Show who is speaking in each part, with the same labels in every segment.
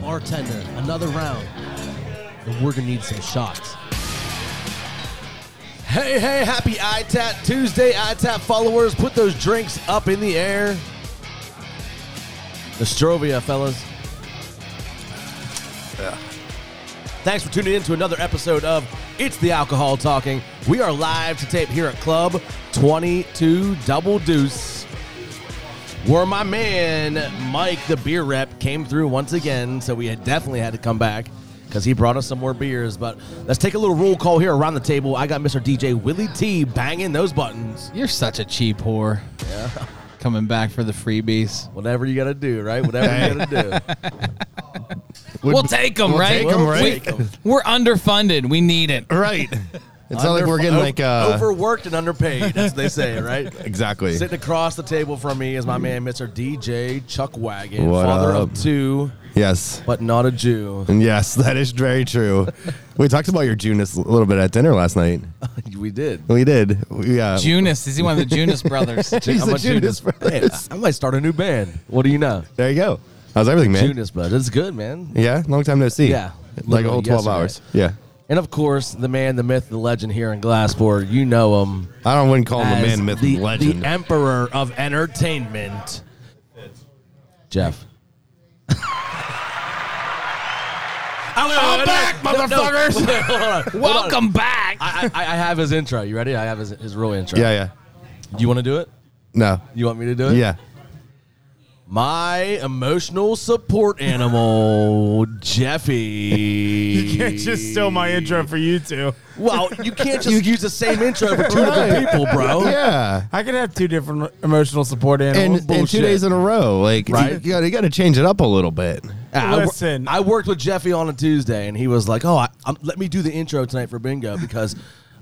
Speaker 1: bartender another round, and we're gonna need some shots. Hey, hey, happy ITAT Tuesday, ITAT followers. Put those drinks up in the air. Nostrovia, fellas.
Speaker 2: Yeah.
Speaker 1: Thanks for tuning in to another episode of It's the Alcohol Talking. We are live to tape here at Club 22 Double Deuce, where my man Mike, the beer rep, came through once again. So we had definitely had to come back because he brought us some more beers. But let's take a little roll call here around the table. I got Mr. DJ Willie T banging those buttons.
Speaker 3: You're such a cheap whore. Yeah. Coming back for the freebies.
Speaker 1: Whatever you got to do, right? Whatever you got to do.
Speaker 3: we'll take them,
Speaker 2: we'll
Speaker 3: right?
Speaker 2: take 'em, right?
Speaker 3: We,
Speaker 2: Take 'em.
Speaker 3: We're underfunded. We need it.
Speaker 2: Right. It's not like we're getting like uh
Speaker 1: overworked and underpaid, as they say, right?
Speaker 2: exactly.
Speaker 1: Sitting across the table from me is my man, Mr. DJ Chuck Wagon,
Speaker 2: What
Speaker 1: father
Speaker 2: up?
Speaker 1: of two,
Speaker 2: Yes.
Speaker 1: but not a Jew.
Speaker 2: And yes, that is very true. we talked about your Junus a little bit at dinner last night.
Speaker 1: we did.
Speaker 2: We did. We, uh,
Speaker 3: Junis. Is he one of the Junis brothers?
Speaker 2: He's
Speaker 1: I'm
Speaker 2: the
Speaker 1: a Judas.
Speaker 2: Judas Brothers.
Speaker 1: I might start a new band. What do you know?
Speaker 2: There you go. How's everything, man?
Speaker 1: Judas Brothers. It's good, man.
Speaker 2: Yeah, long time no see.
Speaker 1: Yeah.
Speaker 2: Like a whole
Speaker 1: Literally
Speaker 2: 12
Speaker 1: yesterday.
Speaker 2: hours. Yeah.
Speaker 1: And of course, the man, the myth, the legend here in Glassport. You know him.
Speaker 2: I don't wouldn't call him a
Speaker 1: as
Speaker 2: Oh, man myth
Speaker 1: the,
Speaker 2: legend.
Speaker 1: the emperor of entertainment. Jeff. I'm
Speaker 2: back, motherfuckers!
Speaker 3: Welcome back.
Speaker 1: I, I, I have his intro. You ready? I have his, his real intro.
Speaker 2: yeah, yeah.
Speaker 1: Do you want to do it?
Speaker 2: No.
Speaker 1: You want me to do it?
Speaker 2: Yeah.
Speaker 1: My emotional support animal, Jeffy. You
Speaker 4: can't just steal my intro for you two.
Speaker 1: Well, you can't just use the same intro for two different people, bro.
Speaker 2: Yeah.
Speaker 4: I could have two different emotional support
Speaker 2: And,
Speaker 4: animals.
Speaker 2: and two
Speaker 1: bullshit.
Speaker 2: days in a row. Like,
Speaker 1: Right.
Speaker 2: you, gotta, you gotta change it up a little bit.
Speaker 1: I wor-
Speaker 4: Listen.
Speaker 1: I, worked with Jeffy on a Tuesday, and he was like, "Oh, I, i let me do the intro tonight for Bingo because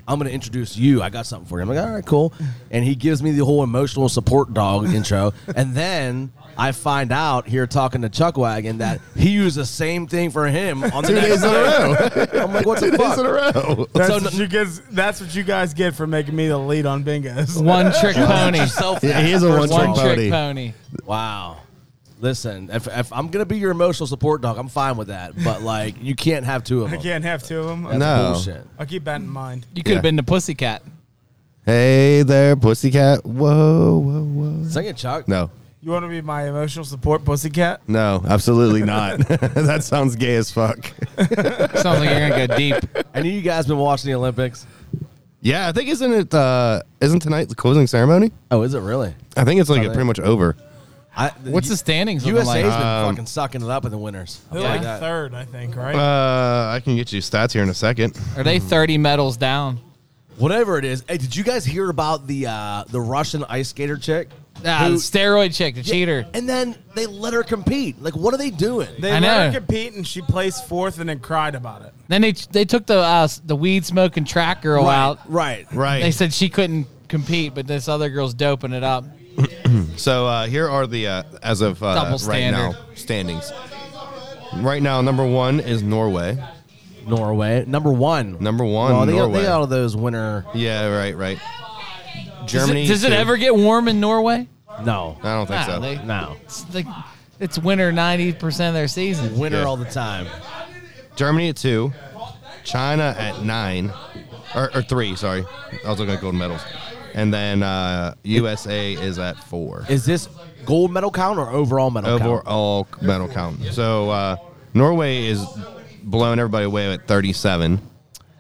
Speaker 1: I'm going to introduce you. I got something for you." I'm like, "All right, cool." And he gives me the whole emotional support dog intro, and then I find out here talking to Chuck Wagon that he used the same thing for him on the
Speaker 2: Two
Speaker 1: next
Speaker 2: days in a
Speaker 1: day.
Speaker 2: row.
Speaker 1: I'm like, "What the
Speaker 2: Two days
Speaker 1: fuck?"
Speaker 2: in a row.
Speaker 4: that's,
Speaker 1: so
Speaker 4: what
Speaker 1: no-
Speaker 4: you guys, that's what you guys get for making me the lead on bingos.
Speaker 3: One trick pony.
Speaker 1: Yourself
Speaker 2: Yeah, he is a
Speaker 1: first
Speaker 2: one
Speaker 1: of all.
Speaker 3: One
Speaker 2: pony.
Speaker 3: trick pony.
Speaker 1: Wow. Listen, if, if I'm gonna be your emotional support dog, I'm fine with that. But like, you can't have two of
Speaker 4: I
Speaker 1: them.
Speaker 4: can't have two of them.
Speaker 1: That's
Speaker 2: No.
Speaker 1: bullshit.
Speaker 4: I'll keep that in mind.
Speaker 3: You could have
Speaker 2: Yeah.
Speaker 3: been the pussycat.
Speaker 2: Hey there, pussycat. Whoa, whoa, whoa.
Speaker 1: Sing it, Chuck.
Speaker 2: No,
Speaker 4: You want to be my emotional support pussycat?
Speaker 2: no, absolutely not. that sounds gay as fuck.
Speaker 3: Sounds like you're gonna go deep.
Speaker 1: Any of you guys been watching the Olympics?
Speaker 2: Yeah, I think isn't it? Uh, isn't tonight the closing ceremony?
Speaker 1: Oh, is it really?
Speaker 2: I think it's like
Speaker 1: I think-
Speaker 2: pretty much over.
Speaker 1: I,
Speaker 3: What's the standings looking like?
Speaker 1: USA's been
Speaker 2: Um,
Speaker 1: fucking sucking it up in the winners. I'll
Speaker 4: They're
Speaker 1: tell you
Speaker 4: like
Speaker 1: that.
Speaker 4: third, I think, right?
Speaker 2: Uh, I can get you stats here in a second.
Speaker 3: Are they 30 medals down?
Speaker 1: Whatever it is. Hey, did you guys hear about the uh, the Russian ice skater chick?
Speaker 3: Ah,
Speaker 1: Who-
Speaker 3: the steroid chick, the
Speaker 1: Yeah,
Speaker 3: cheater.
Speaker 1: And then they let her compete. Like, what are they doing?
Speaker 4: they
Speaker 3: I
Speaker 4: let her
Speaker 3: know.
Speaker 4: compete and she placed fourth and then cried about it.
Speaker 3: Then they they took the uh, the weed smoking track girl out.
Speaker 1: Right.
Speaker 2: Right.
Speaker 3: They said she couldn't compete, but this other girl's doping it up.
Speaker 2: So uh, here are the uh, as of uh,
Speaker 3: Double
Speaker 2: right now
Speaker 3: standard.
Speaker 2: standings. Right now, number one is Norway.
Speaker 1: Norway, number one.
Speaker 2: Number one,
Speaker 1: Well, they got,
Speaker 2: Norway.
Speaker 1: they got all those winner.
Speaker 2: Yeah, right, right.
Speaker 3: Does it-
Speaker 2: Germany.
Speaker 3: Does it,
Speaker 2: two.
Speaker 3: ever get warm in Norway?
Speaker 1: No.
Speaker 2: I don't
Speaker 3: Nah,
Speaker 2: think so.
Speaker 3: they-
Speaker 1: No.
Speaker 3: It's like it's winter 90 percent of their season.
Speaker 1: Winner
Speaker 2: Yeah.
Speaker 1: all the time.
Speaker 2: Germany at two, China at nine, or, or three. Sorry, I was looking at gold medals, and then uh, USA is at four.
Speaker 1: Is this gold medal count or overall medal count?
Speaker 2: Overall medal count. So uh, Norway is blowing everybody away at thirty-seven.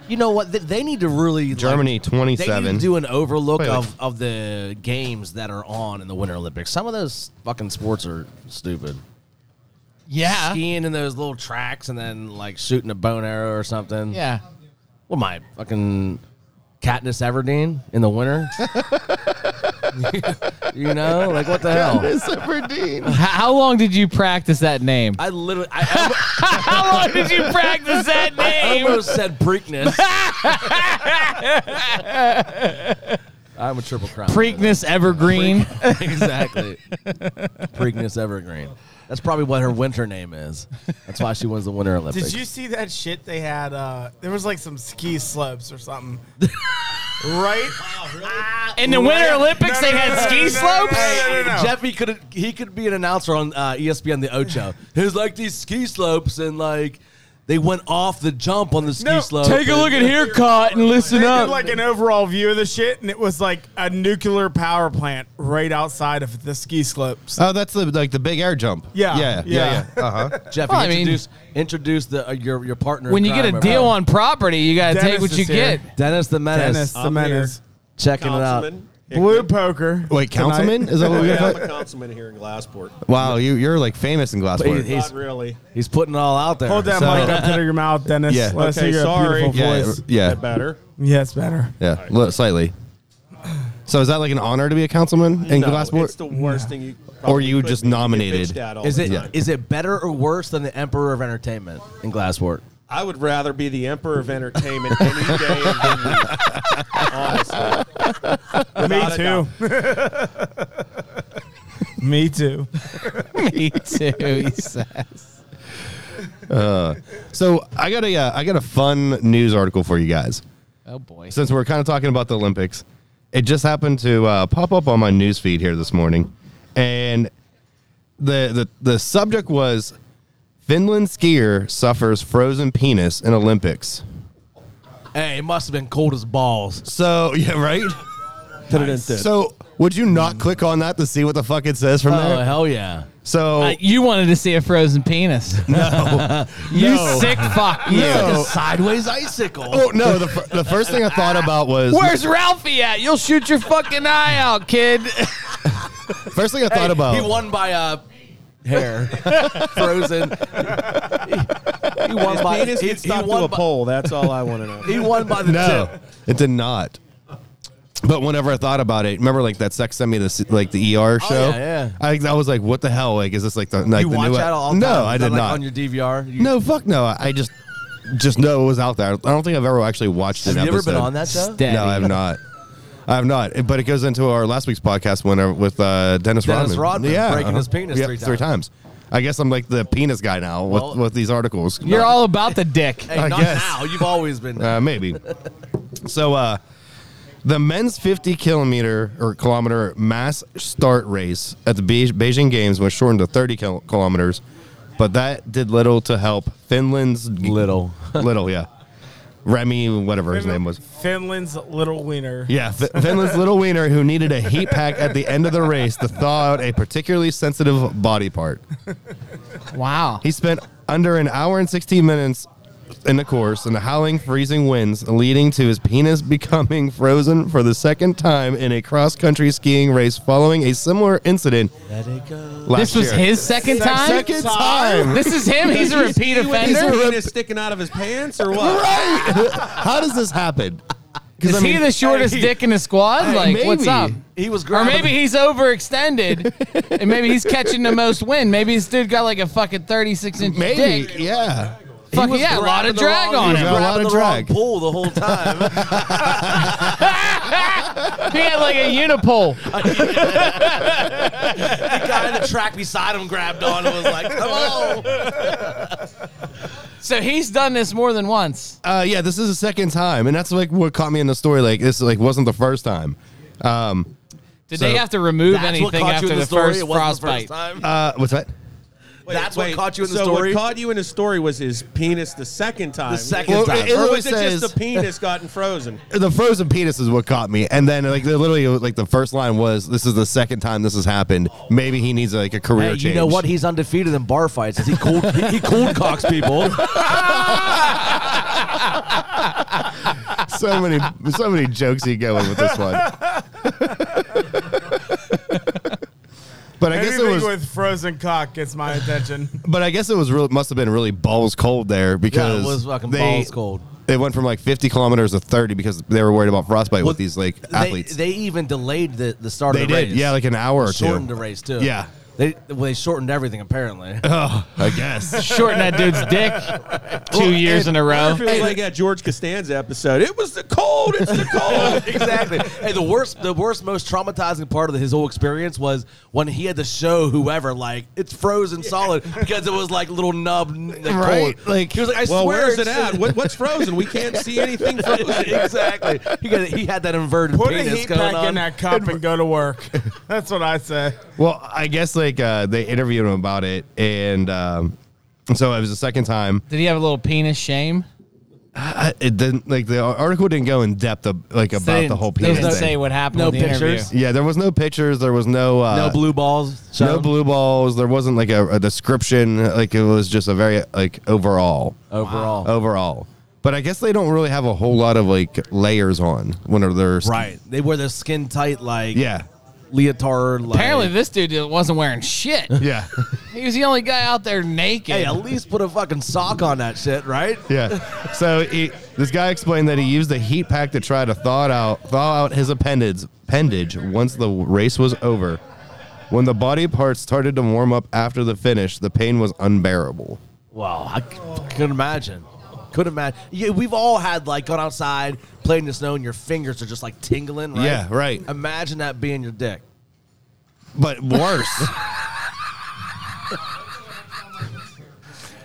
Speaker 1: You know what? They, they need to really like, They
Speaker 2: Germany
Speaker 1: need
Speaker 2: twenty-seven.
Speaker 1: to do an overlook
Speaker 2: Wait,
Speaker 1: of, of the games that are on in the Winter Olympics. Some of those fucking sports are stupid.
Speaker 3: Yeah.
Speaker 1: Skiing in those little tracks and then like shooting a bone arrow or something.
Speaker 3: Yeah.
Speaker 1: What am I fucking Katniss Everdeen in the winter? you know, like what the hell?
Speaker 3: How, how long did you practice that name?
Speaker 1: I literally, I
Speaker 3: how long did you practice that
Speaker 1: almost,
Speaker 3: name?
Speaker 1: almost said Preakness. I'm a triple crown.
Speaker 3: Preakness Evergreen.
Speaker 1: exactly. Preakness Evergreen. That's probably what her winter name is. That's why she wins the Winter Olympics.
Speaker 4: Did you see that shit they had? Uh, there was like some ski slopes or something. right?
Speaker 5: Ah, In the Winter Olympics, they had ski slopes.
Speaker 4: No, no, no, no.
Speaker 1: Jeffy could he could be an announcer on uh, ESPN the Ocho. There's like these ski slopes and like they went off the jump on the ski
Speaker 4: No,
Speaker 1: slope.
Speaker 5: Take a
Speaker 1: and-
Speaker 5: look at here, caught and
Speaker 4: They
Speaker 5: listen
Speaker 4: did
Speaker 5: up.
Speaker 4: like an overall view of the shit, and it was like a nuclear power plant right outside of the ski slopes.
Speaker 2: Oh, that's the like the big air jump.
Speaker 4: Yeah,
Speaker 2: yeah, yeah.
Speaker 4: yeah.
Speaker 2: yeah. Uh huh.
Speaker 1: Jeffy,
Speaker 5: Well, I mean-
Speaker 1: introduce introduce the uh, your your partner. in
Speaker 5: when you
Speaker 1: crime
Speaker 5: get a
Speaker 1: over
Speaker 5: deal
Speaker 1: there.
Speaker 5: on property, you gotta
Speaker 4: Dennis
Speaker 5: take what
Speaker 4: is
Speaker 5: you
Speaker 4: here.
Speaker 5: get.
Speaker 1: Dennis the Menace,
Speaker 4: Dennis the
Speaker 6: I'm
Speaker 4: Menace.
Speaker 1: checking
Speaker 6: Councilman.
Speaker 4: Blue poker.
Speaker 2: Wait,
Speaker 4: tonight.
Speaker 2: councilman? Is that what we
Speaker 6: Yeah, I'm
Speaker 2: got?
Speaker 6: a councilman here in Glassport.
Speaker 2: Wow, you you're like famous in Glassport.
Speaker 1: He- he- He's-
Speaker 6: Not really.
Speaker 1: it out. He's putting it all out there.
Speaker 4: Hold that
Speaker 2: So-
Speaker 4: mic up to your mouth, Dennis.
Speaker 2: Yeah.
Speaker 4: Let us
Speaker 6: Okay,
Speaker 4: hear your
Speaker 6: sorry.
Speaker 4: beautiful
Speaker 2: yeah,
Speaker 4: voice.
Speaker 2: yeah,
Speaker 6: That better.
Speaker 4: Yeah, it's better.
Speaker 2: yeah, li- slightly. So is that like an honor to be a councilman in
Speaker 6: No, It's
Speaker 2: Glassport?
Speaker 6: the worst thing you.
Speaker 2: Or you
Speaker 6: probably
Speaker 2: just
Speaker 6: could be. You get
Speaker 2: nominated.
Speaker 6: bitched at all
Speaker 1: Is
Speaker 6: the
Speaker 1: it is
Speaker 6: time.
Speaker 1: it better or worse than the Emperor of Entertainment in Glassport?
Speaker 6: I would rather be the emperor of entertainment any day of the week. Honestly,
Speaker 4: Me
Speaker 6: Without a
Speaker 4: too. Me too.
Speaker 3: Me too, he says.
Speaker 2: So I got a uh, I got a fun news article for you guys.
Speaker 3: Oh boy.
Speaker 2: Since we're kind of talking about the Olympics, it just happened to uh, pop up on my news feed here this morning, and the the the subject was Finland skier suffers frozen penis in Olympics.
Speaker 1: Hey, it must have been cold as balls.
Speaker 2: So yeah, right. So would you not click on that to see what the fuck it says from
Speaker 1: Oh
Speaker 2: there?
Speaker 1: hell yeah!
Speaker 2: So
Speaker 5: Uh, you wanted to see a frozen penis. you sick fuck. You.
Speaker 2: no,
Speaker 1: Sideways icicle.
Speaker 2: oh no. The, fir- the first thing I thought about was
Speaker 5: Where's Ralphie at? You'll shoot your fucking eye out, kid.
Speaker 2: first thing I thought about.
Speaker 1: He won by uh, hair. Frozen. He, he won by
Speaker 6: penis
Speaker 1: he,
Speaker 6: gets
Speaker 1: he
Speaker 6: stuck to
Speaker 1: won
Speaker 6: a
Speaker 1: by,
Speaker 6: pole. That's all I want to know.
Speaker 1: he won by the
Speaker 2: No,
Speaker 1: tip.
Speaker 2: it did not. But whenever I thought about it, remember like that sex sent me this like the ER show.
Speaker 1: yeah, Oh, yeah.
Speaker 2: I, I was like, what the hell? Like, is this like the like
Speaker 1: You
Speaker 2: the
Speaker 1: watch
Speaker 2: new? e-
Speaker 1: that all the
Speaker 2: no,
Speaker 1: time? Is
Speaker 2: I
Speaker 1: that,
Speaker 2: did
Speaker 1: like,
Speaker 2: not.
Speaker 1: on your DVR. You,
Speaker 2: no, fuck no. I I just just know it was out there. I don't think I've ever actually watched
Speaker 1: have
Speaker 2: an
Speaker 1: you ever been
Speaker 2: episode.
Speaker 1: on that show?
Speaker 3: Steady.
Speaker 2: No, I have not. I have not. But it goes into our last week's podcast when with uh, Dennis,
Speaker 1: Dennis
Speaker 2: Rodman.
Speaker 1: Rodman
Speaker 2: yeah,
Speaker 1: breaking his penis
Speaker 2: Yep,
Speaker 1: three times.
Speaker 2: Three times. I guess I'm like the penis guy now with,
Speaker 1: Well-
Speaker 2: with these articles.
Speaker 5: You're all about the dick.
Speaker 1: Hey,
Speaker 2: I
Speaker 1: not
Speaker 2: guess.
Speaker 1: now. You've always been.
Speaker 2: Uh, maybe. so uh, the men's 50 kilometer or kilometer mass start race at the Be- Beijing Games was shortened to 30 kil- kilometers, but that did little to help Finland's
Speaker 1: Little.
Speaker 2: little, yeah. Remy, whatever his name was.
Speaker 4: Finland's little wiener.
Speaker 2: Yeah, F- Finland's little wiener who needed a heat pack at the end of the race to thaw out a particularly sensitive body part.
Speaker 5: Wow.
Speaker 2: He spent under an hour and 16 minutes in the course in the howling, freezing winds, leading to his penis becoming frozen for the second time in a cross country skiing race following a similar incident
Speaker 1: Let it go.
Speaker 2: last
Speaker 5: This was
Speaker 2: year.
Speaker 5: his second time?
Speaker 2: second time.
Speaker 5: This is him. He's a repeat
Speaker 6: Is
Speaker 5: offender.
Speaker 6: his penis sticking out of his pants or what?
Speaker 2: How does this happen?
Speaker 5: Is he the shortest
Speaker 1: hey,
Speaker 5: dick in the squad? like, what's
Speaker 2: maybe.
Speaker 5: up?
Speaker 1: He was
Speaker 5: Or
Speaker 1: grabbing.
Speaker 5: maybe he's overextended, and maybe he's catching the most wind. Maybe this dude got like a fucking thirty-six inch
Speaker 2: Maybe,
Speaker 5: dick.
Speaker 2: yeah.
Speaker 5: Fuck
Speaker 1: was
Speaker 5: yeah, a lot
Speaker 1: grabbing
Speaker 5: of
Speaker 1: the
Speaker 5: drag
Speaker 1: wrong-
Speaker 5: on
Speaker 1: he
Speaker 5: him.
Speaker 1: was
Speaker 2: A lot
Speaker 1: grabbing
Speaker 2: of
Speaker 1: the wrong
Speaker 2: drag.
Speaker 1: Pool the whole time.
Speaker 5: He had like a unipole.
Speaker 1: the guy in the track beside him grabbed on and was like, "Come on."
Speaker 5: So he's done this more than once.
Speaker 2: Uh, yeah, this is the second time, and that's like what caught me in the story. Like this, like wasn't the first time. Um,
Speaker 5: Did
Speaker 2: So-
Speaker 5: they have to remove
Speaker 1: That's what
Speaker 5: anything
Speaker 1: caught
Speaker 5: after
Speaker 1: you in
Speaker 5: the,
Speaker 1: the story.
Speaker 5: first
Speaker 1: It wasn't the
Speaker 5: frostbite?
Speaker 1: first time.
Speaker 2: uh, what's that?
Speaker 6: Wait,
Speaker 1: That's what
Speaker 6: wait,
Speaker 1: caught you in the
Speaker 6: so
Speaker 1: story?
Speaker 6: what caught you in the story was his penis the second time.
Speaker 1: The second
Speaker 2: Well,
Speaker 1: time.
Speaker 2: it-
Speaker 6: Or was
Speaker 2: always
Speaker 6: it just
Speaker 2: says-
Speaker 6: the penis gotten frozen?
Speaker 2: the frozen penis is what caught me, and then like literally like the first line was, "This is the second time this has happened. Maybe he needs like a career
Speaker 1: Hey,
Speaker 2: change."
Speaker 1: you know what? He's undefeated in bar fights. He cold, he, he cold cocks people.
Speaker 2: So many, so many jokes he going with this one. but I guess it
Speaker 4: Anything
Speaker 2: was.
Speaker 4: with frozen cock gets my attention.
Speaker 2: But I guess it was real. Must have been really balls cold there because
Speaker 1: was fucking
Speaker 2: they-
Speaker 1: balls cold.
Speaker 2: They went from like 50 kilometers to 30 because they were worried about frostbite
Speaker 1: Well,
Speaker 2: with these like
Speaker 1: they,
Speaker 2: athletes.
Speaker 1: They even delayed the, the start
Speaker 2: They
Speaker 1: of the
Speaker 2: did,
Speaker 1: race.
Speaker 2: yeah, like an hour or two.
Speaker 1: Shortened the race too.
Speaker 2: yeah,
Speaker 1: They well, they shortened everything apparently.
Speaker 2: I guess.
Speaker 5: Shorten that dude's dick two years in a row.
Speaker 6: It feels like that George Costanza episode. It was the cold. It's the cold.
Speaker 1: exactly. Hey, the worst, the worst, most traumatizing part of his whole experience was when he had to show whoever like it's frozen solid because it was like little nub, like,
Speaker 2: Right,
Speaker 1: cold.
Speaker 2: like-
Speaker 1: he was like, I
Speaker 6: well,
Speaker 1: swear,
Speaker 6: where's it
Speaker 1: it's-
Speaker 6: at? What, what's frozen? We can't see anything frozen.
Speaker 1: exactly. He, got, he had that inverted
Speaker 4: Put a
Speaker 1: penis
Speaker 4: heat
Speaker 1: going
Speaker 4: pack
Speaker 1: on.
Speaker 4: in that cup and go to work. That's what I say.
Speaker 2: Well, I guess like uh, they interviewed him about it, and um, so it was the second time.
Speaker 5: Did he have a little penis shame?
Speaker 2: I, it didn't like the article didn't go in depth of, like about the whole
Speaker 5: They
Speaker 2: penis
Speaker 5: didn't
Speaker 2: thing.
Speaker 5: say what happened.
Speaker 1: No
Speaker 5: with the interview.
Speaker 1: pictures?
Speaker 2: yeah, there was no pictures. There was no uh,
Speaker 1: no blue balls.
Speaker 2: no
Speaker 1: shown
Speaker 2: blue balls. There wasn't like a, a description. Like it was just a very like overall,
Speaker 1: overall.
Speaker 2: overall. But I guess they don't really have a whole lot of like layers on when are their
Speaker 1: Right. They wear their skin tight like
Speaker 2: Yeah,
Speaker 1: leotard. Like,
Speaker 5: Apparently, this dude wasn't wearing shit.
Speaker 2: yeah,
Speaker 5: He was the only guy out there naked.
Speaker 1: Hey, at least put a fucking sock on that shit, right?
Speaker 2: yeah. So he, this guy explained that he used a heat pack to try to thaw it out thaw out his appendage appendage once the race was over. When the body parts started to warm up after the finish, the pain was unbearable.
Speaker 1: Wow, I c- could imagine. Could imagine. Yeah, we've all had like gone outside, played in the snow, and your fingers are just like tingling. Right?
Speaker 2: Yeah, right.
Speaker 1: Imagine that being your dick.
Speaker 2: But worse.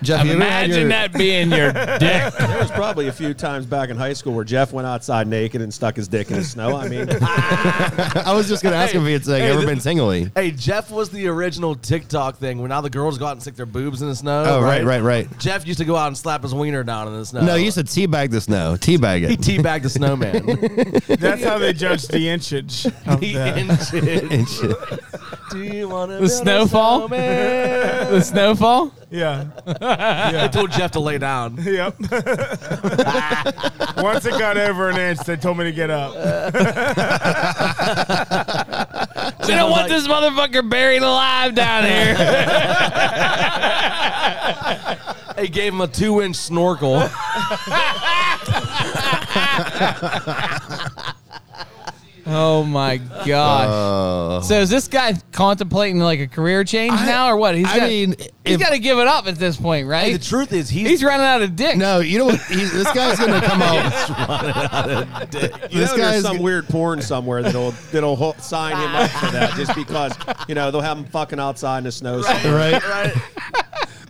Speaker 2: Jeff, you ever had
Speaker 5: Imagine
Speaker 2: your-
Speaker 5: that being your dick.
Speaker 6: There was probably a few times back in high school where Jeff went outside naked and stuck his dick in the snow. I mean,
Speaker 2: I was just gonna ask him if it's like
Speaker 1: hey,
Speaker 2: ever
Speaker 1: this-
Speaker 2: been tingly.
Speaker 1: Hey, Jeff was the original TikTok thing where now the girls go out and stick their boobs in the snow.
Speaker 2: Oh, right, right, right.
Speaker 1: Jeff used to go out and slap his wiener down in the snow.
Speaker 2: No, you said teabag the snow. Teabag
Speaker 1: he
Speaker 2: it.
Speaker 1: teabagged the snowman.
Speaker 4: That's how they judge the inchage. Of
Speaker 1: he
Speaker 4: the-
Speaker 1: inches.
Speaker 2: And shit.
Speaker 1: Do you want to
Speaker 5: The snowfall? the snowfall?
Speaker 4: yeah.
Speaker 1: I told Jeff to lay down.
Speaker 4: Yep. Once it got over an inch, they told me to get up.
Speaker 5: We don't want this motherfucker buried alive down here.
Speaker 1: He gave him a two-inch snorkel.
Speaker 5: oh my gosh.
Speaker 2: Uh,
Speaker 5: so is this guy contemplating like a career change now or what? He's
Speaker 2: I
Speaker 5: got,
Speaker 2: mean,
Speaker 5: he's
Speaker 2: if-
Speaker 5: got to give it up at this point, right?
Speaker 1: the truth is, he's,
Speaker 5: he's running out of dick.
Speaker 2: No, you know what? He, this guy's gonna come out.
Speaker 6: you
Speaker 2: This
Speaker 6: know, there's
Speaker 2: guy's
Speaker 6: some
Speaker 2: g-
Speaker 6: weird porn somewhere that'll that'll ho- sign him up for that just because you know they'll have him fucking outside in the snow. somewhere.
Speaker 2: right?
Speaker 1: right?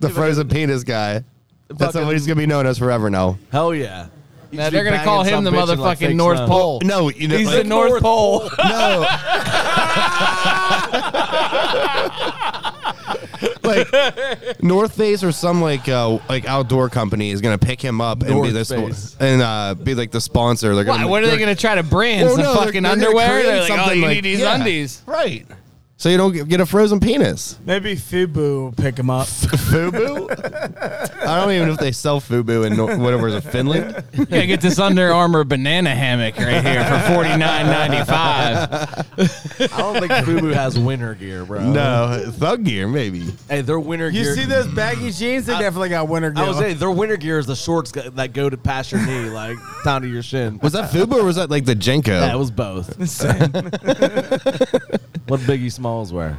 Speaker 2: The frozen penis guy. That's
Speaker 1: Fucking-
Speaker 2: what he's gonna be known as forever now.
Speaker 1: Hell yeah. You
Speaker 5: Now
Speaker 1: should
Speaker 5: they're
Speaker 1: be
Speaker 5: gonna call
Speaker 1: banging
Speaker 5: him the
Speaker 1: some bitch in, like,
Speaker 5: motherfucking
Speaker 1: fake
Speaker 5: North
Speaker 1: snow.
Speaker 5: Pole.
Speaker 2: No, you know,
Speaker 5: he's the
Speaker 2: like,
Speaker 5: North,
Speaker 1: North
Speaker 5: Pole.
Speaker 2: no. like North Face or some like uh, like outdoor company is gonna pick him up and be
Speaker 1: North
Speaker 2: this
Speaker 1: Face.
Speaker 2: and uh, be like the sponsor. They're
Speaker 5: Why,
Speaker 2: gonna-
Speaker 5: what are they
Speaker 2: they're-
Speaker 5: going to try to brand
Speaker 2: Well,
Speaker 5: some
Speaker 2: no, they're-
Speaker 5: fucking
Speaker 2: they're gonna
Speaker 5: underwear?
Speaker 2: create
Speaker 5: They're like, oh,
Speaker 2: something
Speaker 5: you
Speaker 2: like-
Speaker 5: need these
Speaker 2: yeah.
Speaker 5: undies.
Speaker 2: Right. So you don't get- get a frozen penis.
Speaker 4: Maybe Fubu will pick him up.
Speaker 2: Fubu? I don't even know if they sell Fubu in Nor- whatever is it, Finland.
Speaker 5: You gotta get this Under Armour banana hammock right here for forty nine ninety five.
Speaker 1: I don't think Fubu has winter gear, bro.
Speaker 2: No, Thug Gear maybe.
Speaker 1: Hey, their winter
Speaker 4: You
Speaker 1: gear.
Speaker 4: see those baggy jeans? They definitely got winter gear.
Speaker 1: I was saying, their winter gear is the shorts go- that go to past your knee, like down to your shin.
Speaker 2: Was that Fubu or was that like the Jenko?
Speaker 1: That was both. what Biggie Smalls wear?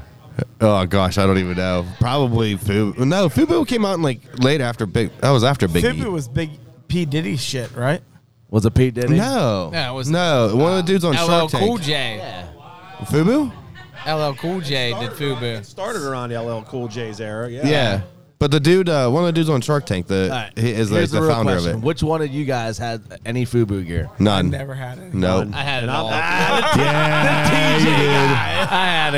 Speaker 2: oh gosh, I don't even know. Probably Fubu. No, Fubu came out in like late after Big. That was after Big.
Speaker 4: Fubu
Speaker 2: E.
Speaker 4: was big P Diddy shit, right?
Speaker 1: Was it Pete Diddy?
Speaker 2: No,
Speaker 5: No, it was-
Speaker 2: no. One of the dudes on
Speaker 5: LL
Speaker 2: Shark Tank.
Speaker 5: Cool J.
Speaker 2: Fubu.
Speaker 5: LL Cool J did Fubu.
Speaker 6: Started around LL Cool J's era. Yeah.
Speaker 2: Yeah. but the dude, uh, one of the dudes on Shark Tank, the
Speaker 1: All right.
Speaker 2: he is like
Speaker 1: Here's
Speaker 2: the,
Speaker 1: real
Speaker 2: founder
Speaker 1: question.
Speaker 2: of it.
Speaker 1: Which one of you guys had any Fubu gear?
Speaker 2: None.
Speaker 4: Never had it.
Speaker 2: No.
Speaker 5: I had it
Speaker 6: And I'm-
Speaker 5: all.
Speaker 2: Yeah, you did.
Speaker 5: I had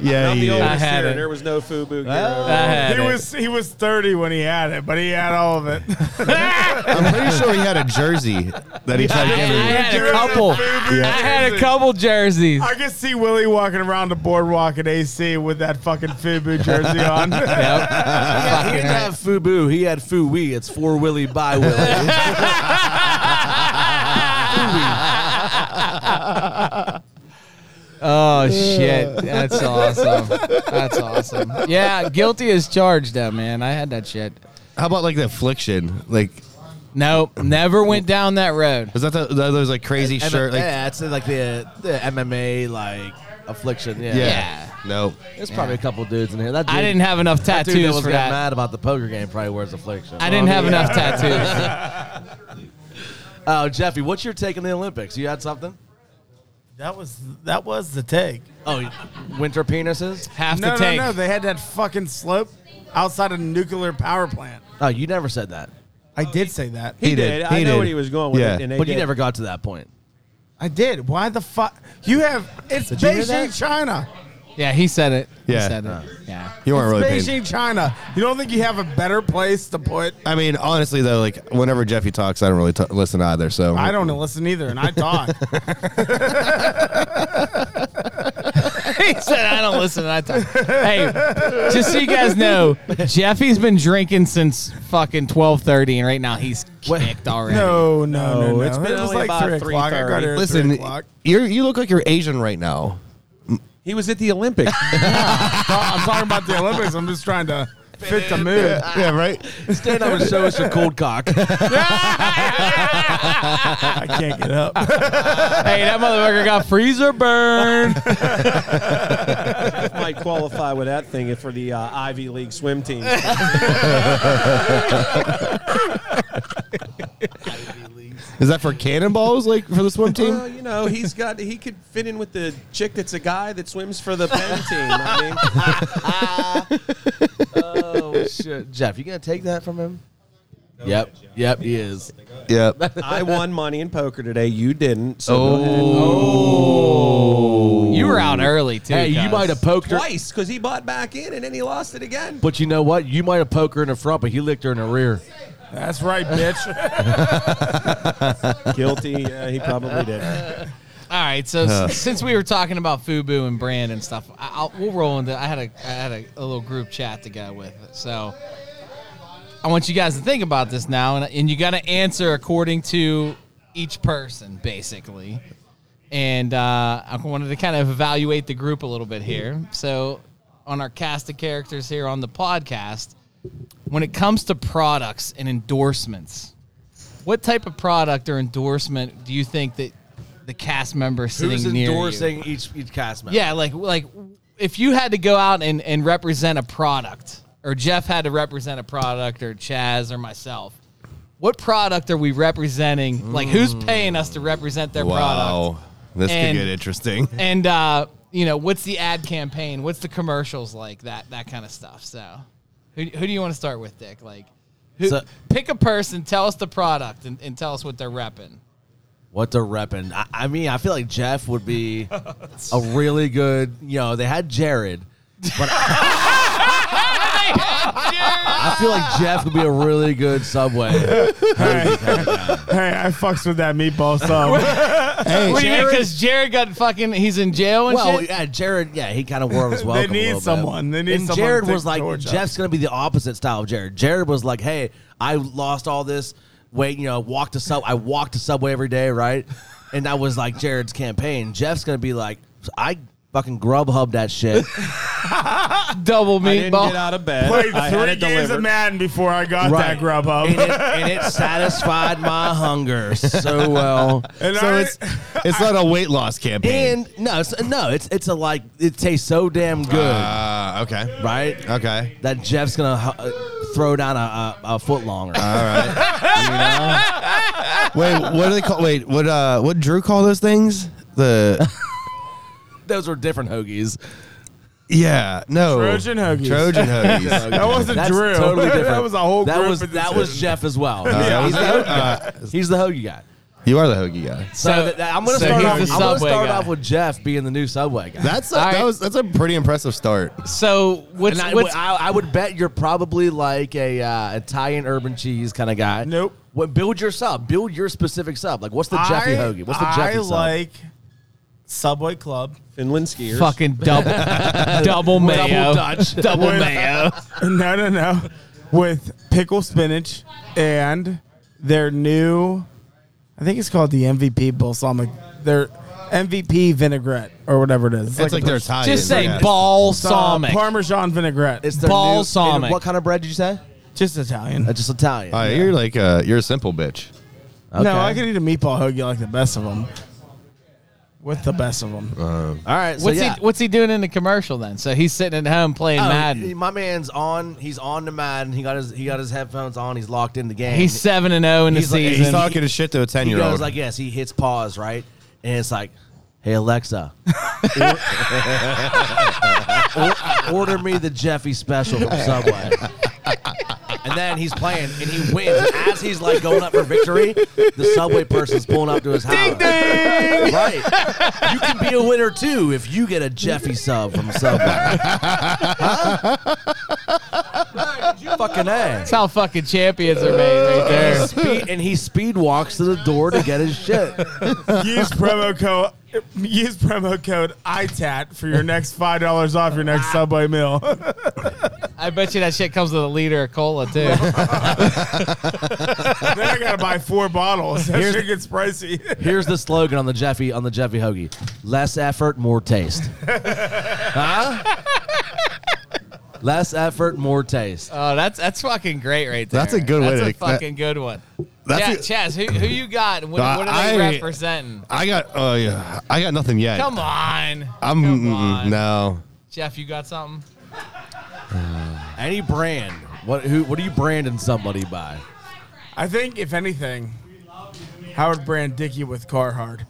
Speaker 5: it.
Speaker 2: Yeah,
Speaker 6: I'm
Speaker 2: you
Speaker 6: the
Speaker 2: did.
Speaker 5: oldest.
Speaker 6: oldest
Speaker 5: I had
Speaker 6: here.
Speaker 5: it.
Speaker 6: There was no FUBU gear.
Speaker 5: I had
Speaker 4: He
Speaker 5: it.
Speaker 4: was he was thirty when he had it, but he had all of it.
Speaker 2: I'm pretty sure he had a jersey that he tried to
Speaker 5: I
Speaker 2: give me.
Speaker 5: had a couple.
Speaker 4: Fubu
Speaker 5: I had a
Speaker 4: jersey.
Speaker 5: couple jerseys.
Speaker 4: I can see Willie walking around the boardwalk at AC with that fucking Fubu jersey on.
Speaker 1: he didn't have Fubu. He had Fui. It's for Willie by Willie.
Speaker 5: Oh shit, that's awesome. That's awesome. Yeah, guilty as charged, though, man. I had that shit.
Speaker 2: How about like the affliction? Like,
Speaker 5: Nope, never went down that road.
Speaker 2: was that the, the, those like crazy
Speaker 1: M-
Speaker 2: shirt? Like,
Speaker 1: yeah, it's like the, the MMA like affliction. Yeah.
Speaker 2: Yeah.
Speaker 5: Yeah.
Speaker 2: No.
Speaker 1: There's probably a couple dudes in here. That dude,
Speaker 5: I didn't have enough
Speaker 1: that dude that
Speaker 5: tattoos
Speaker 1: was
Speaker 5: for
Speaker 1: got
Speaker 5: that.
Speaker 1: mad about the poker game probably wears a Oh, flake shirt.
Speaker 5: I didn't have enough tattoos.
Speaker 1: Oh, Jeffy, what's your take on the Olympics? You had something?
Speaker 4: That was that was the take.
Speaker 1: Oh, winter penises?
Speaker 5: Half
Speaker 4: No,
Speaker 5: the
Speaker 4: no,
Speaker 5: tank.
Speaker 4: no. They had that fucking slope outside a nuclear power plant.
Speaker 1: Oh, you never said that.
Speaker 4: I did say that.
Speaker 6: He, did.
Speaker 2: did.
Speaker 6: I
Speaker 2: He
Speaker 6: know
Speaker 2: did.
Speaker 6: what he was going with.
Speaker 2: Yeah.
Speaker 6: It, and they
Speaker 1: But you
Speaker 6: did.
Speaker 1: never got to that point.
Speaker 4: I did. Why the fuck? You have it's
Speaker 1: you hear that?
Speaker 4: Beijing, China.
Speaker 5: Yeah, he said it. He
Speaker 2: Yeah.
Speaker 5: said it. Yeah.
Speaker 2: You weren't really
Speaker 4: It's
Speaker 2: paying.
Speaker 4: Beijing, China. You don't think you have a better place to put?
Speaker 2: I mean, honestly, though, like whenever Jeffy talks, I don't really t- listen either. So
Speaker 4: I don't listen either, and I talk.
Speaker 5: he said, I don't listen. I talk. Hey, just so you guys know, Jeffy's been drinking since fucking 1230, and right now he's
Speaker 1: What?
Speaker 5: kicked already.
Speaker 4: no, no, no, no.
Speaker 6: it's been
Speaker 4: it was
Speaker 6: only
Speaker 4: like
Speaker 6: about
Speaker 4: three o'clock. I got
Speaker 6: 3:30.
Speaker 4: here at
Speaker 2: listen.
Speaker 4: three o'clock.
Speaker 2: You you look like you're Asian right now.
Speaker 6: He was at the Olympics.
Speaker 4: I'm talking about the Olympics. I'm just trying to fit the mood.
Speaker 2: yeah, right.
Speaker 1: Stand up and show us your cold cock.
Speaker 4: I can't get up.
Speaker 5: Hey, that motherfucker got freezer burn.
Speaker 6: might qualify with that thing for the uh, Ivy League swim team.
Speaker 2: Is that for cannonballs, like for the swim team?
Speaker 6: Well, you know, he's got he could fit in with the chick that's a guy that swims for the Penn team. I mean,
Speaker 1: oh, shit. Jeff, you going to take that from him? Yep. Yep, he is.
Speaker 2: yep.
Speaker 6: I won money in poker today. You didn't. So go ahead.
Speaker 2: Oh,
Speaker 5: You were out early, too.
Speaker 1: Hey, you
Speaker 5: cuz.
Speaker 1: might have poked her.
Speaker 6: twice because he bought back in and then he lost it again.
Speaker 1: But you know what? You might have poked her in the front, but he licked her in the rear.
Speaker 4: That's right, bitch.
Speaker 1: Oh.
Speaker 6: Guilty. Yeah, he probably did.
Speaker 5: All right, so s- since we were talking about Fubu and brand and stuff, I, I'll, we'll roll into. I had a I had a, a little group chat to go with, so I want you guys to think about this now, and, and you got to answer according to each person, basically. And uh, I wanted to kind of evaluate the group a little bit here. So, on our cast of characters here on the podcast, when it comes to products and endorsements, what type of product or endorsement do you think that the cast member sitting
Speaker 1: Who's
Speaker 5: near you-
Speaker 1: endorsing each, each cast member?
Speaker 5: yeah, like like if you had to go out and, and represent a product, or Jeff had to represent a product, or Chaz or myself, what product are we representing? Like who's paying us to represent their product?
Speaker 2: wow. This
Speaker 5: And-
Speaker 2: could get interesting.
Speaker 5: And uh, you know, what's the ad campaign? What's the commercials like? That that kind of stuff. So, who, who do you want to start with, Dick? Like, who,
Speaker 1: So-
Speaker 5: pick a person, tell us the product, and, and tell us what they're repping.
Speaker 1: What they're repping. I, I mean, I feel like Jeff would be a really good, you know, they had Jared. But I, I feel like Jeff would be a really good subway.
Speaker 4: hey, I fucks with that meatball sub.
Speaker 5: What do you mean? Because Jared got fucking, he's in jail and
Speaker 1: Well,
Speaker 5: shit.
Speaker 1: yeah, Jared, yeah, he kind of warmed his welcome. a
Speaker 4: need
Speaker 1: little bit.
Speaker 4: someone. They need
Speaker 1: and
Speaker 4: someone
Speaker 1: Jared
Speaker 4: to
Speaker 1: was
Speaker 4: take
Speaker 1: like,
Speaker 4: George up.
Speaker 1: Jeff's going to be the opposite style of Jared. Jared was like, hey, I lost all this weight, you know, walked to sub, I walked to Subway every day, right? And that was like Jared's campaign. Jeff's going to be like, I fucking Grubhub that shit.
Speaker 5: Double
Speaker 6: I didn't get
Speaker 5: meatball.
Speaker 6: out of bed.
Speaker 4: Played
Speaker 6: I had
Speaker 4: three
Speaker 6: it
Speaker 4: games of
Speaker 6: delivered.
Speaker 4: Madden before I got that grub up.
Speaker 1: And it, and it satisfied my hunger so well.
Speaker 4: And
Speaker 2: So
Speaker 4: I-
Speaker 2: it's it's not a weight loss campaign.
Speaker 1: And no, it's, no, it's it's a like it tastes so damn good,
Speaker 2: uh, okay.
Speaker 1: right?
Speaker 2: Okay.
Speaker 1: That Jeff's gonna uh, throw down a a, a foot longer.
Speaker 2: Wait, what do they call? Wait, what? Uh, what Drew call those things? The
Speaker 1: Those were different hoagies.
Speaker 2: yeah, no
Speaker 4: Trojan hoagies.
Speaker 2: Trojan hoagies.
Speaker 4: that wasn't
Speaker 1: That's
Speaker 4: Drew.
Speaker 1: totally different.
Speaker 4: that was a whole
Speaker 1: That
Speaker 4: group
Speaker 1: was
Speaker 4: of
Speaker 1: that was
Speaker 4: decisions.
Speaker 1: Jeff as well.
Speaker 2: that
Speaker 1: he's,
Speaker 2: was-
Speaker 1: the hoagie guy.
Speaker 2: uh,
Speaker 1: he's the hoagie guy.
Speaker 2: you are the hoagie guy.
Speaker 1: So,
Speaker 5: So-
Speaker 1: th- th- I'm gonna
Speaker 5: so
Speaker 1: start
Speaker 5: he's
Speaker 1: off.
Speaker 5: the
Speaker 1: I'm gonna
Speaker 5: Subway
Speaker 1: start
Speaker 5: guy.
Speaker 1: off with Jeff being the new subway guy.
Speaker 2: That's a,
Speaker 5: All right.
Speaker 2: that was that's a pretty impressive start.
Speaker 5: So what's
Speaker 1: and I,
Speaker 5: what's
Speaker 1: I, I would bet you're probably like a uh, Italian urban cheese kind of guy.
Speaker 4: Nope.
Speaker 1: What build your sub? Build your specific sub. Like what's the Jeffy hoagie? What's the
Speaker 4: I
Speaker 1: Jeffy sub?
Speaker 4: like Subway Club.
Speaker 6: Finland skiers.
Speaker 5: fucking double double mayo, double Dutch, double mayo.
Speaker 4: No, no, no. With pickle spinach and their new, I think it's called the MVP balsamic. Their MVP vinaigrette or whatever it is. It's
Speaker 2: It's like,
Speaker 4: a-
Speaker 2: they're Italian.
Speaker 5: Just say
Speaker 2: yeah.
Speaker 4: it's, uh,
Speaker 5: balsamic.
Speaker 4: Parmesan vinaigrette.
Speaker 1: It's
Speaker 4: It's
Speaker 1: their new-
Speaker 5: Balsamic.
Speaker 1: and What kind of bread did you say?
Speaker 4: just Italian.
Speaker 1: Uh, just Italian.
Speaker 2: All right, you're like uh, you're a simple bitch.
Speaker 1: Okay.
Speaker 4: No, I can eat a meatball hoagie like the best of them. with the best of them.
Speaker 1: All right. So
Speaker 5: What's
Speaker 1: yeah.
Speaker 5: he What's he doing in the commercial then? So he's sitting at home playing
Speaker 1: Oh,
Speaker 5: Madden.
Speaker 1: he- my man's on. He's on to Madden. He got his he got his headphones on. He's locked in the game.
Speaker 5: He's seven and zero in the
Speaker 1: He's like-
Speaker 5: season.
Speaker 2: He's talking his shit to a ten
Speaker 1: he
Speaker 2: year old.
Speaker 1: goes like yes. He hits pause right, and it's like, hey Alexa, or- order me the Jeffy special from Subway. And then he's playing, and he wins. And As he's like going up for victory, the subway person's pulling up to his house. Right, you can be a winner too if you get a Jeffy sub from Subway. Huh? Fucking a.
Speaker 5: That's how fucking champions are made right there.
Speaker 1: Speed- and he speed walks to the door to get his shit.
Speaker 4: use promo code use promo code ITAT for your next five dollars off your
Speaker 1: Ah.
Speaker 4: next Subway meal.
Speaker 5: I bet you that shit comes with a liter of cola too.
Speaker 4: then I gotta buy four bottles. That shit gets pricey.
Speaker 1: Here's the slogan on the Jeffy on the Jeffy hoagie: less effort, more taste. huh? Less effort, more taste.
Speaker 5: Oh, that's that's fucking great right there.
Speaker 2: That's a good way
Speaker 5: That's
Speaker 2: to-
Speaker 5: a fucking good one.
Speaker 2: That's
Speaker 5: yeah, Chaz, who, who you got? and What,
Speaker 2: Uh,
Speaker 5: what are they
Speaker 2: I-
Speaker 5: representing?
Speaker 2: I got oh yeah, I got nothing yet.
Speaker 5: Come on.
Speaker 2: I'm
Speaker 5: Come
Speaker 2: mm,
Speaker 5: on.
Speaker 2: no.
Speaker 5: Jeff, you got something?
Speaker 1: Any brand. What who? What are you branding somebody by?
Speaker 4: I think if anything, Howard Brand Dickey with Carhartt.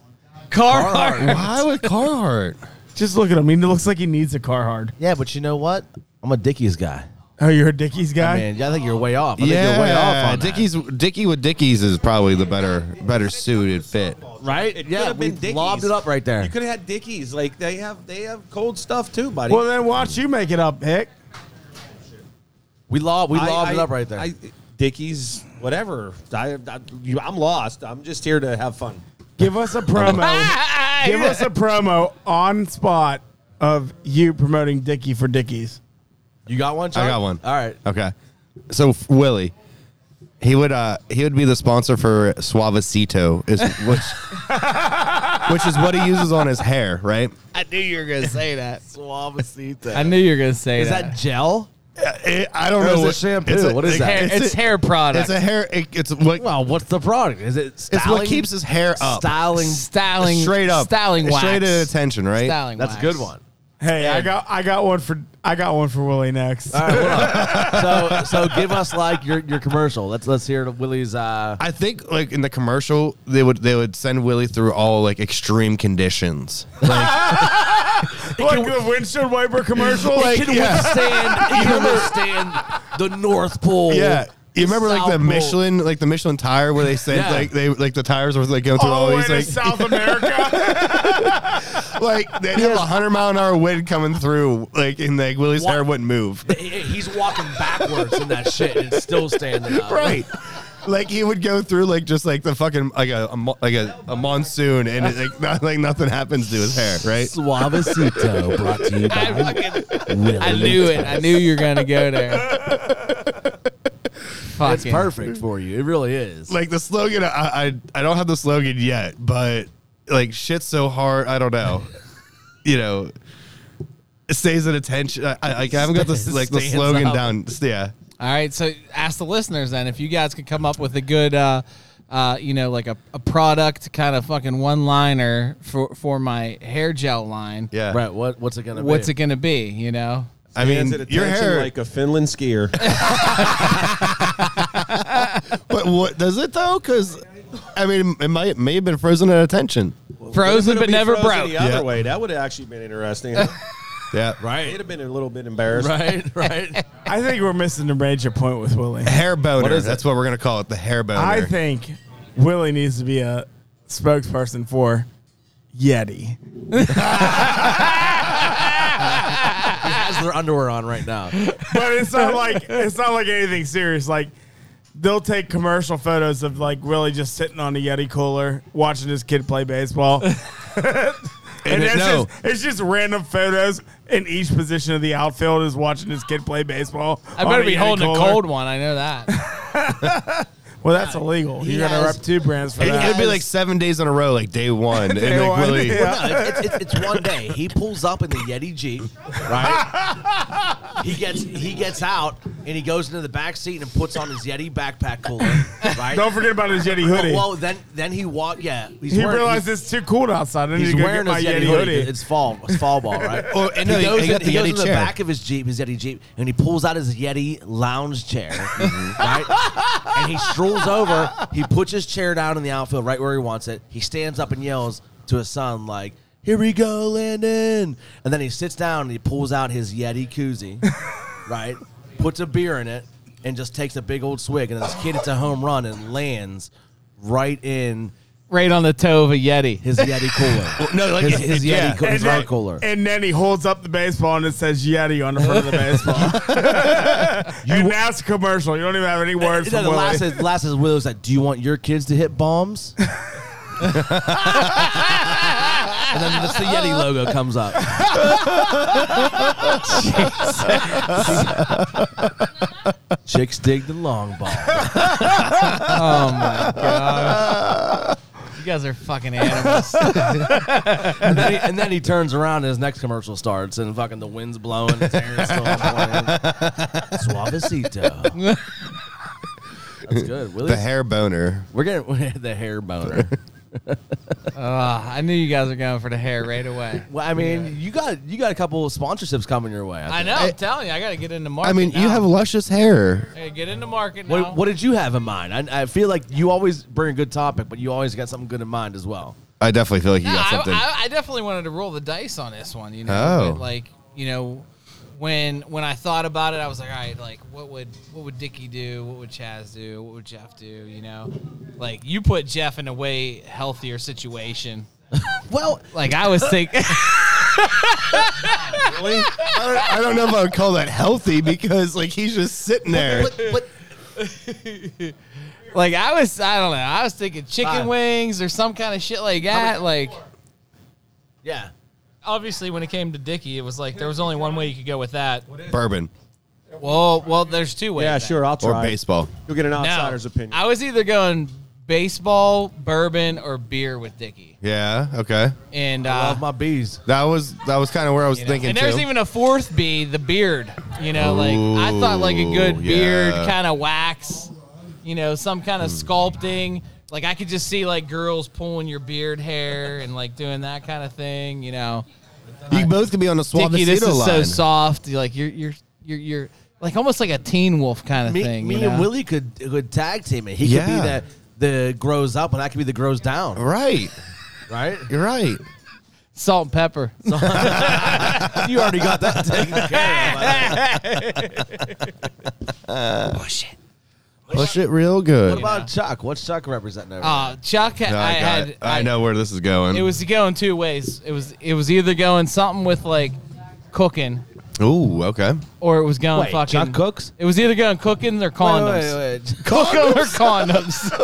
Speaker 5: Carhartt.
Speaker 2: Why would Carhartt?
Speaker 4: Just look at him. He looks like he needs a Carhartt.
Speaker 1: Yeah, but you know what? I'm a Dickies guy.
Speaker 4: Oh, you're a Dickey's guy.
Speaker 1: Man, yeah, I think you're way off. I think you're way off
Speaker 2: yeah,
Speaker 1: on
Speaker 2: Dickies. Dicky with Dickies is probably the better better suited fit.
Speaker 1: that. right?
Speaker 6: It could
Speaker 1: yeah,
Speaker 6: have
Speaker 1: we
Speaker 6: been Dickies.
Speaker 1: lobbed it up right there.
Speaker 6: You could have had Dickies. Like they have, they have cold stuff too, buddy.
Speaker 4: Well, then watch you make it up, Hick.
Speaker 1: we lobbed, we
Speaker 6: I-
Speaker 1: lobbed it
Speaker 6: I-
Speaker 1: up right there.
Speaker 6: I, Dickies, whatever. I, I, you, I'm lost. I'm just here to have fun.
Speaker 4: Give us a promo. Give us a promo on spot of you promoting Dickey for Dickies.
Speaker 1: you got one? Chuck?
Speaker 2: I got one.
Speaker 1: All right.
Speaker 2: Okay. So f- Willie, he would uh he would be the sponsor for Suavecito, is which which is what he uses on his hair, right?
Speaker 5: I knew you were going to say that.
Speaker 1: Suavecito.
Speaker 5: I knew you were going to say
Speaker 1: Is
Speaker 5: that.
Speaker 1: that gel?
Speaker 2: Eh, I don't
Speaker 1: Or is it shampoo? What is that?
Speaker 5: hair, it's, hair product.
Speaker 2: It's a hair. It, it's what.
Speaker 1: Well, what's the product? Is it
Speaker 2: it's
Speaker 1: styling?
Speaker 2: what keeps his hair up.
Speaker 1: styling.
Speaker 5: styling.
Speaker 2: straight up.
Speaker 5: Styling wax.
Speaker 2: Straight to attention, right?
Speaker 5: Styling
Speaker 1: That's a
Speaker 5: wax.
Speaker 1: good one.
Speaker 4: Hey, I got I got one for I got one for Willie next.
Speaker 1: All right, hold on. so so give us like your, your commercial. Let's let's hear Willie's. Uh,
Speaker 2: I think like in the commercial they would they would send Willie through all like extreme conditions.
Speaker 4: like the windshield wiper commercial.
Speaker 1: it can withstand. It can withstand the North Pole.
Speaker 2: Yeah. You remember like
Speaker 1: South
Speaker 2: the
Speaker 1: Pole.
Speaker 2: Michelin, like the Michelin tire where they said
Speaker 1: Yeah.
Speaker 2: like they like the tires were like going through all,
Speaker 4: all the way
Speaker 2: these
Speaker 4: to
Speaker 2: like
Speaker 4: South America.
Speaker 2: like they have a hundred mile an hour wind coming through like and like Willie's
Speaker 1: What?
Speaker 2: hair wouldn't move.
Speaker 1: He- He's walking backwards in that shit and it's still standing up.
Speaker 2: right. Like he would go through like just like the fucking like a, a mo- like a, a monsoon and it, like not, like nothing happens to his hair, right?
Speaker 1: Suavecito brought to you
Speaker 5: I,
Speaker 1: by
Speaker 5: fucking, I knew it. I knew you were going to go there.
Speaker 1: It's
Speaker 5: Fucking-
Speaker 1: perfect for you. It really is.
Speaker 2: Like the slogan, I, I I don't have the slogan yet, but like shit's so hard, I don't know, you know, it stays at attention. I, I, like, I haven't got the like the
Speaker 1: Stands
Speaker 2: slogan
Speaker 1: up.
Speaker 2: down. Yeah,
Speaker 5: All right, so ask the listeners then if you guys could come up with a good, uh, uh, you know, like a, a product kind of fucking one liner for for my hair gel line.
Speaker 2: yeah.
Speaker 1: Brett, what what's it gonna be?
Speaker 5: What's it gonna be? You know,
Speaker 2: I mean,
Speaker 6: Hands at
Speaker 2: your
Speaker 6: attention
Speaker 2: hair.
Speaker 6: like a Finland skier.
Speaker 2: but what does it though? Because I mean, it might may have been frozen at attention.
Speaker 5: frozen
Speaker 6: It'll
Speaker 5: but
Speaker 6: be
Speaker 5: never
Speaker 6: frozen
Speaker 5: broke.
Speaker 6: The other
Speaker 2: Yeah.
Speaker 6: way, that would have actually been interesting.
Speaker 2: Yeah,
Speaker 6: It'd
Speaker 1: Right.
Speaker 6: have been a little bit embarrassed.
Speaker 1: Right, right.
Speaker 4: I think we're missing a major point with Willie.
Speaker 2: hair boner.
Speaker 1: What is it?
Speaker 2: That's what we're gonna call it. The hair boner.
Speaker 4: I think Willie needs to be a spokesperson for Yeti.
Speaker 1: He has their underwear on right now.
Speaker 4: But it's not like it's not like anything serious. Like they'll take commercial photos of like Willie just sitting on a Yeti cooler watching his kid play baseball. and
Speaker 2: And it-
Speaker 4: it's,
Speaker 2: no.
Speaker 4: just, it's just random photos in each position of the outfield is watching his kid play baseball.
Speaker 5: I better
Speaker 4: on a
Speaker 5: be
Speaker 4: Yeti
Speaker 5: holding a
Speaker 4: cooler.
Speaker 5: cold one. I know that.
Speaker 4: Well, that's illegal.
Speaker 1: He
Speaker 4: You're gonna
Speaker 1: has-
Speaker 4: rep two brands for
Speaker 2: It,
Speaker 4: that.
Speaker 2: it'd be
Speaker 1: Yes.
Speaker 2: like seven days in a row, like day one,
Speaker 4: Day
Speaker 2: and like
Speaker 4: one,
Speaker 2: Willie.
Speaker 4: yeah.
Speaker 1: No, it's, it's, it's, it's one day. He pulls up in the Yeti Jeep, right? he gets he gets out and he goes into the back seat and puts on his Yeti backpack cooler, right?
Speaker 4: Don't forget about his Yeti hoodie.
Speaker 1: Well, then then he walked. Yeah, he's
Speaker 4: he
Speaker 1: wearing,
Speaker 4: realized it's too cold outside. I need
Speaker 1: he's,
Speaker 4: to
Speaker 1: he's
Speaker 4: go
Speaker 1: wearing
Speaker 4: get my
Speaker 1: his Yeti,
Speaker 4: Yeti,
Speaker 1: hoodie.
Speaker 4: hoodie.
Speaker 1: It's fall. It's fall ball, right?
Speaker 2: Oh, and no,
Speaker 1: he
Speaker 2: he-
Speaker 1: goes,
Speaker 2: he
Speaker 1: in,
Speaker 2: got the
Speaker 1: he goes
Speaker 2: Yeti
Speaker 1: in the
Speaker 2: chair.
Speaker 1: back of his Jeep, his Yeti Jeep, and he pulls out his Yeti lounge chair, right? And he strolls over. He puts his chair down in the outfield right where he wants it. He stands up and yells to his son, like, here we go, Landon. And then he sits down and he pulls out his Yeti koozie, right? Puts a beer in it and just takes a big old swig. And this kid, it's a home run and lands right in
Speaker 5: right on the toe of a Yeti.
Speaker 1: his Yeti cooler.
Speaker 2: no, like
Speaker 1: his, his Yeti,
Speaker 2: yeah.
Speaker 1: coo- his
Speaker 4: then,
Speaker 1: rock cooler.
Speaker 4: and then he holds up the baseball and it says Yeti on the front of the baseball. and that's a commercial. You don't even have any words
Speaker 1: No,
Speaker 4: from
Speaker 1: the
Speaker 4: Willie.
Speaker 1: last is, the last is Willie's like, "Do you want your kids to hit bombs?" and then just the Yeti logo comes up. Chicks dig the long ball.
Speaker 5: Oh my god. You guys are fucking animals.
Speaker 1: And then, he, and then he turns around and his next commercial starts and fucking the wind's blowing, his hair is still on point. Suavecito. That's good. Willie.
Speaker 2: The hair boner.
Speaker 1: We're getting the hair boner.
Speaker 5: Ah, I knew you guys were going for the hair right away.
Speaker 1: Well, I mean, you got you got a couple of sponsorships coming your way.
Speaker 5: I
Speaker 1: think.
Speaker 5: know. I'm telling you, I got to get into market.
Speaker 2: I mean, you
Speaker 5: now.
Speaker 2: have luscious hair.
Speaker 5: I gotta get into market now.
Speaker 1: What, what did you have in mind? I, I feel like you always bring a good topic, but you always got something good in mind as well.
Speaker 2: I definitely feel like you
Speaker 5: No,
Speaker 2: got
Speaker 5: I,
Speaker 2: something.
Speaker 5: I, I definitely wanted to roll the dice on this one. You know,
Speaker 2: Oh.
Speaker 5: But, like you know, when when I thought about it, I was like, all right, like what would what would Dickie do? What would Chaz do? What would Jeff do? You know, like you put Jeff in a way healthier situation.
Speaker 1: Well,
Speaker 5: Like I was thinking,
Speaker 2: I don't, I don't know if I would call that healthy because like he's just sitting there.
Speaker 5: like I was, I don't know, I was thinking chicken
Speaker 1: Fine.
Speaker 5: wings or some kind of shit like that. Like
Speaker 1: yeah.
Speaker 5: obviously, when it came to Dickie, it was like there was only one way you could go with that.
Speaker 2: Bourbon
Speaker 5: Well, well, there's two ways.
Speaker 6: Yeah,
Speaker 5: then.
Speaker 6: sure. I'll
Speaker 2: or
Speaker 6: try. it.
Speaker 2: baseball.
Speaker 6: You'll get an
Speaker 5: No.
Speaker 6: outsider's opinion.
Speaker 5: I was either going baseball, bourbon, or beer with Dickie.
Speaker 2: Yeah. Okay.
Speaker 5: And uh,
Speaker 1: Love my bees.
Speaker 2: That was that was kind of where I was
Speaker 5: you know,
Speaker 2: thinking
Speaker 5: and there's
Speaker 2: too.
Speaker 5: even a fourth B, the beard. You know, like I thought like a good
Speaker 2: Ooh,
Speaker 5: beard
Speaker 2: yeah.
Speaker 5: kind of wax, you know, some kind of sculpting. Like I could just see like girls pulling your beard hair and like doing that kind of thing, you know.
Speaker 2: you both could be on the
Speaker 5: Dickie, this
Speaker 2: Suavecito
Speaker 5: is so
Speaker 2: line.
Speaker 5: soft. You're like you're you're you're you're like almost like a teen wolf kind of
Speaker 1: Me,
Speaker 5: thing.
Speaker 1: me
Speaker 5: you know?
Speaker 1: and Willie could could tag team it. He could be
Speaker 2: Yeah.
Speaker 1: that the grows up, and I could be the grows down.
Speaker 2: right.
Speaker 1: Right?
Speaker 2: You're right.
Speaker 5: salt and pepper.
Speaker 1: you already got that taken care of.
Speaker 2: Push it real good.
Speaker 1: What about Chuck? What's Chuck representing? over
Speaker 5: Uh, Chuck, had,
Speaker 2: No,
Speaker 5: I,
Speaker 2: I, got
Speaker 5: had
Speaker 2: it. I know where this is going.
Speaker 5: It was going two ways. It was it was either going something with like cooking,
Speaker 2: Ooh. Okay.
Speaker 5: or it was going
Speaker 1: Wait,
Speaker 5: fucking
Speaker 1: Chuck cooks?
Speaker 5: It was either going cooking or
Speaker 1: there?
Speaker 5: condoms.
Speaker 1: Wait, wait, wait.
Speaker 5: Cooking or condoms.
Speaker 1: condoms?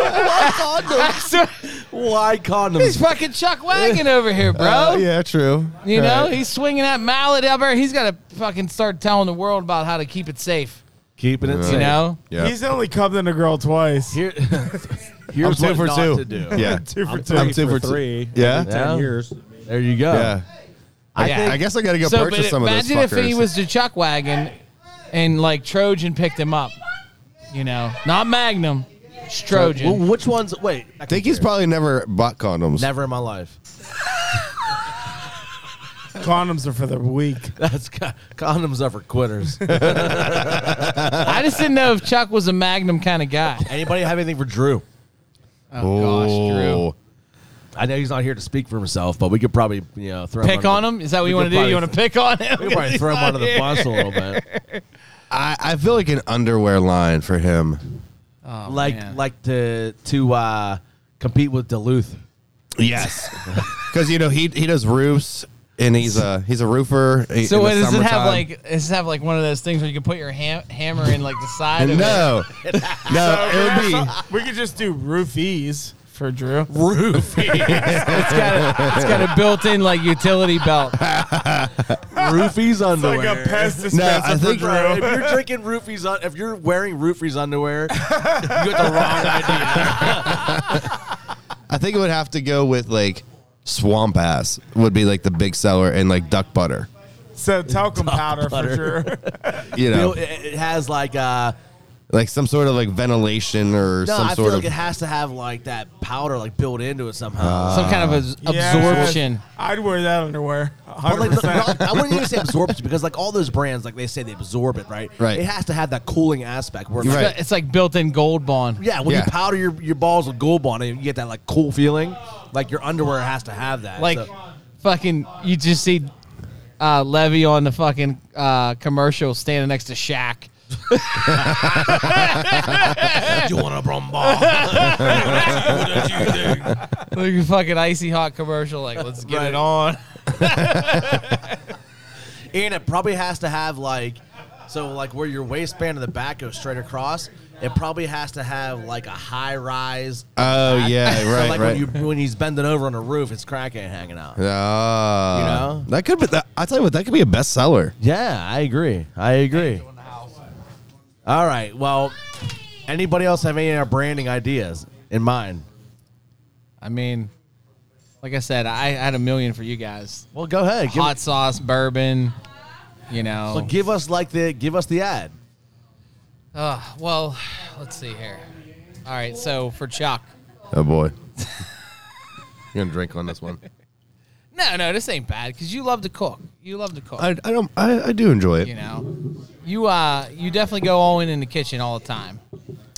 Speaker 1: Why
Speaker 5: he's
Speaker 1: condoms?
Speaker 5: fucking Chuck Wagon over here, bro.
Speaker 2: Oh yeah. True.
Speaker 5: You
Speaker 2: All
Speaker 5: know
Speaker 2: right.
Speaker 5: he's swinging that mallet up there. He's got to fucking start telling the world about how to keep it safe.
Speaker 1: Keeping it
Speaker 5: You know.
Speaker 2: Yeah.
Speaker 4: He's only cubbed in a girl twice.
Speaker 1: Here,
Speaker 2: I'm
Speaker 1: here's
Speaker 2: two
Speaker 1: what
Speaker 2: for
Speaker 1: not
Speaker 2: two.
Speaker 1: to do.
Speaker 2: Yeah.
Speaker 4: Two for two.
Speaker 2: I'm two for two.
Speaker 6: three.
Speaker 1: Yeah.
Speaker 2: Yeah.
Speaker 6: Ten years.
Speaker 1: There you go.
Speaker 2: Yeah. I,
Speaker 5: Yeah.
Speaker 2: I guess I got to go
Speaker 5: So, but
Speaker 2: purchase some of those
Speaker 5: imagine if
Speaker 2: fuckers.
Speaker 5: he was the Chuck Wagon, and like Trojan picked him up. You know, not Magnum, it's Trojan.
Speaker 1: Well, which one's? Wait, I
Speaker 2: I think he's probably never bought condoms.
Speaker 1: never in my life.
Speaker 4: Condoms are for the weak.
Speaker 1: That's co- condoms are for quitters.
Speaker 5: I just didn't know if Chuck was a Magnum kind of guy.
Speaker 1: Anybody have anything for Drew?
Speaker 2: Oh.
Speaker 1: I know he's not here to speak for himself, but we could probably you know throw
Speaker 5: Pick on him? Is that what you want to do? You want to pick on
Speaker 1: We could probably
Speaker 5: him?
Speaker 1: throw him under the bus a little bit,
Speaker 2: I, I feel like an underwear line for him.
Speaker 1: like
Speaker 5: Oh, man.
Speaker 1: like to to uh, compete with Duluth.
Speaker 2: Yes, because you know he he does roofs and he's a he's a roofer. i-
Speaker 5: So
Speaker 2: in the
Speaker 5: what, does it have
Speaker 2: summertime.
Speaker 5: like? Does it have like one of those things where you can put your ham- hammer in like the side? of it?
Speaker 2: No,
Speaker 1: Uh,
Speaker 2: no, it would be
Speaker 4: We could just do roofies for Drew.
Speaker 1: Roof,
Speaker 5: It's got a, it's got a built-in like utility belt.
Speaker 1: roofies
Speaker 4: Like
Speaker 1: underwear.
Speaker 4: a pest
Speaker 2: No, I
Speaker 4: dispenser for
Speaker 2: think-
Speaker 1: Right,
Speaker 4: Drew.
Speaker 1: if you're drinking roofies, un- if you're wearing roofies underwear, you got the wrong idea.
Speaker 2: I think it would have to go with like swamp ass would be like the big seller and like duck butter.
Speaker 4: So talcum powder for sure.
Speaker 2: you know,
Speaker 1: Feel- it, it has like uh,
Speaker 2: like some sort of like ventilation or
Speaker 1: no,
Speaker 2: some
Speaker 1: I feel
Speaker 2: sort
Speaker 1: like
Speaker 2: of.
Speaker 1: it has to have like that powder like built into it somehow.
Speaker 2: Oh,
Speaker 5: Some kind of abs-
Speaker 4: Yeah,
Speaker 5: absorption.
Speaker 4: I'd wear that underwear.
Speaker 1: But like,
Speaker 4: 100%.
Speaker 1: look, well, I wouldn't even say absorption because like all those brands, like they say they absorb it, right?
Speaker 2: Right.
Speaker 1: It has to have that cooling aspect. Where like,
Speaker 2: Right.
Speaker 5: It's like built-in gold bond.
Speaker 1: Yeah, when
Speaker 2: Yeah.
Speaker 1: you powder your, your balls with Gold Bond, you get that like cool feeling. Like your underwear has to have that.
Speaker 5: Like
Speaker 1: so-
Speaker 5: fucking, you just see uh, Levy on the fucking uh, commercial standing next to Shaq.
Speaker 1: you want a brum ball? What did you do?
Speaker 5: Like a fucking icy hot commercial. Like, let's get it on.
Speaker 1: And it probably has to have like, so like where your waistband and the back goes straight across. It probably has to have like a high rise.
Speaker 2: oh yeah,
Speaker 1: so
Speaker 2: right,
Speaker 1: like
Speaker 2: right.
Speaker 1: when you when he's bending over on a roof, it's crackhead hanging out.
Speaker 2: Ah,
Speaker 1: You know?
Speaker 2: that could be. That, I tell you what, that could be a bestseller.
Speaker 1: Yeah, I agree. I agree. All right. Well, anybody else have any other branding ideas in mind?
Speaker 5: I mean, like I said, I had a million for you guys.
Speaker 1: Well, go ahead. Give,
Speaker 5: Hot sauce, bourbon. You know.
Speaker 1: so give us like the give us the ad.
Speaker 5: Uh, well, let's see here. All right, so for Chuck.
Speaker 2: Oh boy, you're gonna drink on this one.
Speaker 5: No, no, this ain't bad because you love to cook. You love to cook.
Speaker 2: I, I don't. I, I do enjoy it.
Speaker 5: you know, you uh, you definitely go all in in the kitchen all the time.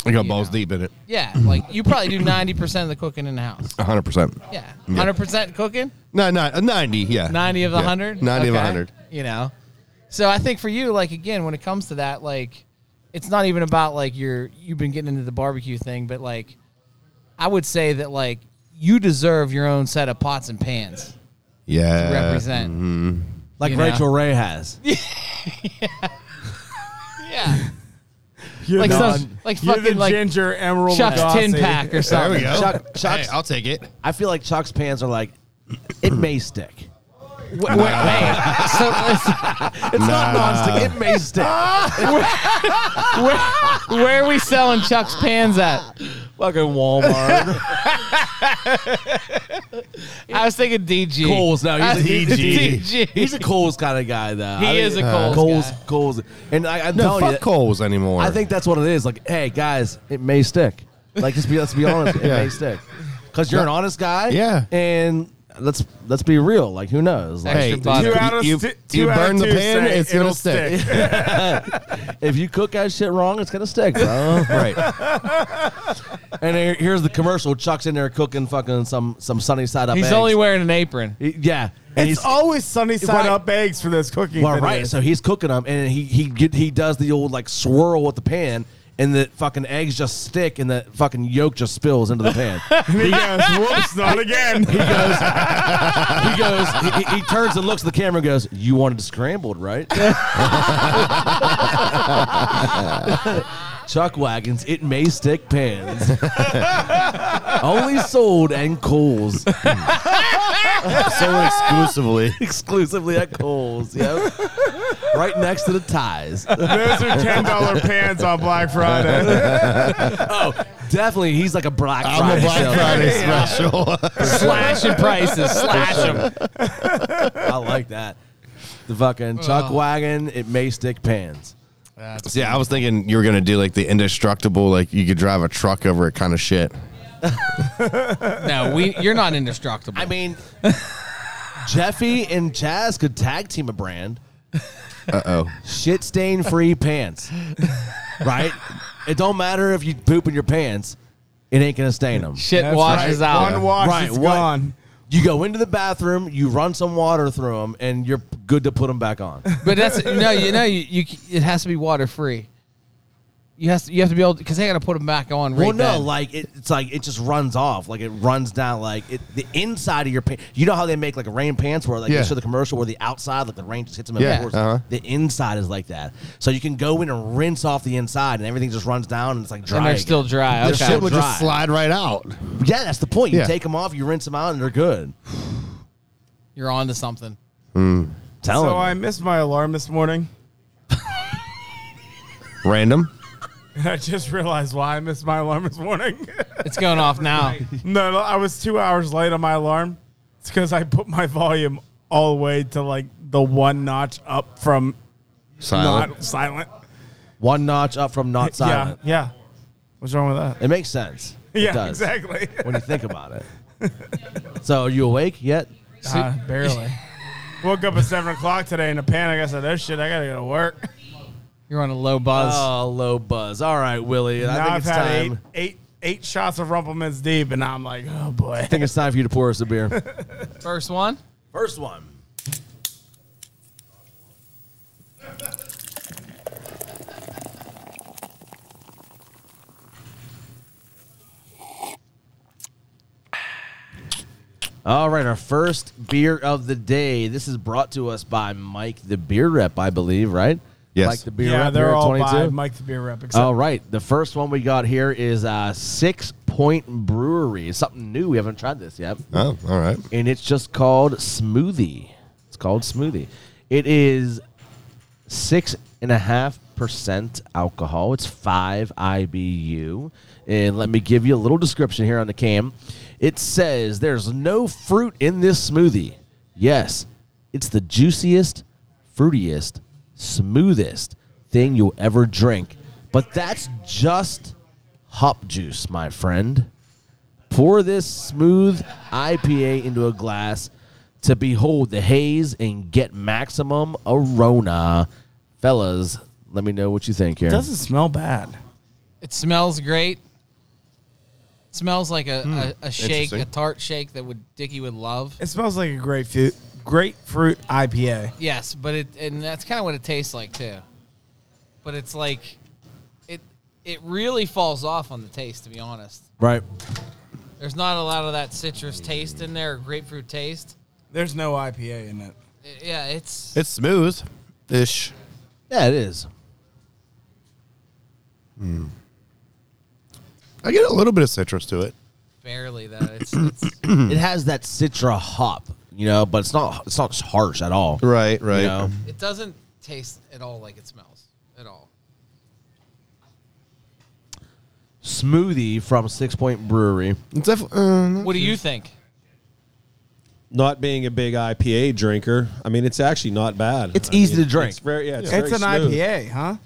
Speaker 2: I got balls
Speaker 5: know.
Speaker 2: deep in it.
Speaker 5: Yeah, like you probably do ninety percent of the cooking in the house.
Speaker 2: hundred percent.
Speaker 5: Yeah, hundred percent cooking.
Speaker 2: No, no, uh, ninety. Yeah,
Speaker 5: Ninety of the
Speaker 2: Yeah.
Speaker 5: hundred.
Speaker 2: Ninety of
Speaker 5: Okay.
Speaker 2: a hundred.
Speaker 5: You know, so I think for you, like again, when it comes to that, like it's not even about like your you've been getting into the barbecue thing, but like I would say that like you deserve your own set of pots and pans.
Speaker 2: Yeah,
Speaker 5: represent.
Speaker 2: mm-hmm.
Speaker 1: Like
Speaker 5: You know?
Speaker 1: Rachel Ray has.
Speaker 5: Yeah,
Speaker 4: You're
Speaker 5: like
Speaker 4: the-
Speaker 5: some- like
Speaker 4: you're the
Speaker 5: fucking, like,
Speaker 4: ginger emerald
Speaker 5: Chuck's
Speaker 4: Lagasse.
Speaker 5: tin pack or
Speaker 2: There we
Speaker 5: something.
Speaker 2: go.
Speaker 1: Chuck- Chuck's-
Speaker 2: hey, I'll take it.
Speaker 1: I feel like Chuck's pants are like it may stick.
Speaker 5: Wait, wait, wait. So listen,
Speaker 1: It's not nonstick. It may stick.
Speaker 5: where, where are we selling Chuck's pans at?
Speaker 1: Fucking Walmart.
Speaker 5: I was thinking DG.
Speaker 1: Coles. No, he's a
Speaker 5: That's
Speaker 1: DG.
Speaker 5: DG.
Speaker 1: He's a Coles kind of guy, though.
Speaker 5: He is a Kohl's
Speaker 1: Coles.
Speaker 5: guy.
Speaker 1: Coles. And I, I'm
Speaker 2: No,
Speaker 1: telling you,
Speaker 2: fuck
Speaker 1: that-
Speaker 2: Coles anymore.
Speaker 1: I think that's what it is. Like, hey guys, it may stick. Like, just be let's be honest, it may stick. Because you're an honest guy.
Speaker 2: Yeah.
Speaker 1: And let's let's be real. Like, who knows? Like,
Speaker 5: Hey,
Speaker 2: Hey,
Speaker 5: Extra butter.
Speaker 4: Two out of
Speaker 2: you,
Speaker 4: sti-
Speaker 2: you
Speaker 4: two out
Speaker 2: burn
Speaker 4: of
Speaker 2: the
Speaker 4: two
Speaker 2: pan,
Speaker 4: say
Speaker 2: it's gonna
Speaker 4: it'll
Speaker 2: stick.
Speaker 1: if you cook that shit wrong, it's gonna stick, bro.
Speaker 2: right.
Speaker 1: and here- here's the commercial. Chuck's in there cooking fucking some some sunny side up.
Speaker 5: He's
Speaker 1: eggs.
Speaker 5: only wearing an apron.
Speaker 1: He- yeah. And
Speaker 4: It's
Speaker 1: he's
Speaker 4: always sunny side
Speaker 1: Right.
Speaker 4: up eggs for those cooking.
Speaker 1: well,
Speaker 4: videos.
Speaker 1: right. So he's cooking them, and he he get, he does the old like swirl with the pan. And the fucking eggs just stick, and the fucking yolk just spills into the pan.
Speaker 4: And he goes, "Whoops, not again."
Speaker 1: He goes, he goes, he, he- he turns and looks at the camera and goes, You wanted to scrambled, right? Chuck Wagons, it may stick pans. Only sold and Kohl's.
Speaker 2: So exclusively.
Speaker 1: Exclusively at Kohl's. Yep. Right next to the ties.
Speaker 4: Those are ten dollar pans on Black Friday.
Speaker 1: Oh, definitely. He's like a Black Friday.
Speaker 2: I'm a Black
Speaker 1: salesman.
Speaker 2: Friday special.
Speaker 5: Slashing prices. Slash them.
Speaker 1: I like that. The fucking Chuck Wagon, it may stick pans.
Speaker 2: See, I was thinking you were gonna do like the indestructible, like you could drive a truck over it kind of shit.
Speaker 5: No, we. You're not indestructible.
Speaker 1: I mean, Jeffy and Chaz could tag team a brand.
Speaker 2: Uh oh.
Speaker 1: Shit stain free pants. Right? It don't matter if you poop in your pants, it ain't going to stain them.
Speaker 5: shit
Speaker 4: That's
Speaker 5: washes
Speaker 4: right.
Speaker 5: out.
Speaker 4: One wash,
Speaker 1: Right,
Speaker 4: it's
Speaker 1: what-
Speaker 4: gone.
Speaker 1: You go into the bathroom, you run some water through them, and you're good to put them back on.
Speaker 5: But that's no, you know, you, you c- it has to be water free. You has to, you have to be able because they got to put them back on. Right
Speaker 1: well, no,
Speaker 5: then.
Speaker 1: like it, it's like it just runs off, like it runs down, like it, the inside of your pants. You know how they make like rain pants, where like
Speaker 2: Yeah.
Speaker 1: they show the commercial where the outside, like the rain just hits them. and
Speaker 2: Yeah,
Speaker 1: pours.
Speaker 2: uh-huh.
Speaker 1: The inside is like that, so you can go in and rinse off the inside, and everything just runs down, and it's like dry.
Speaker 5: and they're
Speaker 1: again.
Speaker 5: still dry.
Speaker 2: The
Speaker 5: Okay.
Speaker 2: shit would
Speaker 1: Dry.
Speaker 2: just slide right out.
Speaker 1: Yeah, that's the point. You
Speaker 2: Yeah.
Speaker 1: take them off, you rinse them out, and they're good.
Speaker 5: You're on to something.
Speaker 1: Tell
Speaker 4: So
Speaker 1: 'em.
Speaker 4: I missed my alarm this morning.
Speaker 2: Random.
Speaker 4: And I just realized why I missed my alarm this morning.
Speaker 5: It's going off now.
Speaker 4: no, no, I was two hours late on my alarm. It's because I put my volume all the way to like the one notch up from
Speaker 2: Silent.
Speaker 4: not silent.
Speaker 1: One notch up from not silent.
Speaker 4: Yeah, yeah. What's wrong with that?
Speaker 1: It makes sense.
Speaker 4: yeah,
Speaker 1: it does.
Speaker 4: exactly.
Speaker 1: When you think about it. so are you awake yet?
Speaker 4: Uh, barely. Woke up at seven o'clock today in a panic. I said, "Oh shit, I gotta go to work."
Speaker 5: You're on a low buzz.
Speaker 1: Oh, low buzz. All right, Willie. I think
Speaker 4: now I've
Speaker 1: it's
Speaker 4: had
Speaker 1: time.
Speaker 4: eight, eight, eight shots of Rumpleman's deep, and I'm like, "Oh boy."
Speaker 1: I think it's time for you to pour us a beer.
Speaker 5: First one.
Speaker 1: First one. All right, our first beer of the day. This is brought to us by Mike the Beer Rep, I believe, right?
Speaker 2: Yes.
Speaker 1: Mike the Beer
Speaker 4: Yeah,
Speaker 1: Rep.
Speaker 4: they're
Speaker 1: here at Oh,
Speaker 4: all by
Speaker 1: 22.
Speaker 4: Mike the beer rep. Except
Speaker 1: All right, the first one we got here is uh, Six Point Brewery. It's something new. We haven't tried this yet
Speaker 2: Oh, all right.
Speaker 1: and it's just called smoothie. It's called smoothie. It is six and a half percent alcohol. It's five IBU. And let me give you a little description here on the cam. It says there's no fruit in this smoothie. Yes, it's the juiciest, fruitiest, smoothest thing you'll ever drink. But that's just hop juice, my friend. Pour this smooth IPA into a glass to behold the haze and get maximum aroma. Fellas, let me know what you think here.
Speaker 4: it doesn't smell bad.
Speaker 5: It smells great. It smells like a, a, a shake,
Speaker 2: interesting.
Speaker 5: a tart shake that would Dickie would love.
Speaker 4: It smells like a grapefruit grapefruit IPA.
Speaker 5: Yes, but it and that's kind of what it tastes like too. But it's like it it really falls off on the taste to be honest.
Speaker 1: right.
Speaker 5: There's not a lot of that citrus taste in there, or grapefruit taste.
Speaker 4: There's no IPA in it.
Speaker 5: I- yeah, it's
Speaker 2: It's smooth ish.
Speaker 1: Yeah, it is.
Speaker 2: I get a little bit of citrus to it.
Speaker 5: barely though. It's, it's
Speaker 1: it has that citra hop, you know, but it's not it's not harsh at all.
Speaker 2: Right, right.
Speaker 1: You know?
Speaker 5: it doesn't taste at all like it smells at all.
Speaker 1: Smoothie from Six Point Brewery.
Speaker 2: It's def- uh,
Speaker 5: What do you think?
Speaker 6: Not being a big IPA drinker, I mean, it's actually not bad.
Speaker 1: It's
Speaker 6: I mean,
Speaker 1: easy to drink.
Speaker 6: It's very, yeah, it's,
Speaker 4: It's an
Speaker 6: very smooth.
Speaker 4: IPA, huh?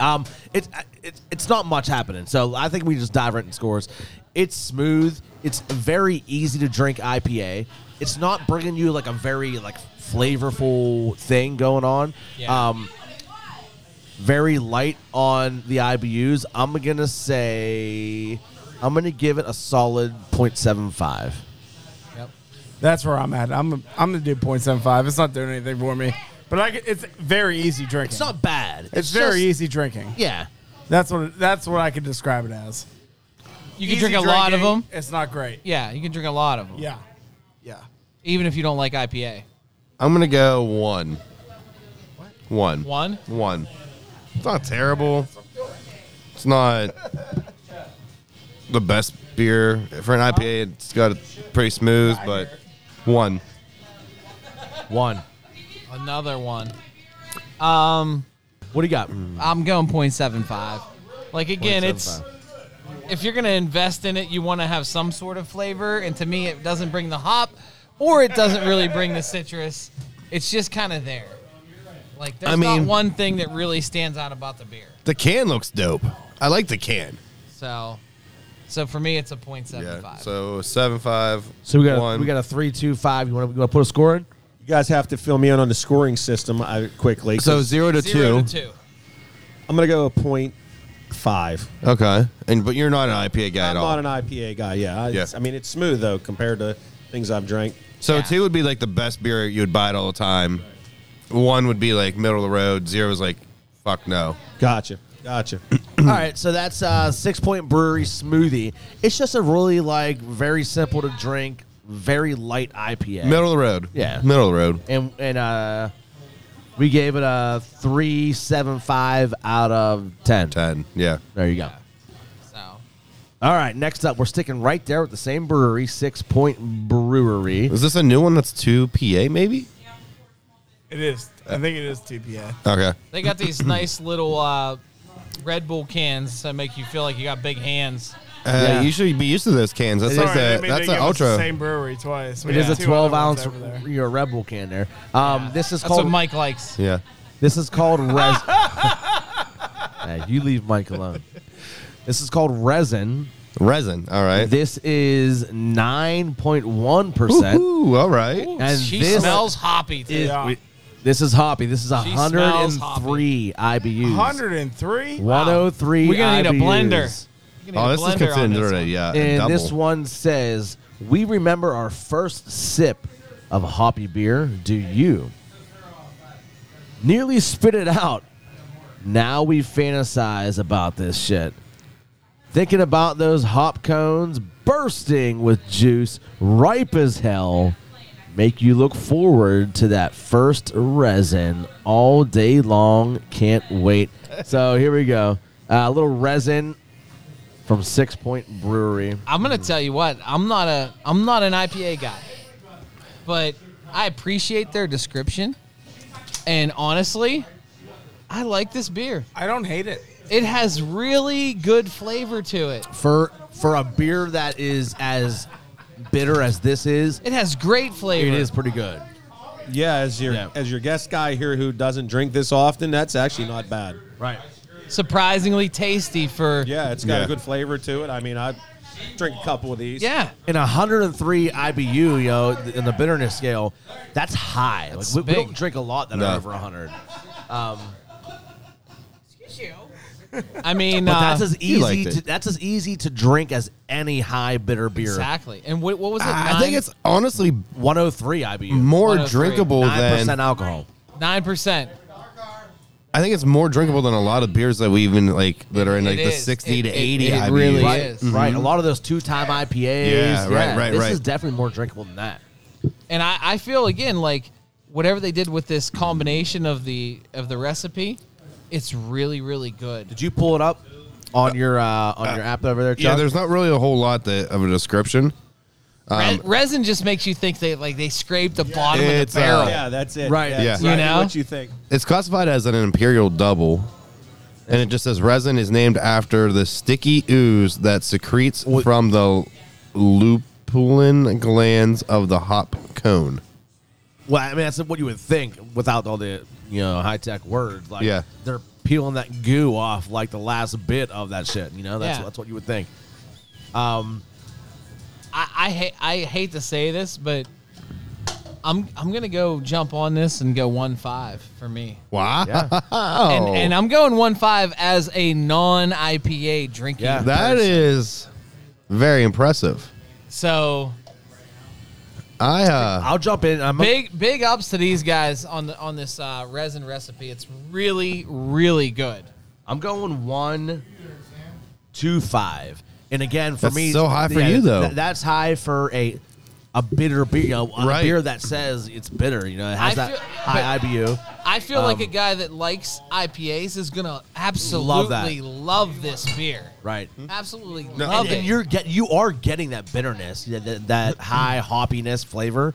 Speaker 1: Um, it's it's it's not much happening. So I think we just dive right into scores. It's smooth. It's a very easy to drink IPA. It's not bringing you like a very like flavorful thing going on.
Speaker 5: Yeah.
Speaker 1: Um, very light on the IBUs. I'm gonna say I'm gonna give it a solid 0.75.
Speaker 5: Yep.
Speaker 4: That's where I'm at. I'm I'm gonna do 0.75. It's not doing anything for me, but I can, it's very easy drinking.
Speaker 1: It's not bad. It's,
Speaker 4: It's, very
Speaker 1: just-
Speaker 4: easy drinking.
Speaker 1: Yeah.
Speaker 4: That's what it- that's what I can describe it as.
Speaker 5: You can drink a lot of them.
Speaker 4: It's not great.
Speaker 5: Yeah, you can drink a lot of them.
Speaker 4: Yeah, yeah.
Speaker 5: Even if you don't like IPA.
Speaker 2: I'm gonna go one. One.
Speaker 5: One?
Speaker 2: One. It's not terrible. It's not the best beer for an IPA. It's got a pretty smooth, but one.
Speaker 1: One.
Speaker 5: Another one.
Speaker 1: What do you got?
Speaker 5: I'm going 0.75. Like again, it's
Speaker 1: 0.75.
Speaker 5: if you're gonna invest in it, you want to have some sort of flavor. And to me, it doesn't bring the hop, or it doesn't really bring the citrus. It's just kind of there. Like there's
Speaker 2: I mean-
Speaker 5: not one thing that really stands out about the beer.
Speaker 2: The can looks dope. I like the can.
Speaker 5: So, so for me, it's a 0.75.
Speaker 2: So seven five.
Speaker 1: So we got
Speaker 2: one.
Speaker 1: a, we got a three, two, five. You want to, you want to put a score in?
Speaker 6: You guys have to fill me in on the scoring system I, quickly.
Speaker 2: so zero to
Speaker 5: Zero
Speaker 2: two.
Speaker 5: to two.
Speaker 6: I'm going to go a point five.
Speaker 2: Okay, and but you're not an IPA guy
Speaker 6: I'm
Speaker 2: at all.
Speaker 6: not an IPA guy. Yeah, I,
Speaker 2: Yeah.
Speaker 6: I mean it's smooth though compared to things I've drank.
Speaker 2: so
Speaker 5: Yeah.
Speaker 2: two would be like the best beer you would buy it all the time. One would be like middle of the road. Zero is like fuck no.
Speaker 6: Gotcha, gotcha.
Speaker 1: All right, so that's uh, Six Point Brewery Smoothie. It's just a really like very simple to drink, very light IPA.
Speaker 2: Middle of the road.
Speaker 1: Yeah.
Speaker 2: Middle of the road.
Speaker 1: and and uh, we gave it a three seven five out of ten.
Speaker 2: Ten. Yeah.
Speaker 1: There you go.
Speaker 5: So
Speaker 1: All right, next up, we're sticking right there with the same brewery, Six Point Brewery.
Speaker 2: Is this a new one that's two PA maybe?
Speaker 4: It is. I think it is TPA.
Speaker 2: Okay. Uh,
Speaker 5: they got these nice little uh, Red Bull cans that make you feel like you got big hands.
Speaker 2: Uh,
Speaker 1: Yeah.
Speaker 2: You should be used to those cans. That's like
Speaker 7: Sorry, I
Speaker 2: the,
Speaker 7: didn't mean to
Speaker 2: that's
Speaker 7: give
Speaker 2: an
Speaker 7: us
Speaker 2: ultra.
Speaker 7: The same brewery twice. We
Speaker 1: It is
Speaker 7: got
Speaker 1: a
Speaker 7: two other
Speaker 1: 12
Speaker 7: ones
Speaker 1: ounce
Speaker 7: over there.
Speaker 1: your Rebel can there. Um, This is
Speaker 5: That's what
Speaker 1: called
Speaker 5: Mike likes.
Speaker 2: yeah.
Speaker 1: This is called res. Yeah, you leave Mike alone. This is called resin.
Speaker 2: Resin. All right.
Speaker 1: This is nine point one percent.
Speaker 2: Ooh, all right.
Speaker 1: And
Speaker 5: she
Speaker 1: this
Speaker 5: smells hoppy too.
Speaker 1: is
Speaker 7: Yeah.
Speaker 1: we- this is hoppy. This is
Speaker 5: She
Speaker 1: hundred
Speaker 5: smells
Speaker 1: and three IBUs.
Speaker 7: 103.
Speaker 1: One hundred three.
Speaker 5: We're gonna need a
Speaker 1: IBUs.
Speaker 5: blender. We're gonna need
Speaker 2: Oh, this is
Speaker 5: a blender on
Speaker 2: considered a
Speaker 5: one.
Speaker 2: yeah. a
Speaker 1: And
Speaker 2: Uh, double.
Speaker 1: this one says, "We remember our first sip of hoppy beer. Do you? Nearly spit it out. Now we fantasize about this shit, thinking about those hop cones bursting with juice, ripe as hell." Make you look forward to that first resin all day long. Can't wait. So here we go. Uh, a little resin from Six Point Brewery.
Speaker 5: I'm gonna tell you what. I'm not a. I'm not an IPA guy, but I appreciate their description, and honestly, I like this beer.
Speaker 4: I don't hate it.
Speaker 5: It has really good flavor to it.
Speaker 1: for for a beer that is as bitter as this is,
Speaker 5: It has great flavor.
Speaker 1: it is pretty good.
Speaker 6: Yeah, as your
Speaker 1: Yeah.
Speaker 6: as your guest guy here who doesn't drink this often, that's actually not bad.
Speaker 1: Right.
Speaker 5: surprisingly tasty for
Speaker 6: Yeah, it's got
Speaker 2: Yeah.
Speaker 6: a good flavor to it. I mean, I drink a couple of these.
Speaker 5: yeah.
Speaker 1: And 103 IBU, yo, th- in the bitterness scale, that's high. Like, we, we
Speaker 5: big.
Speaker 1: don't drink a lot that
Speaker 2: No.
Speaker 1: are over 100.
Speaker 5: I mean,
Speaker 1: But
Speaker 5: uh,
Speaker 1: that's as
Speaker 2: you liked
Speaker 1: easy. To,
Speaker 2: it.
Speaker 1: that's as easy to drink as any high bitter beer.
Speaker 5: exactly. And what, what was it?
Speaker 2: Ah, I think it's honestly
Speaker 1: 103 IBU,
Speaker 2: more
Speaker 5: 103.
Speaker 2: drinkable
Speaker 1: oh nine
Speaker 2: than
Speaker 1: percent alcohol.
Speaker 5: nine percent.
Speaker 2: I think it's more drinkable than a lot of beers that we even like that are in
Speaker 5: It
Speaker 2: like the
Speaker 5: is.
Speaker 2: sixty
Speaker 5: It-
Speaker 2: to
Speaker 5: it-
Speaker 2: eighty.
Speaker 5: it
Speaker 2: IBUs.
Speaker 5: really
Speaker 1: Right,
Speaker 5: is.
Speaker 1: right. A lot of those two-time IPAs.
Speaker 2: Mm-hmm. Yeah, right, right,
Speaker 1: This
Speaker 2: right.
Speaker 1: is definitely more drinkable than that.
Speaker 5: And I, I feel again like whatever they did with this combination of the of the recipe, it's really really good.
Speaker 1: Did you pull it up on your uh, on your app over there? Chuck?
Speaker 2: Yeah, there's not really a whole lot that, of a description.
Speaker 5: Re- resin just makes you think they like they scraped the bottom of
Speaker 2: Um, It's,
Speaker 5: the barrel.
Speaker 2: uh,
Speaker 6: Yeah, that's it.
Speaker 1: Right.
Speaker 2: Yeah.
Speaker 6: it's
Speaker 5: You
Speaker 6: exactly
Speaker 5: know?
Speaker 6: what you think.
Speaker 2: It's classified as an imperial double, and it just says resin is named after the sticky ooze that secretes from the lupulin glands of the hop cone.
Speaker 1: Well, I mean, that's what you would think without all the you know high tech words. Like,
Speaker 2: Yeah.
Speaker 1: they're peeling that goo off like the last bit of that shit. You know, that's
Speaker 5: Yeah.
Speaker 1: that's what you would think.
Speaker 5: I, I hate I hate to say this, but I'm I'm gonna go jump on this and go one five for me.
Speaker 2: Wow.
Speaker 1: Yeah.
Speaker 5: And
Speaker 2: Oh.
Speaker 5: and I'm going one five as a non IPA drinking.
Speaker 1: Yeah.
Speaker 2: That is very impressive.
Speaker 5: So
Speaker 2: I uh,
Speaker 1: I'll jump in. I'm
Speaker 5: big big ups to these guys on the on this uh, resin recipe. It's really really good.
Speaker 1: I'm going one, two, five. And again, for
Speaker 2: That's
Speaker 1: me,
Speaker 2: so high for you, though.
Speaker 1: th- that's high for a a bitter beer. You know,
Speaker 2: Right.
Speaker 1: a beer that says it's bitter. You know, it has
Speaker 5: I
Speaker 1: that
Speaker 5: feel-
Speaker 1: high IBU.
Speaker 5: I feel like a guy that likes IPAs is gonna absolutely love, this beer.
Speaker 1: Right.
Speaker 5: Absolutely
Speaker 1: and,
Speaker 5: love it.
Speaker 1: and you're get you are getting that bitterness, yeah, that, that high hoppiness flavor,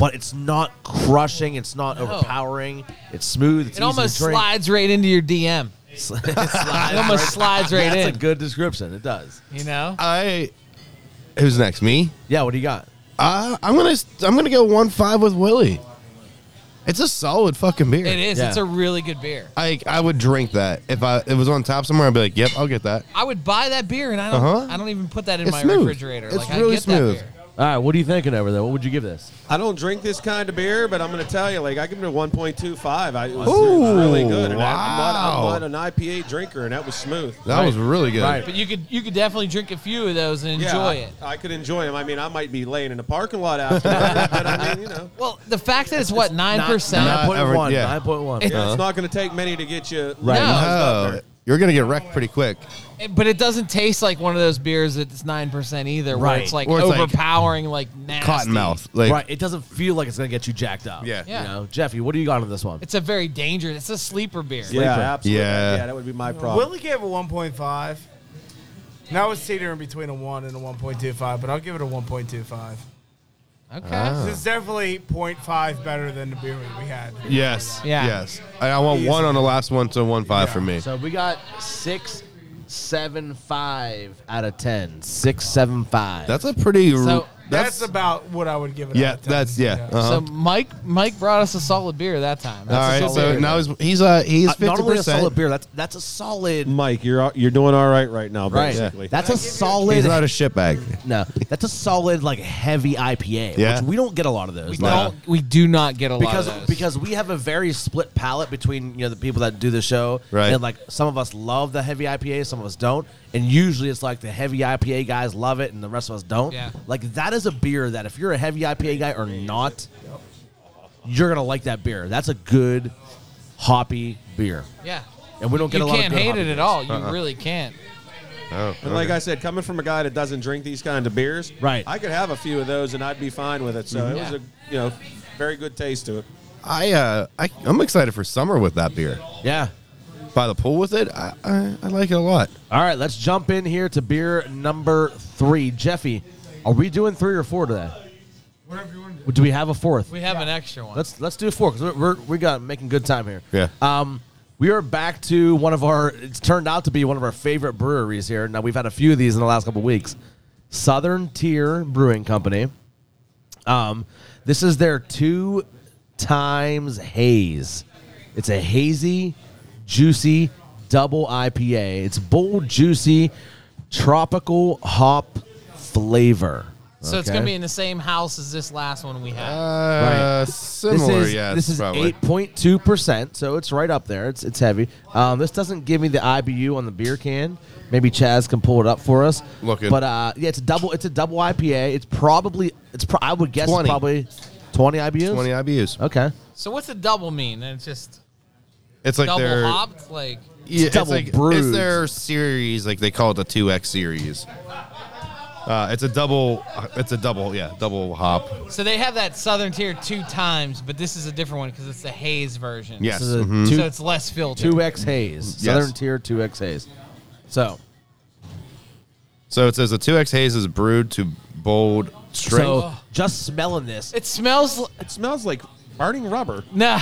Speaker 1: but it's not crushing. It's not overpowering. It's smooth. It's
Speaker 5: it almost
Speaker 1: easy to drink.
Speaker 5: slides right into your DM.
Speaker 1: Sli- it slides
Speaker 5: It almost slides right
Speaker 1: That's
Speaker 5: in.
Speaker 1: a good description. It does.
Speaker 5: you know.
Speaker 2: Uh, I who's next? Me.
Speaker 1: Yeah. What do you got?
Speaker 2: Uh, I'm gonna I'm gonna go one five with Willie. It's a solid fucking beer.
Speaker 5: It is.
Speaker 1: Yeah.
Speaker 5: It's a really good beer.
Speaker 2: I I would drink that if I it was on top somewhere. I'd be like, yep, I'll get that.
Speaker 5: I would buy that beer, and I don't.
Speaker 2: Uh-huh.
Speaker 5: I don't even put that in
Speaker 2: It's
Speaker 5: my
Speaker 2: smooth.
Speaker 5: refrigerator.
Speaker 2: It's
Speaker 5: like I
Speaker 2: really
Speaker 5: get
Speaker 2: smooth.
Speaker 5: that beer.
Speaker 1: All right. What are you thinking over there? What would you give this?
Speaker 6: I don't drink this kind of beer, but I'm going to tell you, like, I give it a 1.25. I, it was it was really
Speaker 2: Ooh,
Speaker 6: good. And I,
Speaker 2: wow.
Speaker 6: am not, I'm not an IPA drinker, and that was smooth.
Speaker 2: That was really good.
Speaker 1: Right.
Speaker 5: But you could you could definitely drink a few of those and
Speaker 6: Yeah,
Speaker 5: enjoy
Speaker 6: I,
Speaker 5: it.
Speaker 6: I could enjoy them. I mean, I might be laying in the parking lot after, that, but I mean, you know,
Speaker 5: Well, the fact that it's, what nine
Speaker 1: Nine
Speaker 5: percent.
Speaker 1: point
Speaker 2: ever-
Speaker 1: one.
Speaker 2: yeah.
Speaker 1: Nine point one.
Speaker 5: It-
Speaker 2: Uh-huh.
Speaker 6: it's not going to take many to get you.
Speaker 1: Right.
Speaker 5: No.
Speaker 2: Oh, you're gonna get wrecked pretty quick.
Speaker 5: But it doesn't taste like one of those beers that's nine percent either, where
Speaker 1: Right.
Speaker 5: it's like
Speaker 2: Or it's like
Speaker 5: overpowering, like, nasty.
Speaker 2: Cottonmouth. Like
Speaker 1: right. It doesn't feel like it's gonna get you jacked up.
Speaker 2: Yeah.
Speaker 5: Yeah.
Speaker 1: You know, Jeffy, what do you got on this one?
Speaker 5: It's a very dangerous. It's a sleeper beer.
Speaker 6: Yeah, absolutely.
Speaker 2: Yeah.
Speaker 6: Yeah. that would be my problem.
Speaker 7: Willie gave a 1.5.
Speaker 4: Now I was teetering between a one and a one point two five, but I'll give it a one point two five.
Speaker 5: Okay.
Speaker 1: Ah.
Speaker 4: This is definitely 0.5 better than the beer we had.
Speaker 2: Yes.
Speaker 5: Yeah.
Speaker 2: Yes. And I want one on the last one to one five
Speaker 4: Yeah.
Speaker 2: for me.
Speaker 1: so we got six seven five out of ten. Six seven five.
Speaker 2: That's a pretty.
Speaker 5: So,
Speaker 2: that's,
Speaker 7: That's, about what I would give it.
Speaker 2: yeah.
Speaker 7: out of ten.
Speaker 2: That's yeah. uh-huh.
Speaker 5: So Mike Mike brought us a solid beer that time. That's
Speaker 2: All
Speaker 5: a
Speaker 2: right.
Speaker 5: solid
Speaker 2: So
Speaker 5: beer.
Speaker 2: now he's he's uh, he's
Speaker 1: Uh, not
Speaker 2: fifty
Speaker 1: only a solid
Speaker 2: percent.
Speaker 1: beer. That's that's a solid.
Speaker 6: Mike, you're you're doing all right Mm. right now,
Speaker 1: Right.
Speaker 6: basically.
Speaker 1: That's a solid.
Speaker 2: He's not a shitbag.
Speaker 1: no, that's a solid like heavy IPA.
Speaker 2: Yeah.
Speaker 1: which we don't get a lot of those.
Speaker 5: we
Speaker 1: now.
Speaker 5: don't we do not get a
Speaker 1: because
Speaker 5: lot of those.
Speaker 1: because we have a very split palette between you know the people that do the show
Speaker 2: Right.
Speaker 1: and like some of us love the heavy IPA, some of us don't, and usually it's like the heavy IPA guys love it and the rest of us don't.
Speaker 5: Yeah.
Speaker 1: Like that is a beer that if you're a heavy IPA guy or not, you're gonna like that beer. That's a good hoppy beer,
Speaker 5: yeah,
Speaker 1: and we don't get
Speaker 5: you
Speaker 1: a lot.
Speaker 5: can't
Speaker 1: of good Uh-huh.
Speaker 5: hate
Speaker 1: hoppy
Speaker 5: it at
Speaker 1: beers.
Speaker 5: all. You really can't.
Speaker 2: Oh,
Speaker 6: And like I said, coming from a guy that doesn't drink these kind of beers,
Speaker 1: Right.
Speaker 6: I could have a few of those and I'd be fine with it. So it was
Speaker 5: Yeah.
Speaker 6: a you know very good taste to it.
Speaker 2: I uh, I I'm excited for summer with that beer.
Speaker 1: Yeah.
Speaker 2: By the pool with it, I I, I like it a lot.
Speaker 1: All right, let's jump in here to beer number three. Jeffy, are we doing three or four today?
Speaker 7: Whatever you want to do.
Speaker 1: Do we have a fourth?
Speaker 5: We have an extra one.
Speaker 1: Let's let's do four because we're, we're we got making good time here.
Speaker 2: Yeah.
Speaker 1: Um, we are back to one of our. It's turned out to be one of our favorite breweries here. Now we've had a few of these in the last couple of weeks. Southern Tier Brewing Company. Um, this is their two times haze. It's a hazy, juicy double IPA. It's bold, juicy, tropical hop flavor.
Speaker 5: so it's gonna
Speaker 1: Okay?
Speaker 5: be in the same house as this last one we had.
Speaker 2: Uh, Similar,
Speaker 1: this is,
Speaker 2: yes.
Speaker 1: This is
Speaker 2: probably.
Speaker 1: eight point two percent, so it's right up there. It's it's heavy. Um, this doesn't give me the IBU on the beer can. Maybe Chaz can pull it up for us.
Speaker 2: Looking.
Speaker 1: but uh, yeah, it's a double. It's a double IPA. It's probably it's pro- I would guess
Speaker 2: 20.
Speaker 1: probably twenty IBUs.
Speaker 2: Twenty IBUs.
Speaker 1: Okay,
Speaker 5: So what's a double mean? It's just
Speaker 2: It's like
Speaker 5: double
Speaker 2: their
Speaker 5: hopped, like
Speaker 2: yeah,
Speaker 1: double
Speaker 2: like, It's
Speaker 1: brewed.
Speaker 2: their series, like they call it the two X series. Uh, it's a double. It's a double. Yeah, double hop.
Speaker 5: so they have that Southern Tier two times, but this is a different one because it's the haze version.
Speaker 2: Yes.
Speaker 1: this is a
Speaker 2: mhm.
Speaker 5: so
Speaker 1: two
Speaker 5: it's less filtered.
Speaker 1: two X haze, Southern Tier two X haze. So
Speaker 2: So it says the two X haze is brewed to bold strength.
Speaker 1: so just smelling this,
Speaker 5: It smells l-
Speaker 6: It smells like burning rubber.
Speaker 5: nah.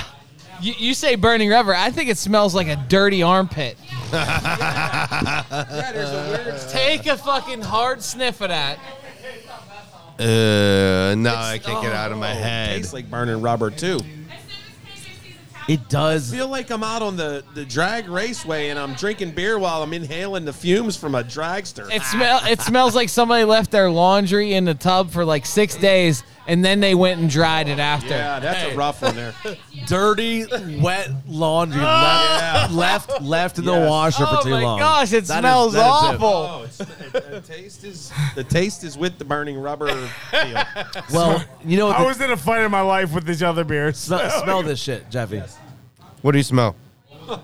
Speaker 5: You, you say burning rubber. I think it smells like a dirty armpit. Take a fucking hard sniff of that.
Speaker 2: uh, no, I can't get it out of my
Speaker 6: Oh,
Speaker 2: head.
Speaker 6: Tastes like burning rubber too.
Speaker 1: it does.
Speaker 6: feel like I'm out on the, the drag raceway and I'm drinking beer while I'm inhaling the fumes from a dragster.
Speaker 5: It smell. It smells like somebody left their laundry in the tub for like six days, and then they went and dried it after.
Speaker 6: yeah, that's a rough one there.
Speaker 1: dirty, wet laundry left, left, left in the
Speaker 6: Yes.
Speaker 1: washer
Speaker 5: Ah! Oh
Speaker 1: for too
Speaker 5: my
Speaker 1: long.
Speaker 5: gosh, it
Speaker 1: That is-
Speaker 5: smells
Speaker 1: that is it.
Speaker 5: awful.
Speaker 6: Oh, it's, the taste is the taste is with the burning rubber feel.
Speaker 1: Well, you know what?
Speaker 7: I
Speaker 1: the-
Speaker 7: was in a fight in my life with these other beers.
Speaker 1: sm- smell this shit, Jeffy.
Speaker 2: What do you smell?
Speaker 5: Oh,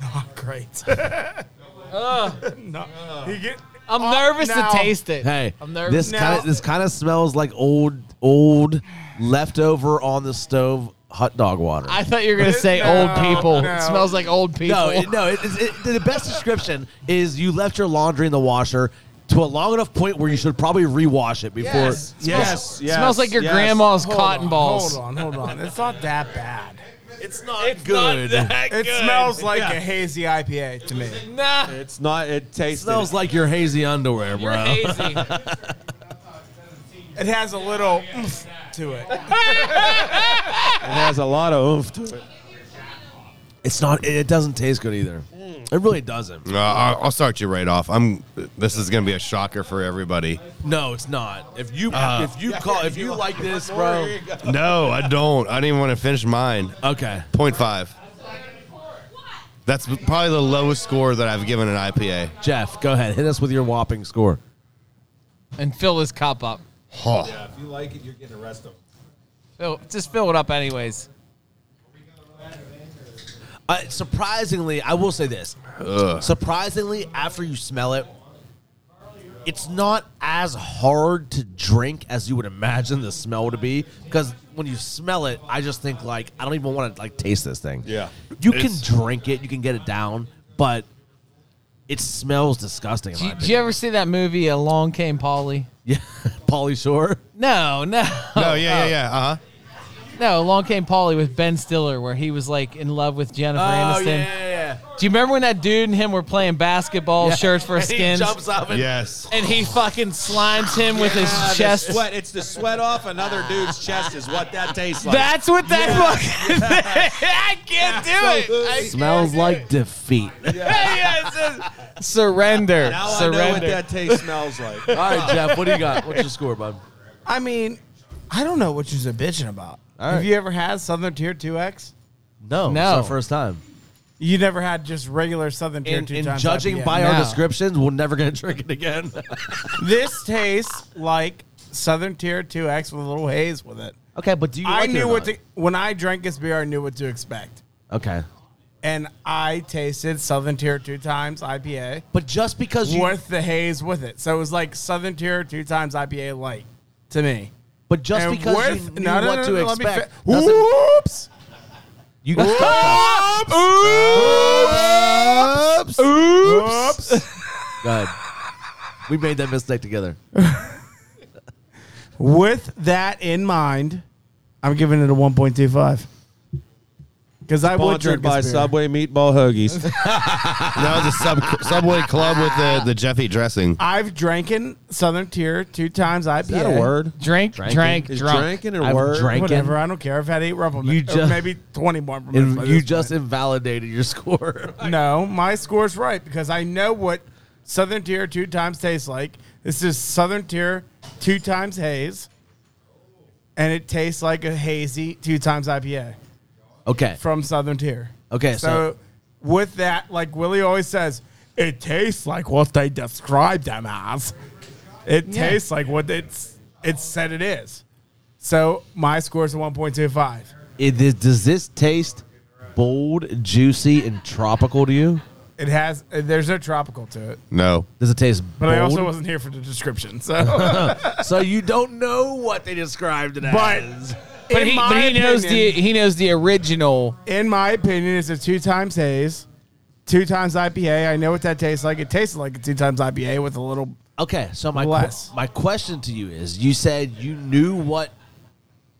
Speaker 7: Not great. no. You get,
Speaker 5: I'm
Speaker 7: Oh,
Speaker 5: nervous
Speaker 7: now-
Speaker 5: to taste it.
Speaker 1: Hey,
Speaker 5: I'm nervous.
Speaker 1: this
Speaker 7: Now-
Speaker 1: kind of this kind of smells like old old leftover on the stove hot dog water.
Speaker 5: I thought you were gonna say
Speaker 7: No,
Speaker 5: old people.
Speaker 7: no.
Speaker 5: It smells like old people.
Speaker 1: no, it, no. It, it, it- the best description is you left your laundry in the washer to a long enough point where you should probably rewash it before.
Speaker 6: Yes, yes,
Speaker 5: It smells like your grandma's
Speaker 7: Hold
Speaker 5: cotton
Speaker 7: on,
Speaker 5: balls.
Speaker 7: Hold on, hold on. It's not that bad.
Speaker 6: It's not good.
Speaker 7: It smells like
Speaker 6: Yeah.
Speaker 7: a hazy IPA to me.
Speaker 5: Nah,
Speaker 6: It's not. It
Speaker 1: It
Speaker 6: tastes.
Speaker 1: smells like your hazy underwear,
Speaker 5: you're
Speaker 1: bro.
Speaker 5: hazy.
Speaker 7: It has a little oomph to
Speaker 1: Oh,
Speaker 7: it.
Speaker 6: It has a lot of oomph to it.
Speaker 1: It's not. It doesn't taste good either. It really doesn't.
Speaker 2: Uh, I'll, I'll start you right off. I'm. This is going to be a shocker for everybody.
Speaker 1: No, it's not. If you if you call if you like this,
Speaker 6: There
Speaker 1: bro.
Speaker 6: you go.
Speaker 2: No, I don't. I didn't even want to finish mine.
Speaker 1: Okay.
Speaker 2: Point five. That's probably the lowest score that I've given an IPA.
Speaker 1: Jeff, go ahead. Hit us with your whopping score.
Speaker 5: and fill this cup up.
Speaker 2: Huh.
Speaker 6: Yeah, if you like it, you're getting arrested.
Speaker 5: Fill, just fill it up, anyways.
Speaker 1: Uh, surprisingly, I will say this. Surprisingly, after you smell it, it's not as hard to drink as you would imagine the smell to be. Because when you smell it, I just think like I don't even want to like taste this thing.
Speaker 6: Yeah.
Speaker 1: you can
Speaker 2: It's-
Speaker 1: drink it, you can get it down, but it smells disgusting. In
Speaker 5: Do
Speaker 1: my
Speaker 5: you, do you
Speaker 1: opinion.
Speaker 5: ever see that movie Along Came Polly?
Speaker 1: yeah, Pauly Shore.
Speaker 5: No, no,
Speaker 2: No, yeah, yeah, yeah. Uh huh.
Speaker 5: Oh, no. Along Came Polly with Ben Stiller, where he was like in love with Jennifer
Speaker 1: yeah,
Speaker 5: Aniston.
Speaker 1: Yeah.
Speaker 5: Do you remember when that dude and him were playing basketball, shirts for
Speaker 1: He
Speaker 5: skins,
Speaker 1: jumps off and
Speaker 2: Yes.
Speaker 5: and he fucking slimes him with
Speaker 6: Ah,
Speaker 5: his
Speaker 6: the
Speaker 5: chest?
Speaker 6: sweat. It's the sweat off another dude's chest is what that tastes like.
Speaker 5: That's what that fucking. I can't do it. I
Speaker 1: Smells like defeat.
Speaker 5: yeah, it says surrender.
Speaker 6: now I know what
Speaker 5: surrender.
Speaker 6: that taste smells like.
Speaker 1: All right, Jeff, what do you got? What's your score, bud?
Speaker 4: I mean, I don't know what you're bitching about.
Speaker 1: All
Speaker 4: Have
Speaker 1: right.
Speaker 4: you ever had Southern Tier 2X?
Speaker 1: No,
Speaker 5: No.
Speaker 1: it's our first time.
Speaker 4: You never had just regular Southern Tier
Speaker 1: In,
Speaker 4: 2
Speaker 1: in
Speaker 4: times
Speaker 1: judging
Speaker 4: IPA.
Speaker 1: by our
Speaker 5: No.
Speaker 1: descriptions, we're never gonna drink it again.
Speaker 4: This tastes like Southern Tier 2X with a little haze with it.
Speaker 1: okay, but do you?
Speaker 4: I
Speaker 1: like it
Speaker 4: knew
Speaker 1: or
Speaker 4: what
Speaker 1: not?
Speaker 4: to when I drank this beer, I knew what to expect.
Speaker 1: Okay,
Speaker 4: And I tasted Southern Tier 2 times IPA
Speaker 1: but just because you,
Speaker 4: with the haze with it. So it was like Southern Tier 2 times IPA light to me.
Speaker 1: but just
Speaker 4: And
Speaker 1: because you
Speaker 4: with-
Speaker 1: knew
Speaker 4: no, no,
Speaker 1: what
Speaker 4: no,
Speaker 1: to
Speaker 4: no, let me
Speaker 1: expect,
Speaker 4: fi-
Speaker 1: doesn't-
Speaker 4: Oops.
Speaker 1: you got stuff.
Speaker 2: Oops.
Speaker 1: Good. We made that mistake together.
Speaker 4: With that in mind, I'm giving it a 1.25. Because I would
Speaker 6: Sponsored
Speaker 4: drink
Speaker 6: by
Speaker 4: this beer.
Speaker 6: Subway Meatball Hoagies.
Speaker 2: That was a sub, Subway Club with the, the Jeffy dressing.
Speaker 4: I've dranken Southern Tier two times IPA.
Speaker 6: Is that a word?
Speaker 5: Drink, drank,
Speaker 6: Is
Speaker 5: drunk.
Speaker 6: drinking a
Speaker 1: I've
Speaker 6: word?
Speaker 1: drank
Speaker 4: Whatever. I don't care. I've had eight Rumplemans.
Speaker 1: You
Speaker 4: You
Speaker 1: just-
Speaker 4: maybe 20 more. Rumplemans by
Speaker 1: And you
Speaker 4: this
Speaker 1: just
Speaker 4: point.
Speaker 1: invalidated your score.
Speaker 4: No, my score's right because I know what Southern Tier two times tastes like. This is Southern Tier two times haze. And it tastes like a hazy two times IPA
Speaker 1: Okay,
Speaker 4: from Southern Tier.
Speaker 1: okay, so,
Speaker 4: So, with that, like Willie always says, it tastes like what they describe them as. It tastes like what it's it said it is. So my score is one point two five.
Speaker 1: it is, does this taste bold, juicy, and tropical to you?
Speaker 4: It has there's no tropical to it,
Speaker 2: No.
Speaker 1: Does it taste?
Speaker 4: but I also
Speaker 1: bold?
Speaker 4: wasn't here for the description. So,
Speaker 1: so you don't know what they described it
Speaker 4: but
Speaker 1: as.
Speaker 5: But he, but he knows the
Speaker 4: opinion-
Speaker 5: he knows the original.
Speaker 4: in my opinion, it's a two times haze, two times IPA. I know what that tastes like. It tastes like a two times IPA with a little.
Speaker 1: Okay, so my
Speaker 4: Less.
Speaker 1: que- my question to you is: You said you knew what